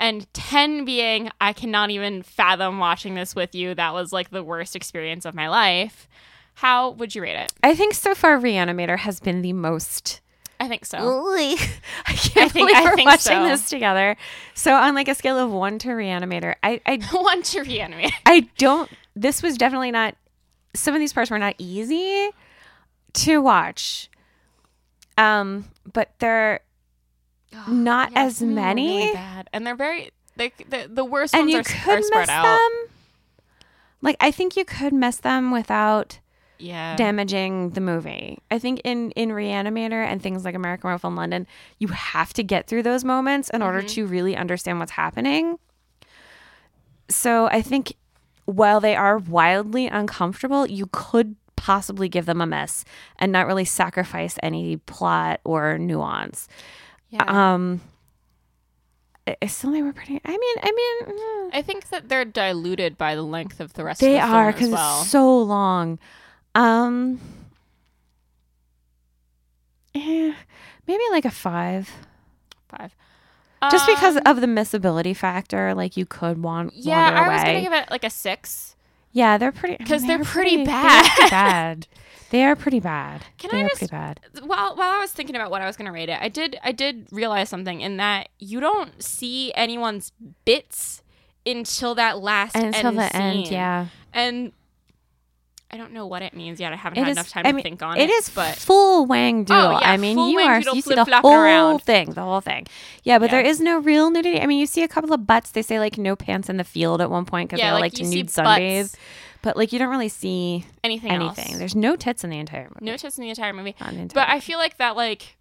Speaker 2: And ten being, I cannot even fathom watching this with you. That was like the worst experience of my life. How would you rate it?
Speaker 3: I think so far, Reanimator has been the most
Speaker 2: I think so.
Speaker 3: I can't
Speaker 2: I think-
Speaker 3: believe
Speaker 2: I
Speaker 3: we're
Speaker 2: think
Speaker 3: watching
Speaker 2: so.
Speaker 3: this together. So on like a scale of one to Reanimator, I I,
Speaker 2: one to reanimate.
Speaker 3: I don't. This was definitely not. Some of these parts were not easy to watch. Um, but they're not
Speaker 2: Oh, Yeah,
Speaker 3: as
Speaker 2: some of them are
Speaker 3: many,
Speaker 2: really bad. and they're very they, the the worst
Speaker 3: and
Speaker 2: ones
Speaker 3: you
Speaker 2: are, s-
Speaker 3: could
Speaker 2: are spread
Speaker 3: miss
Speaker 2: out.
Speaker 3: them. Like I think you could miss them without
Speaker 2: Yeah,
Speaker 3: damaging the movie. I think in in Reanimator and things like American Werewolf in London, you have to get through those moments in
Speaker 2: Mm-hmm.
Speaker 3: order to really understand what's happening. So I think while they are wildly uncomfortable, you could possibly give them a miss and not really sacrifice any plot or nuance.
Speaker 2: Yeah.
Speaker 3: Um I I still they were pretty I mean, I mean mm
Speaker 2: I think that they're diluted by the length of the rest.
Speaker 3: they
Speaker 2: of the
Speaker 3: are
Speaker 2: because
Speaker 3: because it's so long um eh, maybe like a five
Speaker 2: five.
Speaker 3: just because
Speaker 2: Um,
Speaker 3: of the missability factor like you could want
Speaker 2: yeah,
Speaker 3: wander
Speaker 2: I was
Speaker 3: away.
Speaker 2: gonna give it like a six.
Speaker 3: yeah they're pretty I mean,
Speaker 2: 'Cause they're
Speaker 3: were
Speaker 2: pretty
Speaker 3: they were
Speaker 2: bad.
Speaker 3: pretty bad they are pretty bad
Speaker 2: Can
Speaker 3: they
Speaker 2: I
Speaker 3: are
Speaker 2: just-
Speaker 3: pretty bad
Speaker 2: While while I was thinking about what I was gonna rate it, I did I did realize something in that you don't see anyone's bits until that last
Speaker 3: until
Speaker 2: end
Speaker 3: the end
Speaker 2: scene.
Speaker 3: yeah
Speaker 2: and I don't know what it means yet. I haven't
Speaker 3: It
Speaker 2: had
Speaker 3: is-
Speaker 2: enough time to think on it.
Speaker 3: It is
Speaker 2: but Oh,
Speaker 3: full wang doodle.
Speaker 2: yeah,
Speaker 3: I mean,
Speaker 2: full
Speaker 3: you
Speaker 2: wang
Speaker 3: are
Speaker 2: doodle
Speaker 3: you see the
Speaker 2: flip-flopping
Speaker 3: whole
Speaker 2: around.
Speaker 3: thing, the whole thing. Yeah, but there
Speaker 2: Yeah.
Speaker 3: is no real nudity. I mean, you see a couple of butts. They say like no pants in the field at one point because
Speaker 2: Yeah,
Speaker 3: they all
Speaker 2: like,
Speaker 3: like to
Speaker 2: you see
Speaker 3: nude
Speaker 2: butts.
Speaker 3: sunbathe. But like you don't really see
Speaker 2: anything,
Speaker 3: anything.
Speaker 2: else.
Speaker 3: There's no tits in the entire movie.
Speaker 2: no tits in the entire movie.
Speaker 3: Not an entire
Speaker 2: But I feel like that like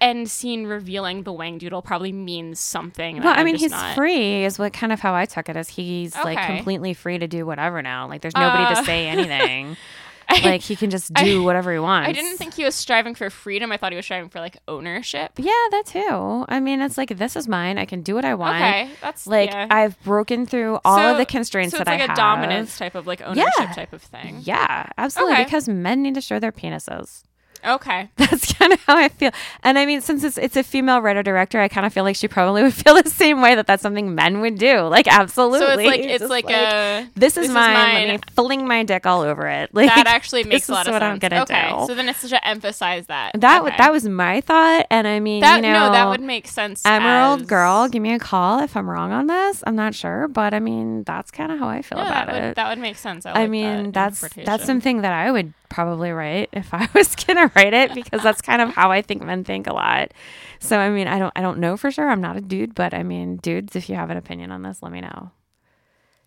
Speaker 2: end scene revealing the Wang Doodle probably means something.
Speaker 3: Well,
Speaker 2: that
Speaker 3: I
Speaker 2: I'm
Speaker 3: mean,
Speaker 2: just
Speaker 3: he's
Speaker 2: not-
Speaker 3: free is what kind of how I took it. Is he's like
Speaker 2: Okay.
Speaker 3: completely free to do whatever now. Like there's nobody
Speaker 2: Uh,
Speaker 3: to say anything.
Speaker 2: I-
Speaker 3: like he can just
Speaker 2: I-
Speaker 3: do whatever he wants.
Speaker 2: I didn't think he was striving for freedom. I thought he was striving for like ownership.
Speaker 3: Yeah, that too. I mean, it's like this is mine. I can do what I want.
Speaker 2: Okay, that's
Speaker 3: Like
Speaker 2: yeah.
Speaker 3: I've broken through all of
Speaker 2: So-
Speaker 3: the constraints
Speaker 2: so
Speaker 3: that
Speaker 2: it's like
Speaker 3: I
Speaker 2: a
Speaker 3: have.
Speaker 2: dominance type of like ownership
Speaker 3: Yeah.
Speaker 2: type of thing.
Speaker 3: Yeah, absolutely.
Speaker 2: Okay.
Speaker 3: Because men need to show their penises.
Speaker 2: Okay.
Speaker 3: That's kind of how I feel. And I mean, since it's it's a female writer director, I kind of feel like she probably would feel the same way that that's something men would do. Like absolutely.
Speaker 2: So it's like it's, like, a
Speaker 3: this is mine.
Speaker 2: mine.
Speaker 3: Let me fling my dick all over it. Like
Speaker 2: that actually makes
Speaker 3: this
Speaker 2: a lot
Speaker 3: is
Speaker 2: of
Speaker 3: what I'm
Speaker 2: sense.
Speaker 3: gonna
Speaker 2: okay,
Speaker 3: do.
Speaker 2: so then it's to emphasize that
Speaker 3: that w-
Speaker 2: okay.
Speaker 3: that was my thought, and I mean,
Speaker 2: that
Speaker 3: you know,
Speaker 2: no, that would make sense.
Speaker 3: Emerald
Speaker 2: as-
Speaker 3: girl, give me a call if I'm wrong on this. I'm not sure, but I mean, that's kind of how I feel
Speaker 2: No,
Speaker 3: about
Speaker 2: that would
Speaker 3: it.
Speaker 2: that would make sense. I,
Speaker 3: I
Speaker 2: like
Speaker 3: mean,
Speaker 2: that
Speaker 3: that's that's
Speaker 2: interpretation.
Speaker 3: something that I would probably write if I was gonna write it because that's kind of how I think men think a lot. So I mean, I don't I don't know for sure. I'm not a dude, but I mean, dudes, if you have an opinion on this, let me know.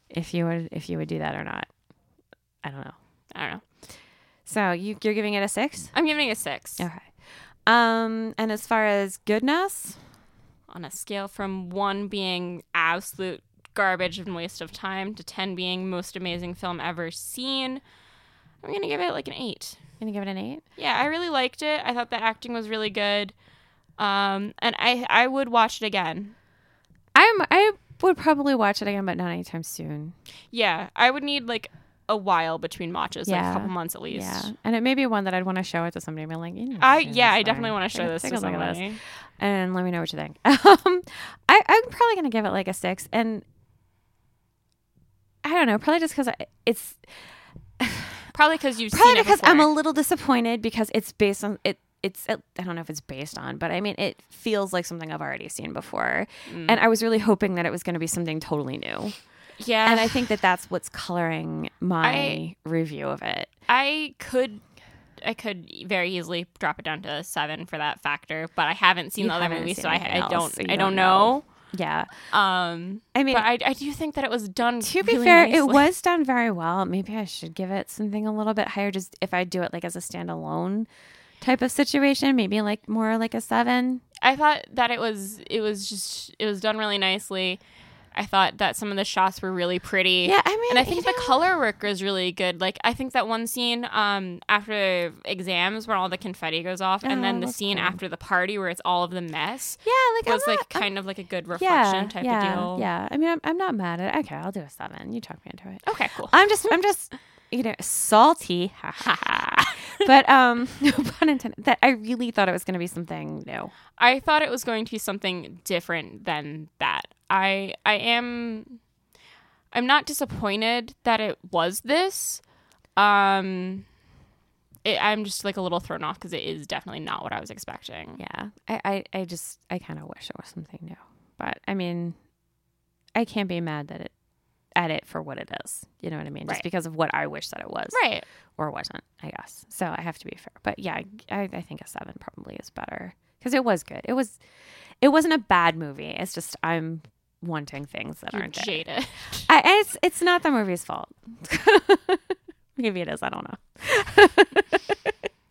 Speaker 3: If you would if you would do that or not, I don't know.
Speaker 2: I don't know.
Speaker 3: So you you're giving it a six.
Speaker 2: I'm giving it a six
Speaker 3: Okay. Um, and as far as goodness,
Speaker 2: on a scale from one being absolute garbage and waste of time to ten being most amazing film ever seen. I'm gonna give it like an eight.
Speaker 3: gonna give it an eight.
Speaker 2: Yeah, I really liked it. I thought the acting was really good. Um, and I I would watch it again.
Speaker 3: I'm I would probably watch it again, but not anytime soon.
Speaker 2: Yeah, I would need like a while between watches, like
Speaker 3: Yeah.
Speaker 2: a couple months at least.
Speaker 3: Yeah, and it may be one that I'd want to show it to somebody. and be like, "Mm, you know,
Speaker 2: I
Speaker 3: this
Speaker 2: yeah, I
Speaker 3: one.
Speaker 2: definitely want to
Speaker 3: Take
Speaker 2: show
Speaker 3: a-
Speaker 2: this
Speaker 3: Take
Speaker 2: to
Speaker 3: a look at this,
Speaker 2: somebody.
Speaker 3: and let me know what you think. Um, I I'm probably gonna give it like a six, and I don't know, probably just because it's
Speaker 2: Probably because you've
Speaker 3: probably
Speaker 2: seen
Speaker 3: because
Speaker 2: it
Speaker 3: I'm a
Speaker 2: before.
Speaker 3: little disappointed because it's based on it. It's I don't know if it's based on, but I mean, it feels like something I've already seen before,
Speaker 2: Mm.
Speaker 3: and I was really hoping that it was going to be something totally new.
Speaker 2: yeah,
Speaker 3: and I think that that's what's coloring my review of it.
Speaker 2: I could I could very easily drop it down to a seven for that factor, but I haven't seen
Speaker 3: You
Speaker 2: the other
Speaker 3: haven't
Speaker 2: movie,
Speaker 3: seen
Speaker 2: so I,
Speaker 3: anything
Speaker 2: I
Speaker 3: else,
Speaker 2: don't
Speaker 3: so you
Speaker 2: I don't
Speaker 3: don't know.
Speaker 2: know.
Speaker 3: Yeah.
Speaker 2: Um,
Speaker 3: I mean,
Speaker 2: but I, I do think that it was done.
Speaker 3: to be
Speaker 2: really
Speaker 3: fair, it
Speaker 2: nicely.
Speaker 3: was done very well. Maybe I should give it something a little bit higher just if I do it like as a standalone type of situation, maybe like more like a 7.
Speaker 2: I thought that it was it was just it was done really nicely. I thought that some of the shots were really pretty.
Speaker 3: Yeah, I mean,
Speaker 2: and I
Speaker 3: you
Speaker 2: think the
Speaker 3: know-
Speaker 2: color work was really good. Like I think that one scene um after exams where all the confetti goes off,
Speaker 3: Oh,
Speaker 2: and then the
Speaker 3: that's
Speaker 2: scene
Speaker 3: cool.
Speaker 2: after the party where it's all of the mess
Speaker 3: Yeah, like
Speaker 2: was
Speaker 3: I'm
Speaker 2: like
Speaker 3: not- I'm-
Speaker 2: kind of like a good reflection
Speaker 3: yeah,
Speaker 2: type
Speaker 3: yeah,
Speaker 2: of deal.
Speaker 3: Yeah. I mean, I'm, I'm not mad at it. Okay, I'll do a 7. You talk me into it.
Speaker 2: Okay, cool.
Speaker 3: I'm just I'm just you know salty, ha, ha, ha. but um no pun intended. That I really thought it was going to be something new.
Speaker 2: I thought it was going to be something different than that. I I am I'm not disappointed that it was this. Um it, I'm just like a little thrown off because it is definitely not what I was expecting.
Speaker 3: Yeah. I, I, I just, I kind of wish it was something new. But I mean, I can't be mad that it, at it for what it is. You know what I mean? Just
Speaker 2: Right.
Speaker 3: because of what I wish that it was.
Speaker 2: Right.
Speaker 3: Or wasn't, I guess. So I have to be fair. But yeah, I, I think a seven probably is better because it was good. It was, it wasn't a bad movie. It's just, I'm wanting things that
Speaker 2: You're
Speaker 3: aren't there.
Speaker 2: jaded.
Speaker 3: I, I- it's, it's not the movie's fault. Maybe it is. I don't know.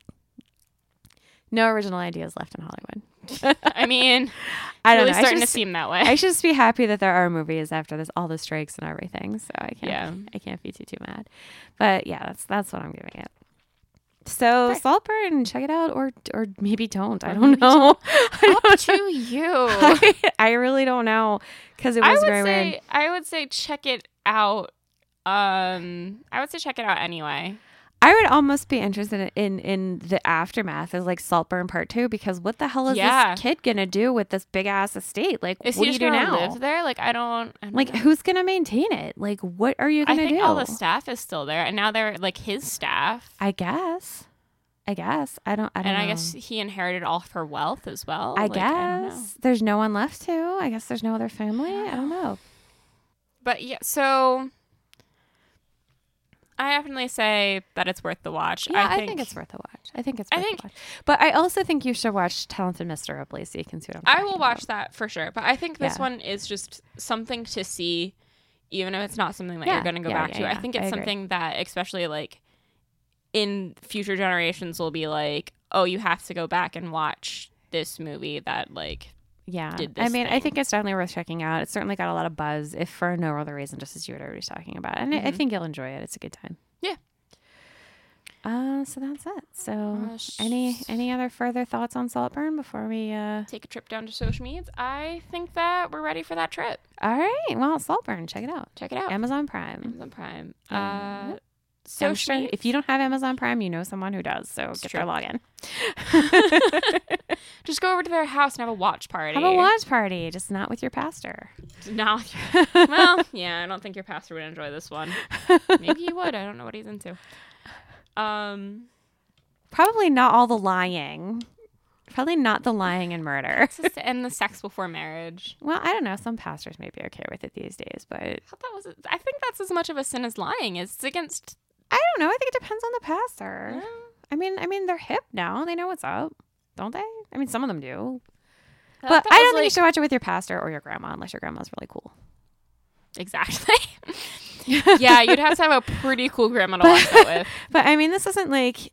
Speaker 3: no original ideas left in Hollywood.
Speaker 2: I mean,
Speaker 3: I
Speaker 2: really
Speaker 3: don't know. I
Speaker 2: starting
Speaker 3: should just-
Speaker 2: to seem that
Speaker 3: I
Speaker 2: way.
Speaker 3: should just be happy that there are movies after this, all the strikes and everything. So I can't,
Speaker 2: Yeah.
Speaker 3: I can't be too too mad. But yeah, that's that's what I'm giving it. So Saltburn, check it out, or or maybe don't. I don't know. I,
Speaker 2: Up to you.
Speaker 3: don't- I really don't know because it
Speaker 2: I
Speaker 3: was
Speaker 2: would
Speaker 3: very
Speaker 2: say
Speaker 3: weird.
Speaker 2: I would say check it out. Um, I would say check it out anyway.
Speaker 3: I would almost be interested in in the aftermath as like Saltburn Part Two because what the hell is
Speaker 2: Yeah.
Speaker 3: this kid gonna do with this big ass estate? Like,
Speaker 2: Is
Speaker 3: what
Speaker 2: he
Speaker 3: do you
Speaker 2: just
Speaker 3: do
Speaker 2: gonna
Speaker 3: now?
Speaker 2: live there? Like I don't. I don't
Speaker 3: Like,
Speaker 2: know.
Speaker 3: who's gonna maintain it? Like, what are you
Speaker 2: I
Speaker 3: gonna
Speaker 2: think
Speaker 3: do?
Speaker 2: all the staff is still there, and now they're like his staff.
Speaker 3: I guess. I guess. I don't. I don't.
Speaker 2: and I
Speaker 3: know.
Speaker 2: guess he inherited all of her wealth as well.
Speaker 3: I
Speaker 2: Like, don't know.
Speaker 3: guess there's no one left to. I guess there's no other family. I don't know.
Speaker 2: but yeah, so I definitely say that it's worth the watch.
Speaker 3: Yeah, I think, it's worth a watch. I think it's.
Speaker 2: I
Speaker 3: Worth
Speaker 2: think-
Speaker 3: a watch. but I also think you should watch Talented Mr. Ripley so you can see what I'm.
Speaker 2: I
Speaker 3: talking
Speaker 2: will
Speaker 3: about.
Speaker 2: watch that for sure. But I think this
Speaker 3: Yeah.
Speaker 2: one is just something to see, even if it's not something that
Speaker 3: Yeah,
Speaker 2: you're going to go
Speaker 3: yeah,
Speaker 2: back
Speaker 3: yeah,
Speaker 2: to. I
Speaker 3: yeah.
Speaker 2: think
Speaker 3: I
Speaker 2: it's
Speaker 3: agree.
Speaker 2: something that, especially like in future generations, will be like, oh, you have to go back and watch this movie that like
Speaker 3: Yeah,
Speaker 2: did
Speaker 3: I
Speaker 2: this
Speaker 3: mean, I
Speaker 2: thing.
Speaker 3: think it's definitely worth checking out. It's certainly got a lot of buzz, if for no other reason, just as you were already talking about. And I, I think you'll enjoy it. It's a good time.
Speaker 2: Mm-hmm. Yeah.
Speaker 3: Uh, so that's it. So,
Speaker 2: Uh, sh-
Speaker 3: any any other further thoughts on Saltburn before we? uh
Speaker 2: take a trip down to social medias. I think that we're ready for that trip.
Speaker 3: All right. Well, Saltburn, check it out.
Speaker 2: Check it out.
Speaker 3: Amazon Prime.
Speaker 2: Amazon Prime.
Speaker 3: Yeah.
Speaker 2: Uh,
Speaker 3: I'm
Speaker 2: social
Speaker 3: sure
Speaker 2: media-
Speaker 3: if you don't have Amazon Prime, you know someone who does. So get
Speaker 2: true.
Speaker 3: their login.
Speaker 2: just go over to their house and have a watch party.
Speaker 3: Have a watch party, just not with your pastor.
Speaker 2: No. well, yeah, I don't think your pastor would enjoy this one. Maybe he would. I don't know what he's into. Um,
Speaker 3: Probably not all the lying. Probably not the lying and murder.
Speaker 2: just to end the sex before marriage.
Speaker 3: Well, I don't know. Some pastors may be okay with it these days, but
Speaker 2: I thought that was. I think that's as much of a sin as lying is. It's against.
Speaker 3: I don't know. I think it depends on the pastor. I mean, I mean, they're hip now. They know what's up, don't they? I mean, some of them do. But
Speaker 2: that was
Speaker 3: I don't think you
Speaker 2: like-
Speaker 3: should watch it with your pastor or your grandma unless your grandma's really cool.
Speaker 2: Exactly. yeah, you'd have to have a pretty cool grandma to watch that with.
Speaker 3: But I mean, this isn't like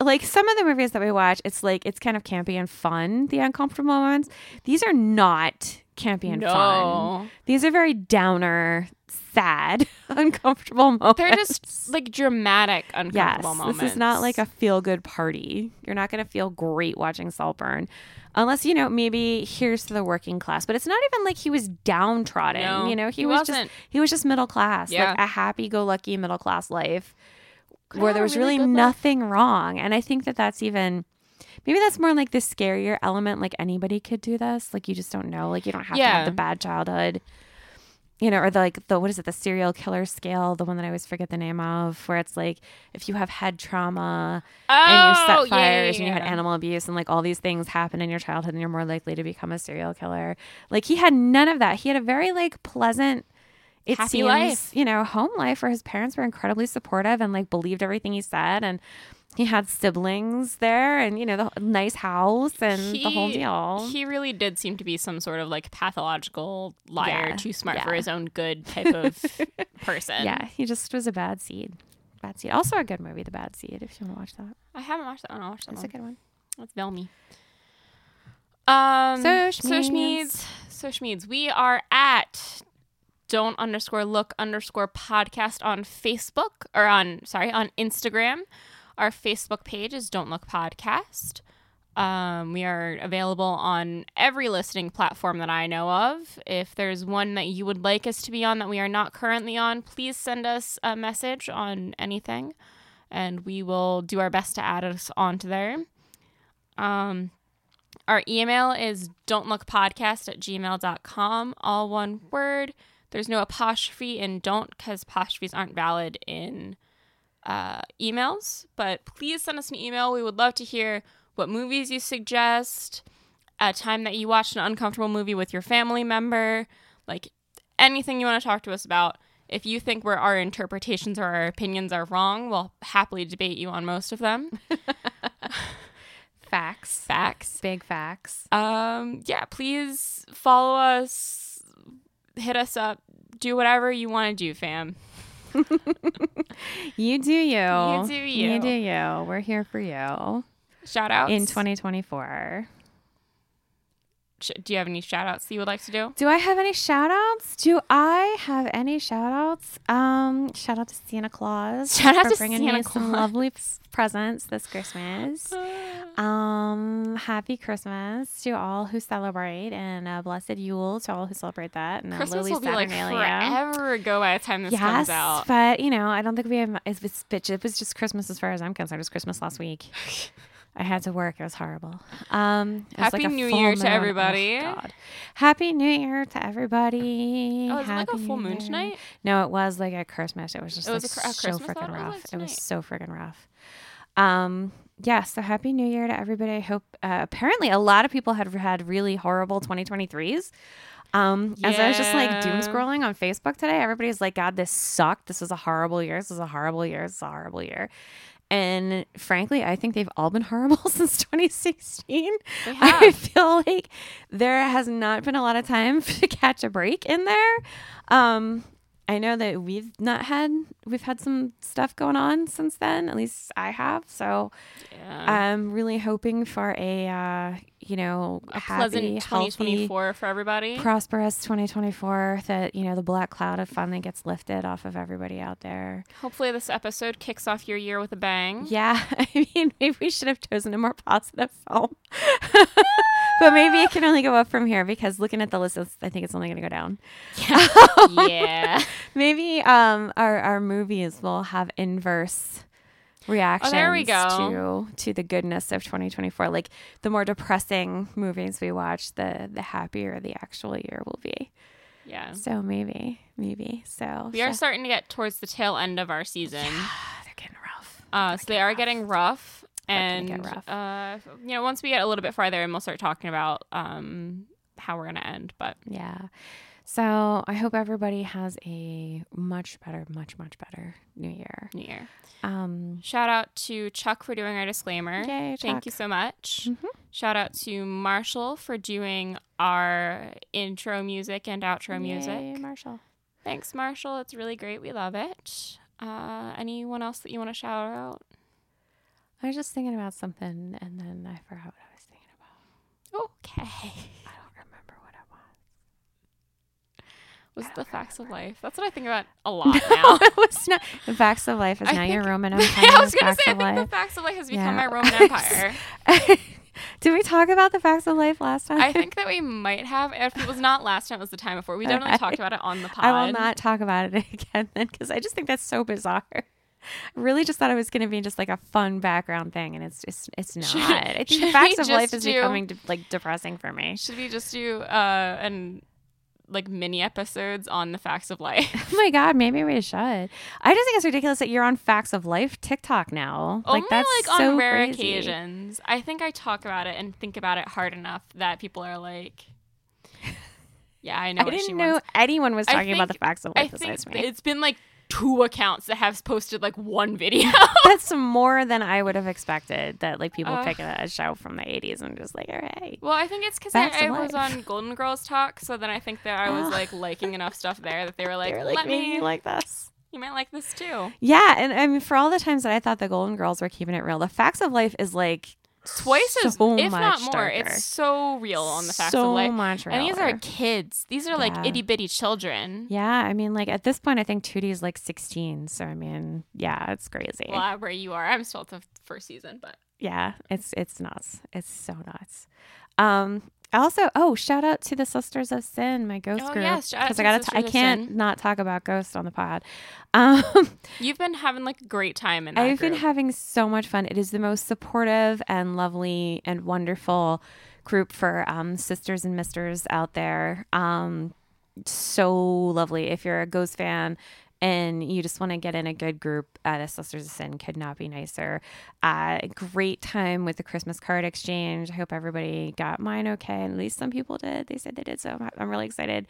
Speaker 3: like some of the movies that we watch. It's like it's kind of campy and fun. The uncomfortable moments. These are not campy and fun.
Speaker 2: No.
Speaker 3: These are very downer, sad, uncomfortable moments.
Speaker 2: They're just like dramatic,
Speaker 3: Yes,
Speaker 2: uncomfortable moments.
Speaker 3: this is not like a feel-good party. You're not going to feel great watching Saltburn, unless you know maybe here's to the working class. But it's not even like he was downtrodden.
Speaker 2: No,
Speaker 3: you know, he,
Speaker 2: he
Speaker 3: was
Speaker 2: wasn't.
Speaker 3: just he was just middle class,
Speaker 2: Yeah.
Speaker 3: like a happy-go-lucky middle-class life,
Speaker 2: Could've
Speaker 3: where
Speaker 2: had
Speaker 3: there
Speaker 2: a
Speaker 3: was
Speaker 2: really
Speaker 3: really,
Speaker 2: good life.
Speaker 3: nothing wrong. And I think that that's even. Maybe that's more like the scarier element. Like anybody could do this. Like you just don't know. Like you don't have to
Speaker 2: Yeah.
Speaker 3: have the bad childhood you know, or the like the what is it, the serial killer scale, the one that I always forget the name of, where it's like if you have head trauma and you
Speaker 2: Oh,
Speaker 3: set fires
Speaker 2: yeah, yeah,
Speaker 3: and you had
Speaker 2: yeah.
Speaker 3: animal abuse and like all these things happen in your childhood and you're more likely to become a serial killer. Like he had none of that. He had a very like pleasant it
Speaker 2: Happy
Speaker 3: seems,
Speaker 2: life.
Speaker 3: you know, home life where his parents were incredibly supportive and like believed everything he said and he had siblings there and you know the nice house and the whole deal.
Speaker 2: He really did seem to be some sort of like pathological liar,
Speaker 3: Yeah,
Speaker 2: too smart
Speaker 3: yeah.
Speaker 2: for his own good type of person.
Speaker 3: Yeah, he just was a bad seed. Bad seed. Also a good movie, The Bad Seed, if you want to watch that.
Speaker 2: I haven't watched that one. I'll watch that
Speaker 3: That's a
Speaker 2: one.
Speaker 3: good one.
Speaker 2: That's Velmy. Um,
Speaker 3: So
Speaker 2: Soshmeads. Soshmeads. We are at don't underscore look underscore podcast on Facebook or on, sorry, on Instagram. Our Facebook page is Don't Look Podcast. Um, we are available on every listening platform that I know of. If there's one that you would like us to be on that we are not currently on, please send us a message on anything and we will do our best to add us onto there. Um, our email is don'tlookpodcast at gmail.com, all one word. There's no apostrophe in don't because apostrophes aren't valid in uh, emails. But please send us an email. We would love to hear what movies you suggest, a time that you watched an uncomfortable movie with your family member, like anything you want to talk to us about. If you think where our interpretations or our opinions are wrong, we'll happily debate you on most of them.
Speaker 3: Facts.
Speaker 2: Facts.
Speaker 3: Big facts.
Speaker 2: um yeah please follow us hit us up do whatever you want to do fam
Speaker 3: You do you. You
Speaker 2: do you.
Speaker 3: You do you. We're here for you
Speaker 2: shout outs
Speaker 3: in 2024.
Speaker 2: Sh- do you have any shout outs that you would like to do
Speaker 3: Do I have any shout outs? Do I have any shout outs? Um, shout out to Santa Claus.
Speaker 2: Shout out
Speaker 3: for
Speaker 2: to
Speaker 3: bringing
Speaker 2: Santa
Speaker 3: me some
Speaker 2: Claus.
Speaker 3: lovely p- presents this Christmas.
Speaker 2: Ah.
Speaker 3: Um, happy Christmas to all who celebrate and a blessed Yule to all who celebrate that. And a
Speaker 2: christmas
Speaker 3: lowly
Speaker 2: will be like
Speaker 3: Uh, Saturnalia.
Speaker 2: forever ago by the time this comes out
Speaker 3: but you know, I don't think we have. It's, it's bitch. It was just Christmas, as far as I'm concerned. It was Christmas last week. I had to work. It was horrible. Um, it was like
Speaker 2: Happy
Speaker 3: a
Speaker 2: New
Speaker 3: full
Speaker 2: Year to
Speaker 3: moon. Oh,
Speaker 2: everybody.
Speaker 3: God. Happy New Year to everybody.
Speaker 2: Oh, is it like a
Speaker 3: Happy
Speaker 2: full
Speaker 3: New
Speaker 2: moon
Speaker 3: Year.
Speaker 2: tonight?
Speaker 3: No, it was like at Christmas. It was just
Speaker 2: It was
Speaker 3: like,
Speaker 2: a cr- at
Speaker 3: so
Speaker 2: Christmas? I
Speaker 3: freaking
Speaker 2: thought it was,
Speaker 3: rough.
Speaker 2: like,
Speaker 3: It was
Speaker 2: tonight.
Speaker 3: so freaking rough. Um, yeah. So happy New Year to everybody. I hope. Uh, apparently, a lot of people had had really horrible 2023s. Um, As I was just like doom
Speaker 2: Yeah.
Speaker 3: scrolling on Facebook today, everybody's like, God, this sucked. This was a horrible year. This was a horrible year. This is a horrible year. And frankly, I think they've all been horrible since 2016. I
Speaker 2: have.
Speaker 3: feel like there has not been a lot of time to catch a break in there. Um, I know that we've not had we've had some stuff going on since then. At least I have. So I'm really hoping for a uh, you know
Speaker 2: a
Speaker 3: happy,
Speaker 2: pleasant
Speaker 3: healthy,
Speaker 2: 2024 for everybody.
Speaker 3: prosperous 2024 that you know the black cloud of fun that gets lifted off of everybody out there
Speaker 2: Hopefully, this episode kicks off your year with a bang.
Speaker 3: yeah i mean maybe we should have chosen a more positive film but maybe it can only go up from here because looking at the list it's- i think it's only going to go down
Speaker 2: yeah.
Speaker 3: maybe um our, our movies will have inverse reactions
Speaker 2: Oh, we go.
Speaker 3: to to the goodness of 2024 like the more depressing movies we watch the the happier the actual year will be
Speaker 2: Yeah.
Speaker 3: so maybe maybe so
Speaker 2: We are
Speaker 3: so-
Speaker 2: starting to get towards the tail end of our season.
Speaker 3: they're getting rough
Speaker 2: Uh, so they are getting rough. And,
Speaker 3: can get rough.
Speaker 2: Uh, you know, once we get a little bit farther in, we'll start talking about um, how we're going to end. But
Speaker 3: Yeah. So I hope everybody has a much better, much, much better new year.
Speaker 2: new year.
Speaker 3: Um,
Speaker 2: Shout out to Chuck for doing our disclaimer.
Speaker 3: Yay,
Speaker 2: Thank
Speaker 3: Chuck. Mm-hmm.
Speaker 2: you so much. Shout out to Marshall for doing our intro music and outro
Speaker 3: yay,
Speaker 2: music.
Speaker 3: Marshall.
Speaker 2: Thanks, Marshall. It's really great. We love it. Uh, anyone else that you want to shout out?
Speaker 3: I was just thinking about something and then I forgot what I was thinking about.
Speaker 2: Okay.
Speaker 3: I don't remember what it was.
Speaker 2: Was it the facts of life? That's what I think about a lot now.
Speaker 3: it was not. The facts of life is
Speaker 2: I
Speaker 3: now your
Speaker 2: think-
Speaker 3: Roman Empire.
Speaker 2: I was
Speaker 3: the
Speaker 2: gonna
Speaker 3: facts
Speaker 2: say I
Speaker 3: of
Speaker 2: think the
Speaker 3: life.
Speaker 2: facts of life has become
Speaker 3: Yeah.
Speaker 2: my Roman Empire.
Speaker 3: Did we talk about the facts of life last time?
Speaker 2: I think that we might have. If it was not last time, it was the time before. We definitely
Speaker 3: Okay.
Speaker 2: talked about it on the pod.
Speaker 3: I will not talk about it again then because I just think that's so bizarre. I really just thought it was going to be just like a fun background thing, and it's just it's not. I think
Speaker 2: should
Speaker 3: the
Speaker 2: we
Speaker 3: facts of life
Speaker 2: just
Speaker 3: is
Speaker 2: do-
Speaker 3: becoming de- like depressing for me.
Speaker 2: Should we just do uh and like mini episodes on the facts of life?
Speaker 3: Oh my god, maybe we should. I just think it's ridiculous that you're on facts of life TikTok now.
Speaker 2: Only
Speaker 3: like that's
Speaker 2: like on
Speaker 3: so
Speaker 2: rare
Speaker 3: crazy.
Speaker 2: occasions. I think I talk about it and think about it hard enough that people are like, "Yeah, I know."
Speaker 3: I
Speaker 2: what she
Speaker 3: didn't know
Speaker 2: wants."
Speaker 3: anyone was
Speaker 2: I
Speaker 3: talking about the
Speaker 2: think-
Speaker 3: facts of
Speaker 2: I
Speaker 3: life
Speaker 2: think
Speaker 3: besides me.
Speaker 2: it's been like two accounts that have posted like one video.
Speaker 3: That's more than I would have expected. That like people
Speaker 2: Ugh.
Speaker 3: pick a, a show from the '80s and just like, all right,
Speaker 2: Well, I think it's because
Speaker 3: Facts
Speaker 2: I, I
Speaker 3: of
Speaker 2: was
Speaker 3: life.
Speaker 2: on Golden Girls Talk, so then I think that I was like liking enough stuff there that they were like,
Speaker 3: they're like
Speaker 2: "Let
Speaker 3: making
Speaker 2: me,
Speaker 3: you like this.
Speaker 2: you might like this too."
Speaker 3: Yeah, and I mean, for all the times that I thought the Golden Girls were keeping it real, the facts of life is like
Speaker 2: Twice as,
Speaker 3: so
Speaker 2: if not
Speaker 3: much
Speaker 2: more,
Speaker 3: darker.
Speaker 2: it's so real on the facts
Speaker 3: So
Speaker 2: of life.
Speaker 3: much
Speaker 2: and these are
Speaker 3: realer.
Speaker 2: kids; these are like
Speaker 3: Yeah.
Speaker 2: itty bitty children.
Speaker 3: yeah. I mean, like at this point, I think Tootie is like sixteen, so I mean, yeah, it's crazy.
Speaker 2: Well, I- where you are, I'm still at the first season, but
Speaker 3: Yeah, it's it's nuts. It's so nuts. Um, also, oh, shout out to the Sisters of Sin, my ghost
Speaker 2: Oh,
Speaker 3: group,
Speaker 2: yes, shout out to
Speaker 3: I
Speaker 2: the
Speaker 3: gotta, t- I
Speaker 2: Sisters of
Speaker 3: can't
Speaker 2: Sin.
Speaker 3: not talk about Ghost on the pod. Um,
Speaker 2: you've been having like a great time in. That
Speaker 3: I've been
Speaker 2: group.
Speaker 3: having so much fun. It is the most supportive and lovely and wonderful group for um, sisters and misters out there. Um, so lovely. If you're a Ghost fan and you just want to get in a good group, uh, the Sisters of Sin could not be nicer. Uh, great time with the Christmas card exchange. I hope everybody got mine okay. At least some people did. They said they did. So I'm, I'm really excited.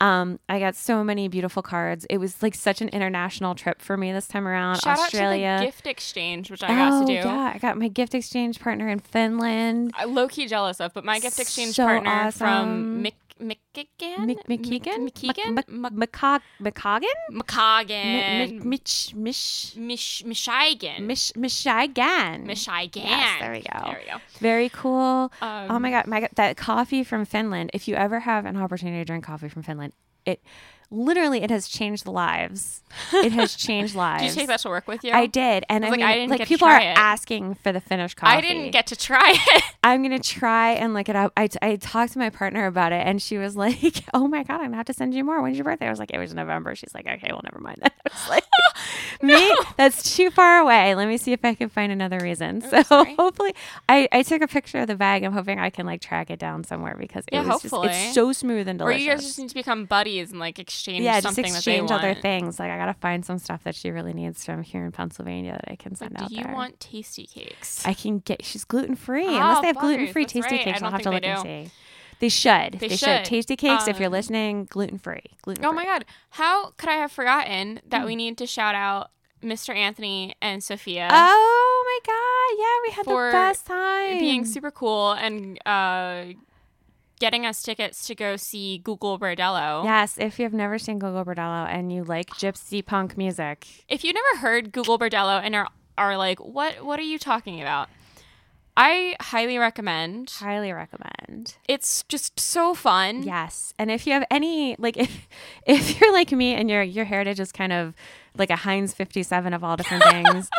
Speaker 3: Um, I got so many beautiful cards. It was like such an international trip for me this time around.
Speaker 2: Shout
Speaker 3: Australia. Oh,
Speaker 2: out to the gift exchange, which I got to do.
Speaker 3: Yeah, I got my gift exchange partner in Finland.
Speaker 2: I low key jealous of, but my gift exchange
Speaker 3: So
Speaker 2: partner
Speaker 3: awesome.
Speaker 2: from Mick McKeegan,
Speaker 3: Mc- McKeegan?
Speaker 2: McKeegan,
Speaker 3: Mc- Mc- McCog- McCoggan? Mi- mi-
Speaker 2: McCagan,
Speaker 3: Mitch, Mish,
Speaker 2: Mish Mishigan.
Speaker 3: Mish, Mishigan.
Speaker 2: Mishigan.
Speaker 3: Yes, there we go.
Speaker 2: There we go.
Speaker 3: Very cool. oh
Speaker 2: Um,
Speaker 3: my god, my god, that coffee from Finland. If you ever have an opportunity to drink coffee from Finland, it literally it has changed the lives. It has changed lives.
Speaker 2: Did you take that to work with you?
Speaker 3: I did, and I,
Speaker 2: I was
Speaker 3: mean,
Speaker 2: like, I didn't
Speaker 3: like
Speaker 2: get to
Speaker 3: people
Speaker 2: try
Speaker 3: are
Speaker 2: it.
Speaker 3: asking for the Finnish coffee.
Speaker 2: I didn't get to try it.
Speaker 3: I'm gonna try and look it up. I, I talked to my partner about it, and she was like, "Oh my god, I'm gonna have to send you more. When's your birthday?" I was like, "It was November." She's like, "Okay, well, never mind." I was like, "Me, that's too far away. Let me see if I can find another reason." so
Speaker 2: Mm, sorry.
Speaker 3: hopefully, I, I took a picture of the bag. I'm hoping I can like track it down somewhere because it
Speaker 2: Yeah,
Speaker 3: was just,
Speaker 2: hopefully.
Speaker 3: it's so smooth and
Speaker 2: or
Speaker 3: delicious.
Speaker 2: you guys just need to become buddies and like exchange
Speaker 3: yeah, just
Speaker 2: something
Speaker 3: exchange
Speaker 2: that they
Speaker 3: other
Speaker 2: want.
Speaker 3: things. Like I gotta find some stuff that she really needs from here in Pennsylvania that I can
Speaker 2: Like,
Speaker 3: send out
Speaker 2: do you
Speaker 3: there.
Speaker 2: want tasty cakes?
Speaker 3: I can get. She's gluten free.
Speaker 2: Oh,
Speaker 3: Unless they have
Speaker 2: buggers.
Speaker 3: gluten free
Speaker 2: That's
Speaker 3: tasty
Speaker 2: right.
Speaker 3: cakes,
Speaker 2: I
Speaker 3: I'll
Speaker 2: don't
Speaker 3: have to look
Speaker 2: think
Speaker 3: and
Speaker 2: they
Speaker 3: see. They should.
Speaker 2: They
Speaker 3: They,
Speaker 2: should.
Speaker 3: should. Tasty cakes, if you're
Speaker 2: Um,
Speaker 3: listening, gluten free. Gluten.
Speaker 2: Oh my god. How could I have forgotten that
Speaker 3: Hmm.
Speaker 2: we need to shout out Mr. Anthony and Sophia
Speaker 3: Oh my god! Yeah, we had
Speaker 2: For
Speaker 3: the best time.
Speaker 2: being super cool and uh, getting us tickets to go see Google Bordello.
Speaker 3: Yes, if you've never seen Gogo Bordello and you like gypsy punk music,
Speaker 2: If you never heard Google Bordello and are are like, what what are you talking about? I highly recommend.
Speaker 3: highly recommend.
Speaker 2: It's just so fun.
Speaker 3: Yes, and if you have any like, if if you're like me and your your heritage is kind of like a Heinz 57 of all different things,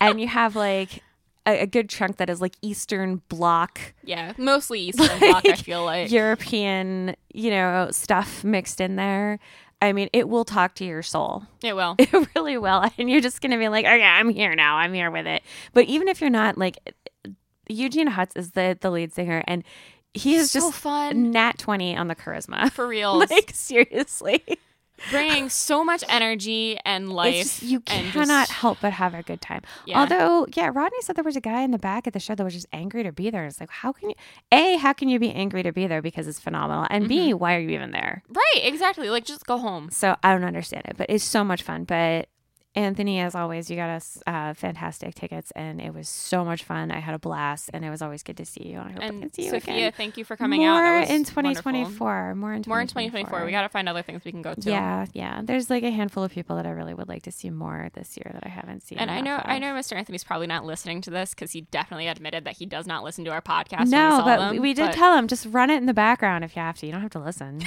Speaker 3: and you have like a, a good chunk that is like Eastern Bloc
Speaker 2: Yeah. Mostly Eastern Bloc, I feel like.
Speaker 3: European, you know, stuff mixed in there. I mean, it will talk to your soul.
Speaker 2: It will.
Speaker 3: It really will. And you're just going to be like, okay, I'm here now. I'm here with it. But even if you're not, like, Eugene Hutz is the, the lead singer, and he is
Speaker 2: So
Speaker 3: just
Speaker 2: fun.
Speaker 3: nat 20 on the charisma.
Speaker 2: For real.
Speaker 3: like, seriously.
Speaker 2: bringing so much energy and life.
Speaker 3: It's just, you
Speaker 2: and
Speaker 3: cannot
Speaker 2: just-
Speaker 3: help but have a good time.
Speaker 2: Yeah.
Speaker 3: Although, yeah, Rodney said there was a guy in the back at the show that was just angry to be there. It's like, how can you, A, how can you be angry to be there because it's phenomenal? And B,
Speaker 2: Mm-hmm.
Speaker 3: why are you even there?
Speaker 2: Right, exactly. Like just go home.
Speaker 3: So I don't understand it, but it's so much fun. But Anthony, as always, you got us uh, fantastic tickets, and it was so much fun. I had a blast, and it was always good to see you. And I hope I
Speaker 2: And
Speaker 3: can see you
Speaker 2: Sophia,
Speaker 3: again.
Speaker 2: thank you for coming
Speaker 3: More
Speaker 2: out. That was
Speaker 3: in
Speaker 2: wonderful.
Speaker 3: 2024. More in 2024.
Speaker 2: More in 2024. We got to find other things we can go to.
Speaker 3: Yeah, yeah. There's like a handful of people that I really would like to see more this year that I haven't seen.
Speaker 2: And I know,
Speaker 3: enough
Speaker 2: I
Speaker 3: of.
Speaker 2: know, Mr. Anthony's probably not listening to this because he definitely admitted that he does not listen to our podcast. when we
Speaker 3: No,
Speaker 2: saw
Speaker 3: but
Speaker 2: them,
Speaker 3: we, we did
Speaker 2: but
Speaker 3: tell him just run it in the background if you have to. You don't have to listen.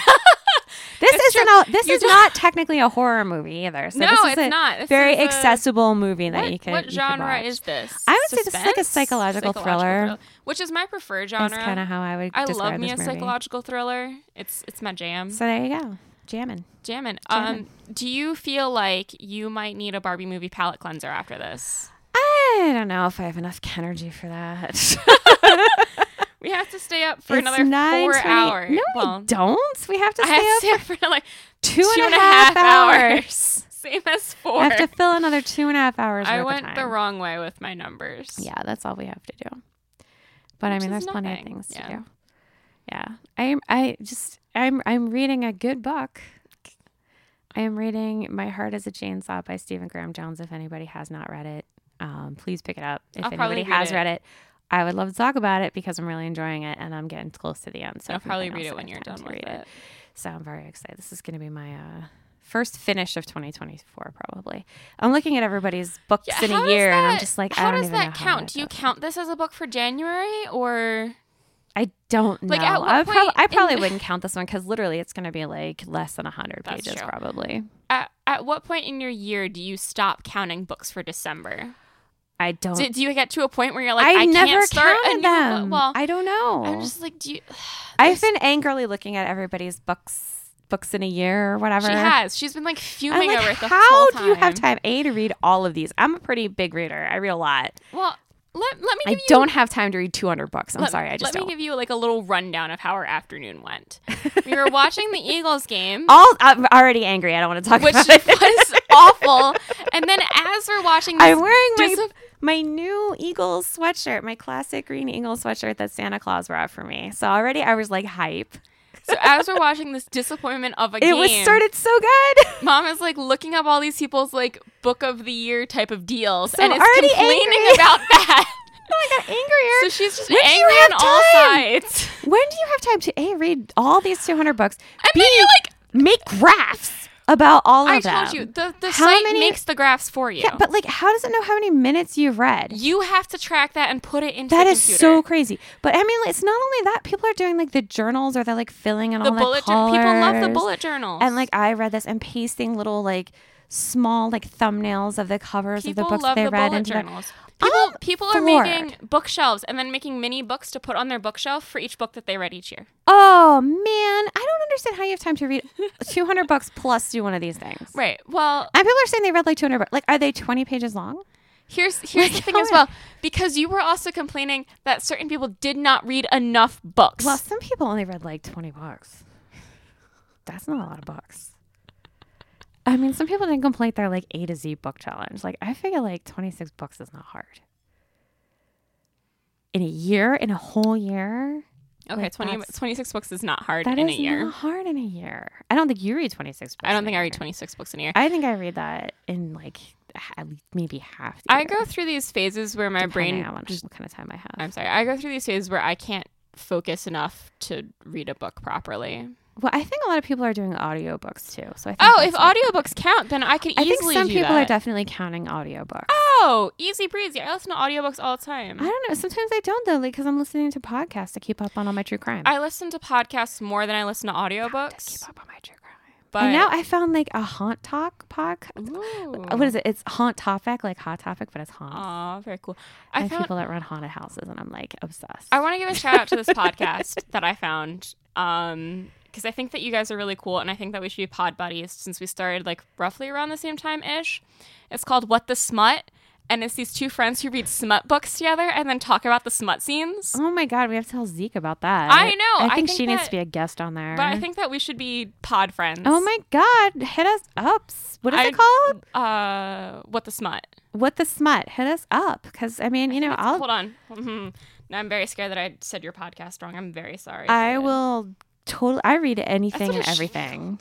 Speaker 3: this
Speaker 2: It's
Speaker 3: isn't
Speaker 2: true.
Speaker 3: a, this
Speaker 2: You
Speaker 3: is
Speaker 2: don't-
Speaker 3: not technically a horror movie either. So
Speaker 2: No,
Speaker 3: this is
Speaker 2: it's
Speaker 3: a
Speaker 2: not. This
Speaker 3: very
Speaker 2: is a-
Speaker 3: accessible movie that
Speaker 2: What,
Speaker 3: you could.
Speaker 2: what
Speaker 3: you could
Speaker 2: genre
Speaker 3: watch.
Speaker 2: is this?
Speaker 3: I would say this is like a
Speaker 2: Suspense?
Speaker 3: psychological thriller.
Speaker 2: which is my preferred
Speaker 3: That's
Speaker 2: genre.
Speaker 3: kind of how I would.
Speaker 2: I
Speaker 3: describe
Speaker 2: love me
Speaker 3: this
Speaker 2: a
Speaker 3: movie.
Speaker 2: psychological thriller. It's it's my jam.
Speaker 3: So there you go, jamming.
Speaker 2: Jammin. Um, do you feel like you might need a Barbie movie palette cleanser after this?
Speaker 3: I don't know if I have enough energy for that.
Speaker 2: We have to stay up for
Speaker 3: It's
Speaker 2: another four
Speaker 3: 9:20.
Speaker 2: hours.
Speaker 3: No,
Speaker 2: well,
Speaker 3: we don't. We have to
Speaker 2: I
Speaker 3: stay
Speaker 2: have
Speaker 3: up
Speaker 2: to stay up for like
Speaker 3: two
Speaker 2: two
Speaker 3: and a half
Speaker 2: hours.
Speaker 3: hours.
Speaker 2: Same as four.
Speaker 3: I have to fill another two and a half hours.
Speaker 2: I
Speaker 3: worth of
Speaker 2: went the
Speaker 3: time.
Speaker 2: wrong way with my numbers.
Speaker 3: Yeah, that's all we have to do. But I
Speaker 2: Which
Speaker 3: mean,
Speaker 2: is
Speaker 3: there's plenty of
Speaker 2: nothing.
Speaker 3: things
Speaker 2: Yeah.
Speaker 3: to do. Yeah, I'm. I just. I'm. I'm reading a good book. I am reading "My Heart Is a Chainsaw" by Stephen Graham Jones. If anybody has not read it, um, please pick it up. If
Speaker 2: I'll probably
Speaker 3: anybody
Speaker 2: read
Speaker 3: has
Speaker 2: it.
Speaker 3: read it, I would love to talk about it because I'm really enjoying it, and I'm getting close to the end. So
Speaker 2: I'll
Speaker 3: if
Speaker 2: probably
Speaker 3: nothing
Speaker 2: read it
Speaker 3: else, I
Speaker 2: when
Speaker 3: have
Speaker 2: you're
Speaker 3: time
Speaker 2: done
Speaker 3: to
Speaker 2: with
Speaker 3: read
Speaker 2: it.
Speaker 3: So I'm very excited. This is going to be my uh, first finish of 2024, probably. I'm looking at everybody's books
Speaker 2: Yeah,
Speaker 3: in
Speaker 2: how
Speaker 3: a
Speaker 2: does
Speaker 3: year, and I'm
Speaker 2: that-
Speaker 3: just like,
Speaker 2: how
Speaker 3: I don't
Speaker 2: does
Speaker 3: even
Speaker 2: that
Speaker 3: know how I'm
Speaker 2: count?
Speaker 3: gonna
Speaker 2: Do you
Speaker 3: it.
Speaker 2: count this as a book for January or?
Speaker 3: I don't know.
Speaker 2: Like, at what
Speaker 3: I, prob-
Speaker 2: point
Speaker 3: I probably
Speaker 2: in-
Speaker 3: wouldn't count this one because literally it's going to be like less than 100
Speaker 2: That's
Speaker 3: pages,
Speaker 2: true.
Speaker 3: probably.
Speaker 2: At, at what point in your year do you stop counting books for December?
Speaker 3: I don't.
Speaker 2: Do, do you get to a point where you're like, I,
Speaker 3: Oh. I, never
Speaker 2: can't start a new
Speaker 3: counted
Speaker 2: book?
Speaker 3: them.
Speaker 2: Well,
Speaker 3: I don't know.
Speaker 2: I'm just like, do you?
Speaker 3: I've been angrily looking at everybody's books books in a year or whatever.
Speaker 2: She has. She's been like
Speaker 3: I'm
Speaker 2: fuming
Speaker 3: like,
Speaker 2: over it the
Speaker 3: how
Speaker 2: whole
Speaker 3: do you have
Speaker 2: time.
Speaker 3: time a to read all of these? I'm a pretty big reader. I read a lot.
Speaker 2: Well, let, let me. Give
Speaker 3: I
Speaker 2: you,
Speaker 3: don't have time to read 200 books. I'm
Speaker 2: let-
Speaker 3: sorry, I just
Speaker 2: let
Speaker 3: don't.
Speaker 2: me give you like a little rundown of how our afternoon went. We were watching the Eagles game,
Speaker 3: all I'm already angry. I don't want to talk
Speaker 2: which
Speaker 3: about it.
Speaker 2: was awful. And then as we're watching, this
Speaker 3: I'm wearing my
Speaker 2: dis-
Speaker 3: my new Eagles sweatshirt, my classic green Eagles sweatshirt that Santa Claus brought for me. So already I was like hype.
Speaker 2: so as we're watching this disappointment of a
Speaker 3: It
Speaker 2: game,
Speaker 3: was started so good.
Speaker 2: Mom is like looking up all these people's like book of the year type of deals,
Speaker 3: So
Speaker 2: and
Speaker 3: I'm
Speaker 2: is
Speaker 3: already
Speaker 2: complaining
Speaker 3: angry.
Speaker 2: about that.
Speaker 3: I got angrier.
Speaker 2: So she's just
Speaker 3: When do you
Speaker 2: angry on
Speaker 3: have
Speaker 2: all
Speaker 3: time?
Speaker 2: sides.
Speaker 3: when do you have time to a read all these 200 books?
Speaker 2: And then you're like,
Speaker 3: make graphs about all of
Speaker 2: I
Speaker 3: them.
Speaker 2: told you the the
Speaker 3: How
Speaker 2: site
Speaker 3: many-
Speaker 2: makes the graphs for you.
Speaker 3: Yeah, but like, how does it know how many minutes you've read?
Speaker 2: You have to track that and put it into
Speaker 3: That
Speaker 2: the
Speaker 3: is
Speaker 2: computer.
Speaker 3: so crazy. But I mean, it's not only that people are doing like the journals, or they're like filling in
Speaker 2: The
Speaker 3: all
Speaker 2: bullet
Speaker 3: the colors.
Speaker 2: journal. People love the bullet journals.
Speaker 3: And like I read this and pasting little like small like thumbnails of the covers
Speaker 2: people
Speaker 3: of the books
Speaker 2: love
Speaker 3: they
Speaker 2: the
Speaker 3: read
Speaker 2: bullet
Speaker 3: into the-
Speaker 2: journals.
Speaker 3: I'm
Speaker 2: People people are
Speaker 3: floored.
Speaker 2: making bookshelves and then making mini books to put on their bookshelf for each book that they read each year.
Speaker 3: Oh man, I don't understand how you have time to read 200 books plus do one of these things.
Speaker 2: Right. Well,
Speaker 3: And people are saying they read like 200 books. Like are they 20 pages long?
Speaker 2: here's here's the thing
Speaker 3: how
Speaker 2: as
Speaker 3: is-
Speaker 2: well because you were also complaining that certain people did not read enough books.
Speaker 3: Well, some people only read like 20 books. That's not a lot of books. I mean, some people didn't complete their like A to Z book challenge. Like I figure like 26 books is not hard. In a year, in a whole year,
Speaker 2: Okay,
Speaker 3: Like,
Speaker 2: 20,
Speaker 3: that's-
Speaker 2: 26 books is not hard
Speaker 3: That
Speaker 2: in
Speaker 3: is
Speaker 2: a year.
Speaker 3: not hard in a year. I don't think you read 26 books.
Speaker 2: I don't
Speaker 3: in a
Speaker 2: think I read
Speaker 3: year.
Speaker 2: 26 books in a year. I,
Speaker 3: I think I read that in like h- at least maybe half. The year,
Speaker 2: go through these phases where my
Speaker 3: depending
Speaker 2: brain
Speaker 3: on what-
Speaker 2: just
Speaker 3: what kind of time I have.
Speaker 2: I'm sorry. I go through these phases where I can't focus enough to read a book properly.
Speaker 3: Well, I think a lot of people are doing audiobooks too. So I think
Speaker 2: Oh,
Speaker 3: that's
Speaker 2: if
Speaker 3: like-
Speaker 2: audiobooks count, then I could
Speaker 3: I
Speaker 2: easily
Speaker 3: think some
Speaker 2: do
Speaker 3: people are
Speaker 2: that.
Speaker 3: definitely counting audiobooks.
Speaker 2: Oh, easy breezy. I listen to audiobooks all the time.
Speaker 3: I don't know. Sometimes I don't though, like because I'm listening to podcasts to keep up on all my true crime.
Speaker 2: I listen to podcasts more than I listen to audiobooks.
Speaker 3: keep up on my true crime.
Speaker 2: But
Speaker 3: and now I found like a haunt talk podcast. What is it? It's haunt topic, like hot topic, but it's haunt.
Speaker 2: Aw, very cool.
Speaker 3: I
Speaker 2: I found
Speaker 3: people that run haunted houses, and I'm like obsessed.
Speaker 2: I want to give a shout out to this podcast that I found. Um because I think that you guys are really cool, and I think that we should be pod buddies since we started like roughly around the same time ish. It's called What the Smut, and it's these two friends who read smut books together and then talk about the smut scenes.
Speaker 3: Oh my god, we have to tell Zeke about that.
Speaker 2: I know,
Speaker 3: I
Speaker 2: I
Speaker 3: think
Speaker 2: think
Speaker 3: she needs
Speaker 2: that-
Speaker 3: to be a guest on there.
Speaker 2: But I think that we should be pod friends.
Speaker 3: Oh my god, hit us up. What is
Speaker 2: I-
Speaker 3: it called?
Speaker 2: Uh, what the smut?
Speaker 3: What the smut? Hit us up, because I mean, you know, I'll
Speaker 2: Hold on. Mhm. Now I'm very scared that I said your podcast wrong. I'm very sorry.
Speaker 3: I
Speaker 2: David.
Speaker 3: will totally. I read anything
Speaker 2: what
Speaker 3: and
Speaker 2: I sh-
Speaker 3: everything,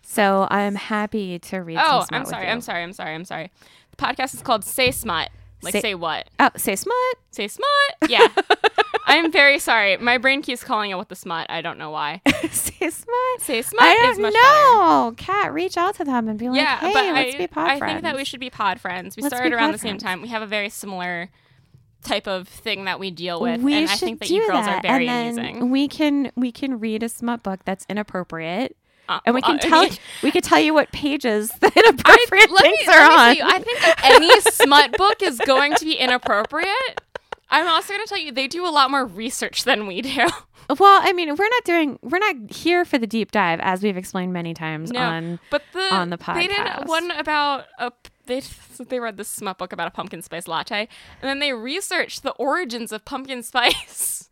Speaker 3: so I'm happy to read. some
Speaker 2: Oh,
Speaker 3: smut
Speaker 2: I'm
Speaker 3: with
Speaker 2: sorry.
Speaker 3: you.
Speaker 2: I'm sorry. I'm sorry. I'm sorry. The podcast is called Say Smut. Like
Speaker 3: Say-
Speaker 2: say, what?
Speaker 3: Oh, say smut.
Speaker 2: Say smut. Yeah. I'm very sorry. My brain keeps calling it what the smut. I don't know why.
Speaker 3: say smut.
Speaker 2: Say smut
Speaker 3: I
Speaker 2: is
Speaker 3: don't
Speaker 2: much better.
Speaker 3: know. Cat, reach out to them and be like,
Speaker 2: Yeah,
Speaker 3: "Hey,
Speaker 2: but
Speaker 3: let's
Speaker 2: I,
Speaker 3: be pod
Speaker 2: I
Speaker 3: friends."
Speaker 2: think that we should be pod friends. We
Speaker 3: Let's be
Speaker 2: started around
Speaker 3: pod
Speaker 2: the same
Speaker 3: friends.
Speaker 2: time. We have a very similar type of thing that we deal with,
Speaker 3: We
Speaker 2: and
Speaker 3: should
Speaker 2: I think that
Speaker 3: do
Speaker 2: you girls
Speaker 3: that,
Speaker 2: are very
Speaker 3: and then
Speaker 2: amazing.
Speaker 3: we can we can read a smut book that's inappropriate,
Speaker 2: Uh,
Speaker 3: and we
Speaker 2: well,
Speaker 3: can
Speaker 2: I
Speaker 3: tell
Speaker 2: mean-
Speaker 3: we could tell you what pages the inappropriate
Speaker 2: let
Speaker 3: things
Speaker 2: me,
Speaker 3: are
Speaker 2: let
Speaker 3: on.
Speaker 2: me tell you, I think that any smut book is going to be inappropriate. I'm also going to tell you they do a lot more research than we do.
Speaker 3: well, I mean, we're not doing we're not here for the deep dive, as we've explained many times
Speaker 2: No,
Speaker 3: on
Speaker 2: but the
Speaker 3: on the
Speaker 2: they did
Speaker 3: podcast.
Speaker 2: one about a p- they they read this smut book about a pumpkin spice latte, and then they researched the origins of pumpkin spice.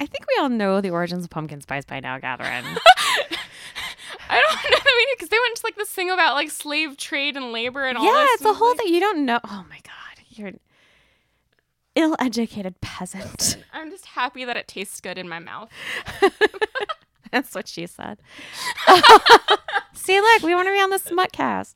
Speaker 3: I think we all know the origins of pumpkin spice by now, Catherine.
Speaker 2: I don't know because they went into like this thing about like slave trade and labor and all
Speaker 3: yeah,
Speaker 2: this.
Speaker 3: it's a
Speaker 2: and,
Speaker 3: whole
Speaker 2: like,
Speaker 3: thing. You don't know. Oh my god, you're an ill-educated peasant.
Speaker 2: I'm just happy that it tastes good in my mouth.
Speaker 3: That's what she said. See, look, we want to be on the smutcast.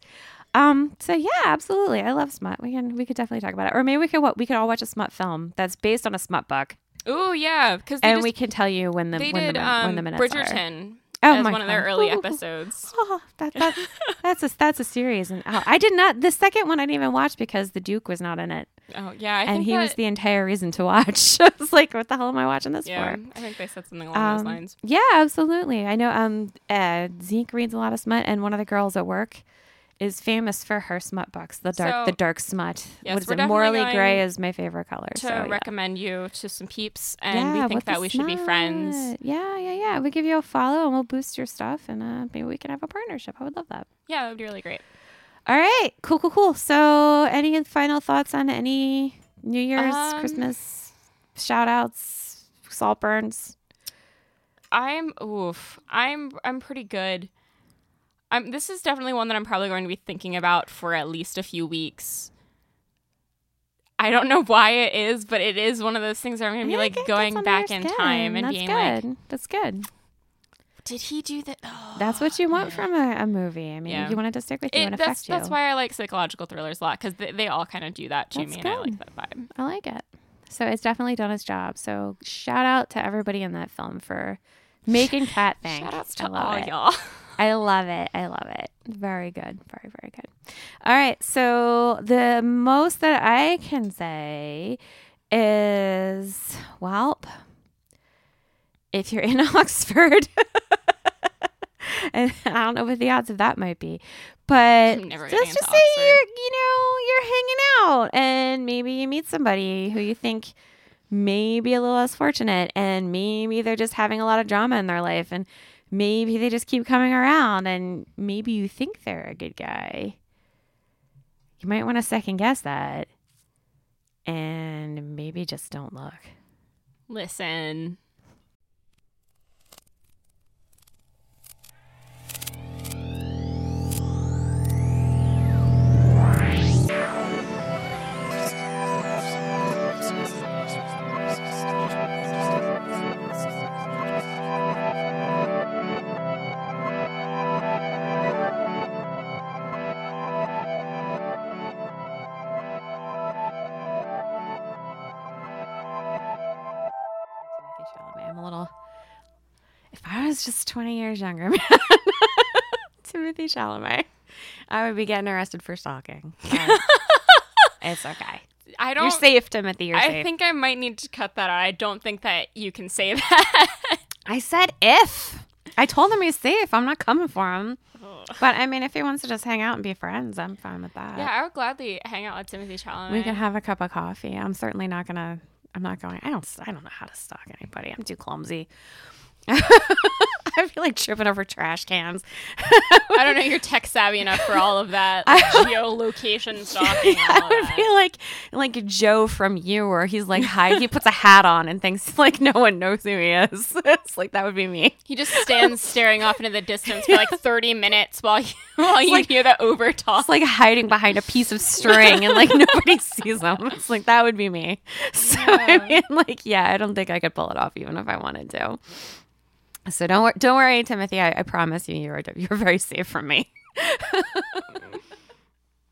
Speaker 3: Um, so yeah, absolutely. I love smut. We can we could definitely talk about it. Or maybe we could what we could all watch a smut film that's based on a smut book.
Speaker 2: Oh yeah, because
Speaker 3: and we can tell you when the
Speaker 2: they
Speaker 3: when
Speaker 2: did
Speaker 3: the min-
Speaker 2: um,
Speaker 3: when the minutes are.
Speaker 2: Bridgerton
Speaker 3: Oh
Speaker 2: as
Speaker 3: my
Speaker 2: one of their
Speaker 3: God.
Speaker 2: early episodes.
Speaker 3: Oh, that, that, that's a that's a series and oh, I did not the second one I didn't even watch because the Duke was not in it
Speaker 2: Oh yeah, I
Speaker 3: and
Speaker 2: think
Speaker 3: he was
Speaker 2: that-
Speaker 3: the entire reason to watch. I was like, what the hell am I watching this
Speaker 2: yeah.
Speaker 3: for?
Speaker 2: I think they said something along those
Speaker 3: Um,
Speaker 2: lines.
Speaker 3: Yeah, absolutely. I know um uh, Zeke reads a lot of smut, and one of the girls at work is famous for her smut books. The dark,
Speaker 2: So-
Speaker 3: the dark smut.
Speaker 2: Yes,
Speaker 3: what is
Speaker 2: we're
Speaker 3: it?
Speaker 2: definitely
Speaker 3: Morally
Speaker 2: going
Speaker 3: gray is my favorite color.
Speaker 2: To
Speaker 3: so, yeah.
Speaker 2: recommend you to some peeps, and
Speaker 3: Yeah,
Speaker 2: we think
Speaker 3: with the
Speaker 2: that we should be friends.
Speaker 3: smut. Yeah, yeah, yeah. We give you a follow, and we'll boost your stuff, and uh, maybe we can have a partnership. I would love that.
Speaker 2: Yeah, that would be really great.
Speaker 3: All right, cool, cool, cool. So, any final thoughts on any New Year's,
Speaker 2: Um,
Speaker 3: Christmas shout outs, salt burns?
Speaker 2: I'm oof. I'm I'm pretty good. I'm. This is definitely one that I'm probably going to be thinking about for at least a few weeks. I don't know why it is, but it is one of those things where I'm going to be
Speaker 3: Yeah, I
Speaker 2: like
Speaker 3: think that's
Speaker 2: going
Speaker 3: under
Speaker 2: back
Speaker 3: your
Speaker 2: in time
Speaker 3: skin.
Speaker 2: and
Speaker 3: That's
Speaker 2: being
Speaker 3: good.
Speaker 2: like,
Speaker 3: That's good.
Speaker 2: "Did he do that?" Oh.
Speaker 3: That's what you want from a, a movie. I mean,
Speaker 2: Yeah.
Speaker 3: you want it to stick with you
Speaker 2: It-
Speaker 3: and
Speaker 2: that's
Speaker 3: affect you.
Speaker 2: that's why I like psychological thrillers a lot because they, they all kind of do that to
Speaker 3: That's
Speaker 2: me, and I like
Speaker 3: good.
Speaker 2: that vibe.
Speaker 3: I like it. So it's definitely done its job. So shout out to everybody in that film for making cat things.
Speaker 2: Shout outs
Speaker 3: I
Speaker 2: to
Speaker 3: love
Speaker 2: all
Speaker 3: it.
Speaker 2: y'all.
Speaker 3: I love it. I love it. Very good. Very, very good. All right. So the most that I can say is, well, if you're in Oxford, and I don't know what the odds of that might be, but
Speaker 2: I'm never getting
Speaker 3: let's just
Speaker 2: into
Speaker 3: say
Speaker 2: Oxford.
Speaker 3: you're, you know, you're hanging out and maybe you meet somebody who you think maybe a little less fortunate and maybe they're just having a lot of drama in their life and maybe they just keep coming around and maybe you think they're a good guy you might want to second guess that and maybe just don't look
Speaker 2: Listen.
Speaker 3: was just 20 years younger, man. Timothy Chalamet. I would be getting arrested for stalking. But it's okay.
Speaker 2: I don't.
Speaker 3: You're safe, Timothy. You're
Speaker 2: I
Speaker 3: safe.
Speaker 2: think I might need to cut that out. I don't think that you can say that.
Speaker 3: I said if. I told him he's safe. I'm not coming for him. But I mean, if he wants to just hang out and be friends, I'm fine with that.
Speaker 2: yeah, I would gladly hang out with Timothy Chalamet.
Speaker 3: Uh, We can have a cup of coffee. I'm certainly not gonna. I'm not going. I don't. I don't know how to stalk anybody. I'm too clumsy. I feel like tripping over trash cans.
Speaker 2: I don't know. You're tech savvy enough for all of that like, geolocation stalking. and all
Speaker 3: I would
Speaker 2: that.
Speaker 3: feel like like Joe from you, where he's like hi. He puts a hat on and thinks like no one knows who he is. it's like that would be me.
Speaker 2: He just stands staring off into the distance for like 30 minutes while you, while you hear the Uber talk.
Speaker 3: It's like hiding behind a piece of string and like nobody sees him. It's like that would be me. So I mean, like, yeah, I don't think I could pull it off even if I wanted to. So don't wor- don't worry, Timothy. I, I promise you, you're you're very safe from me.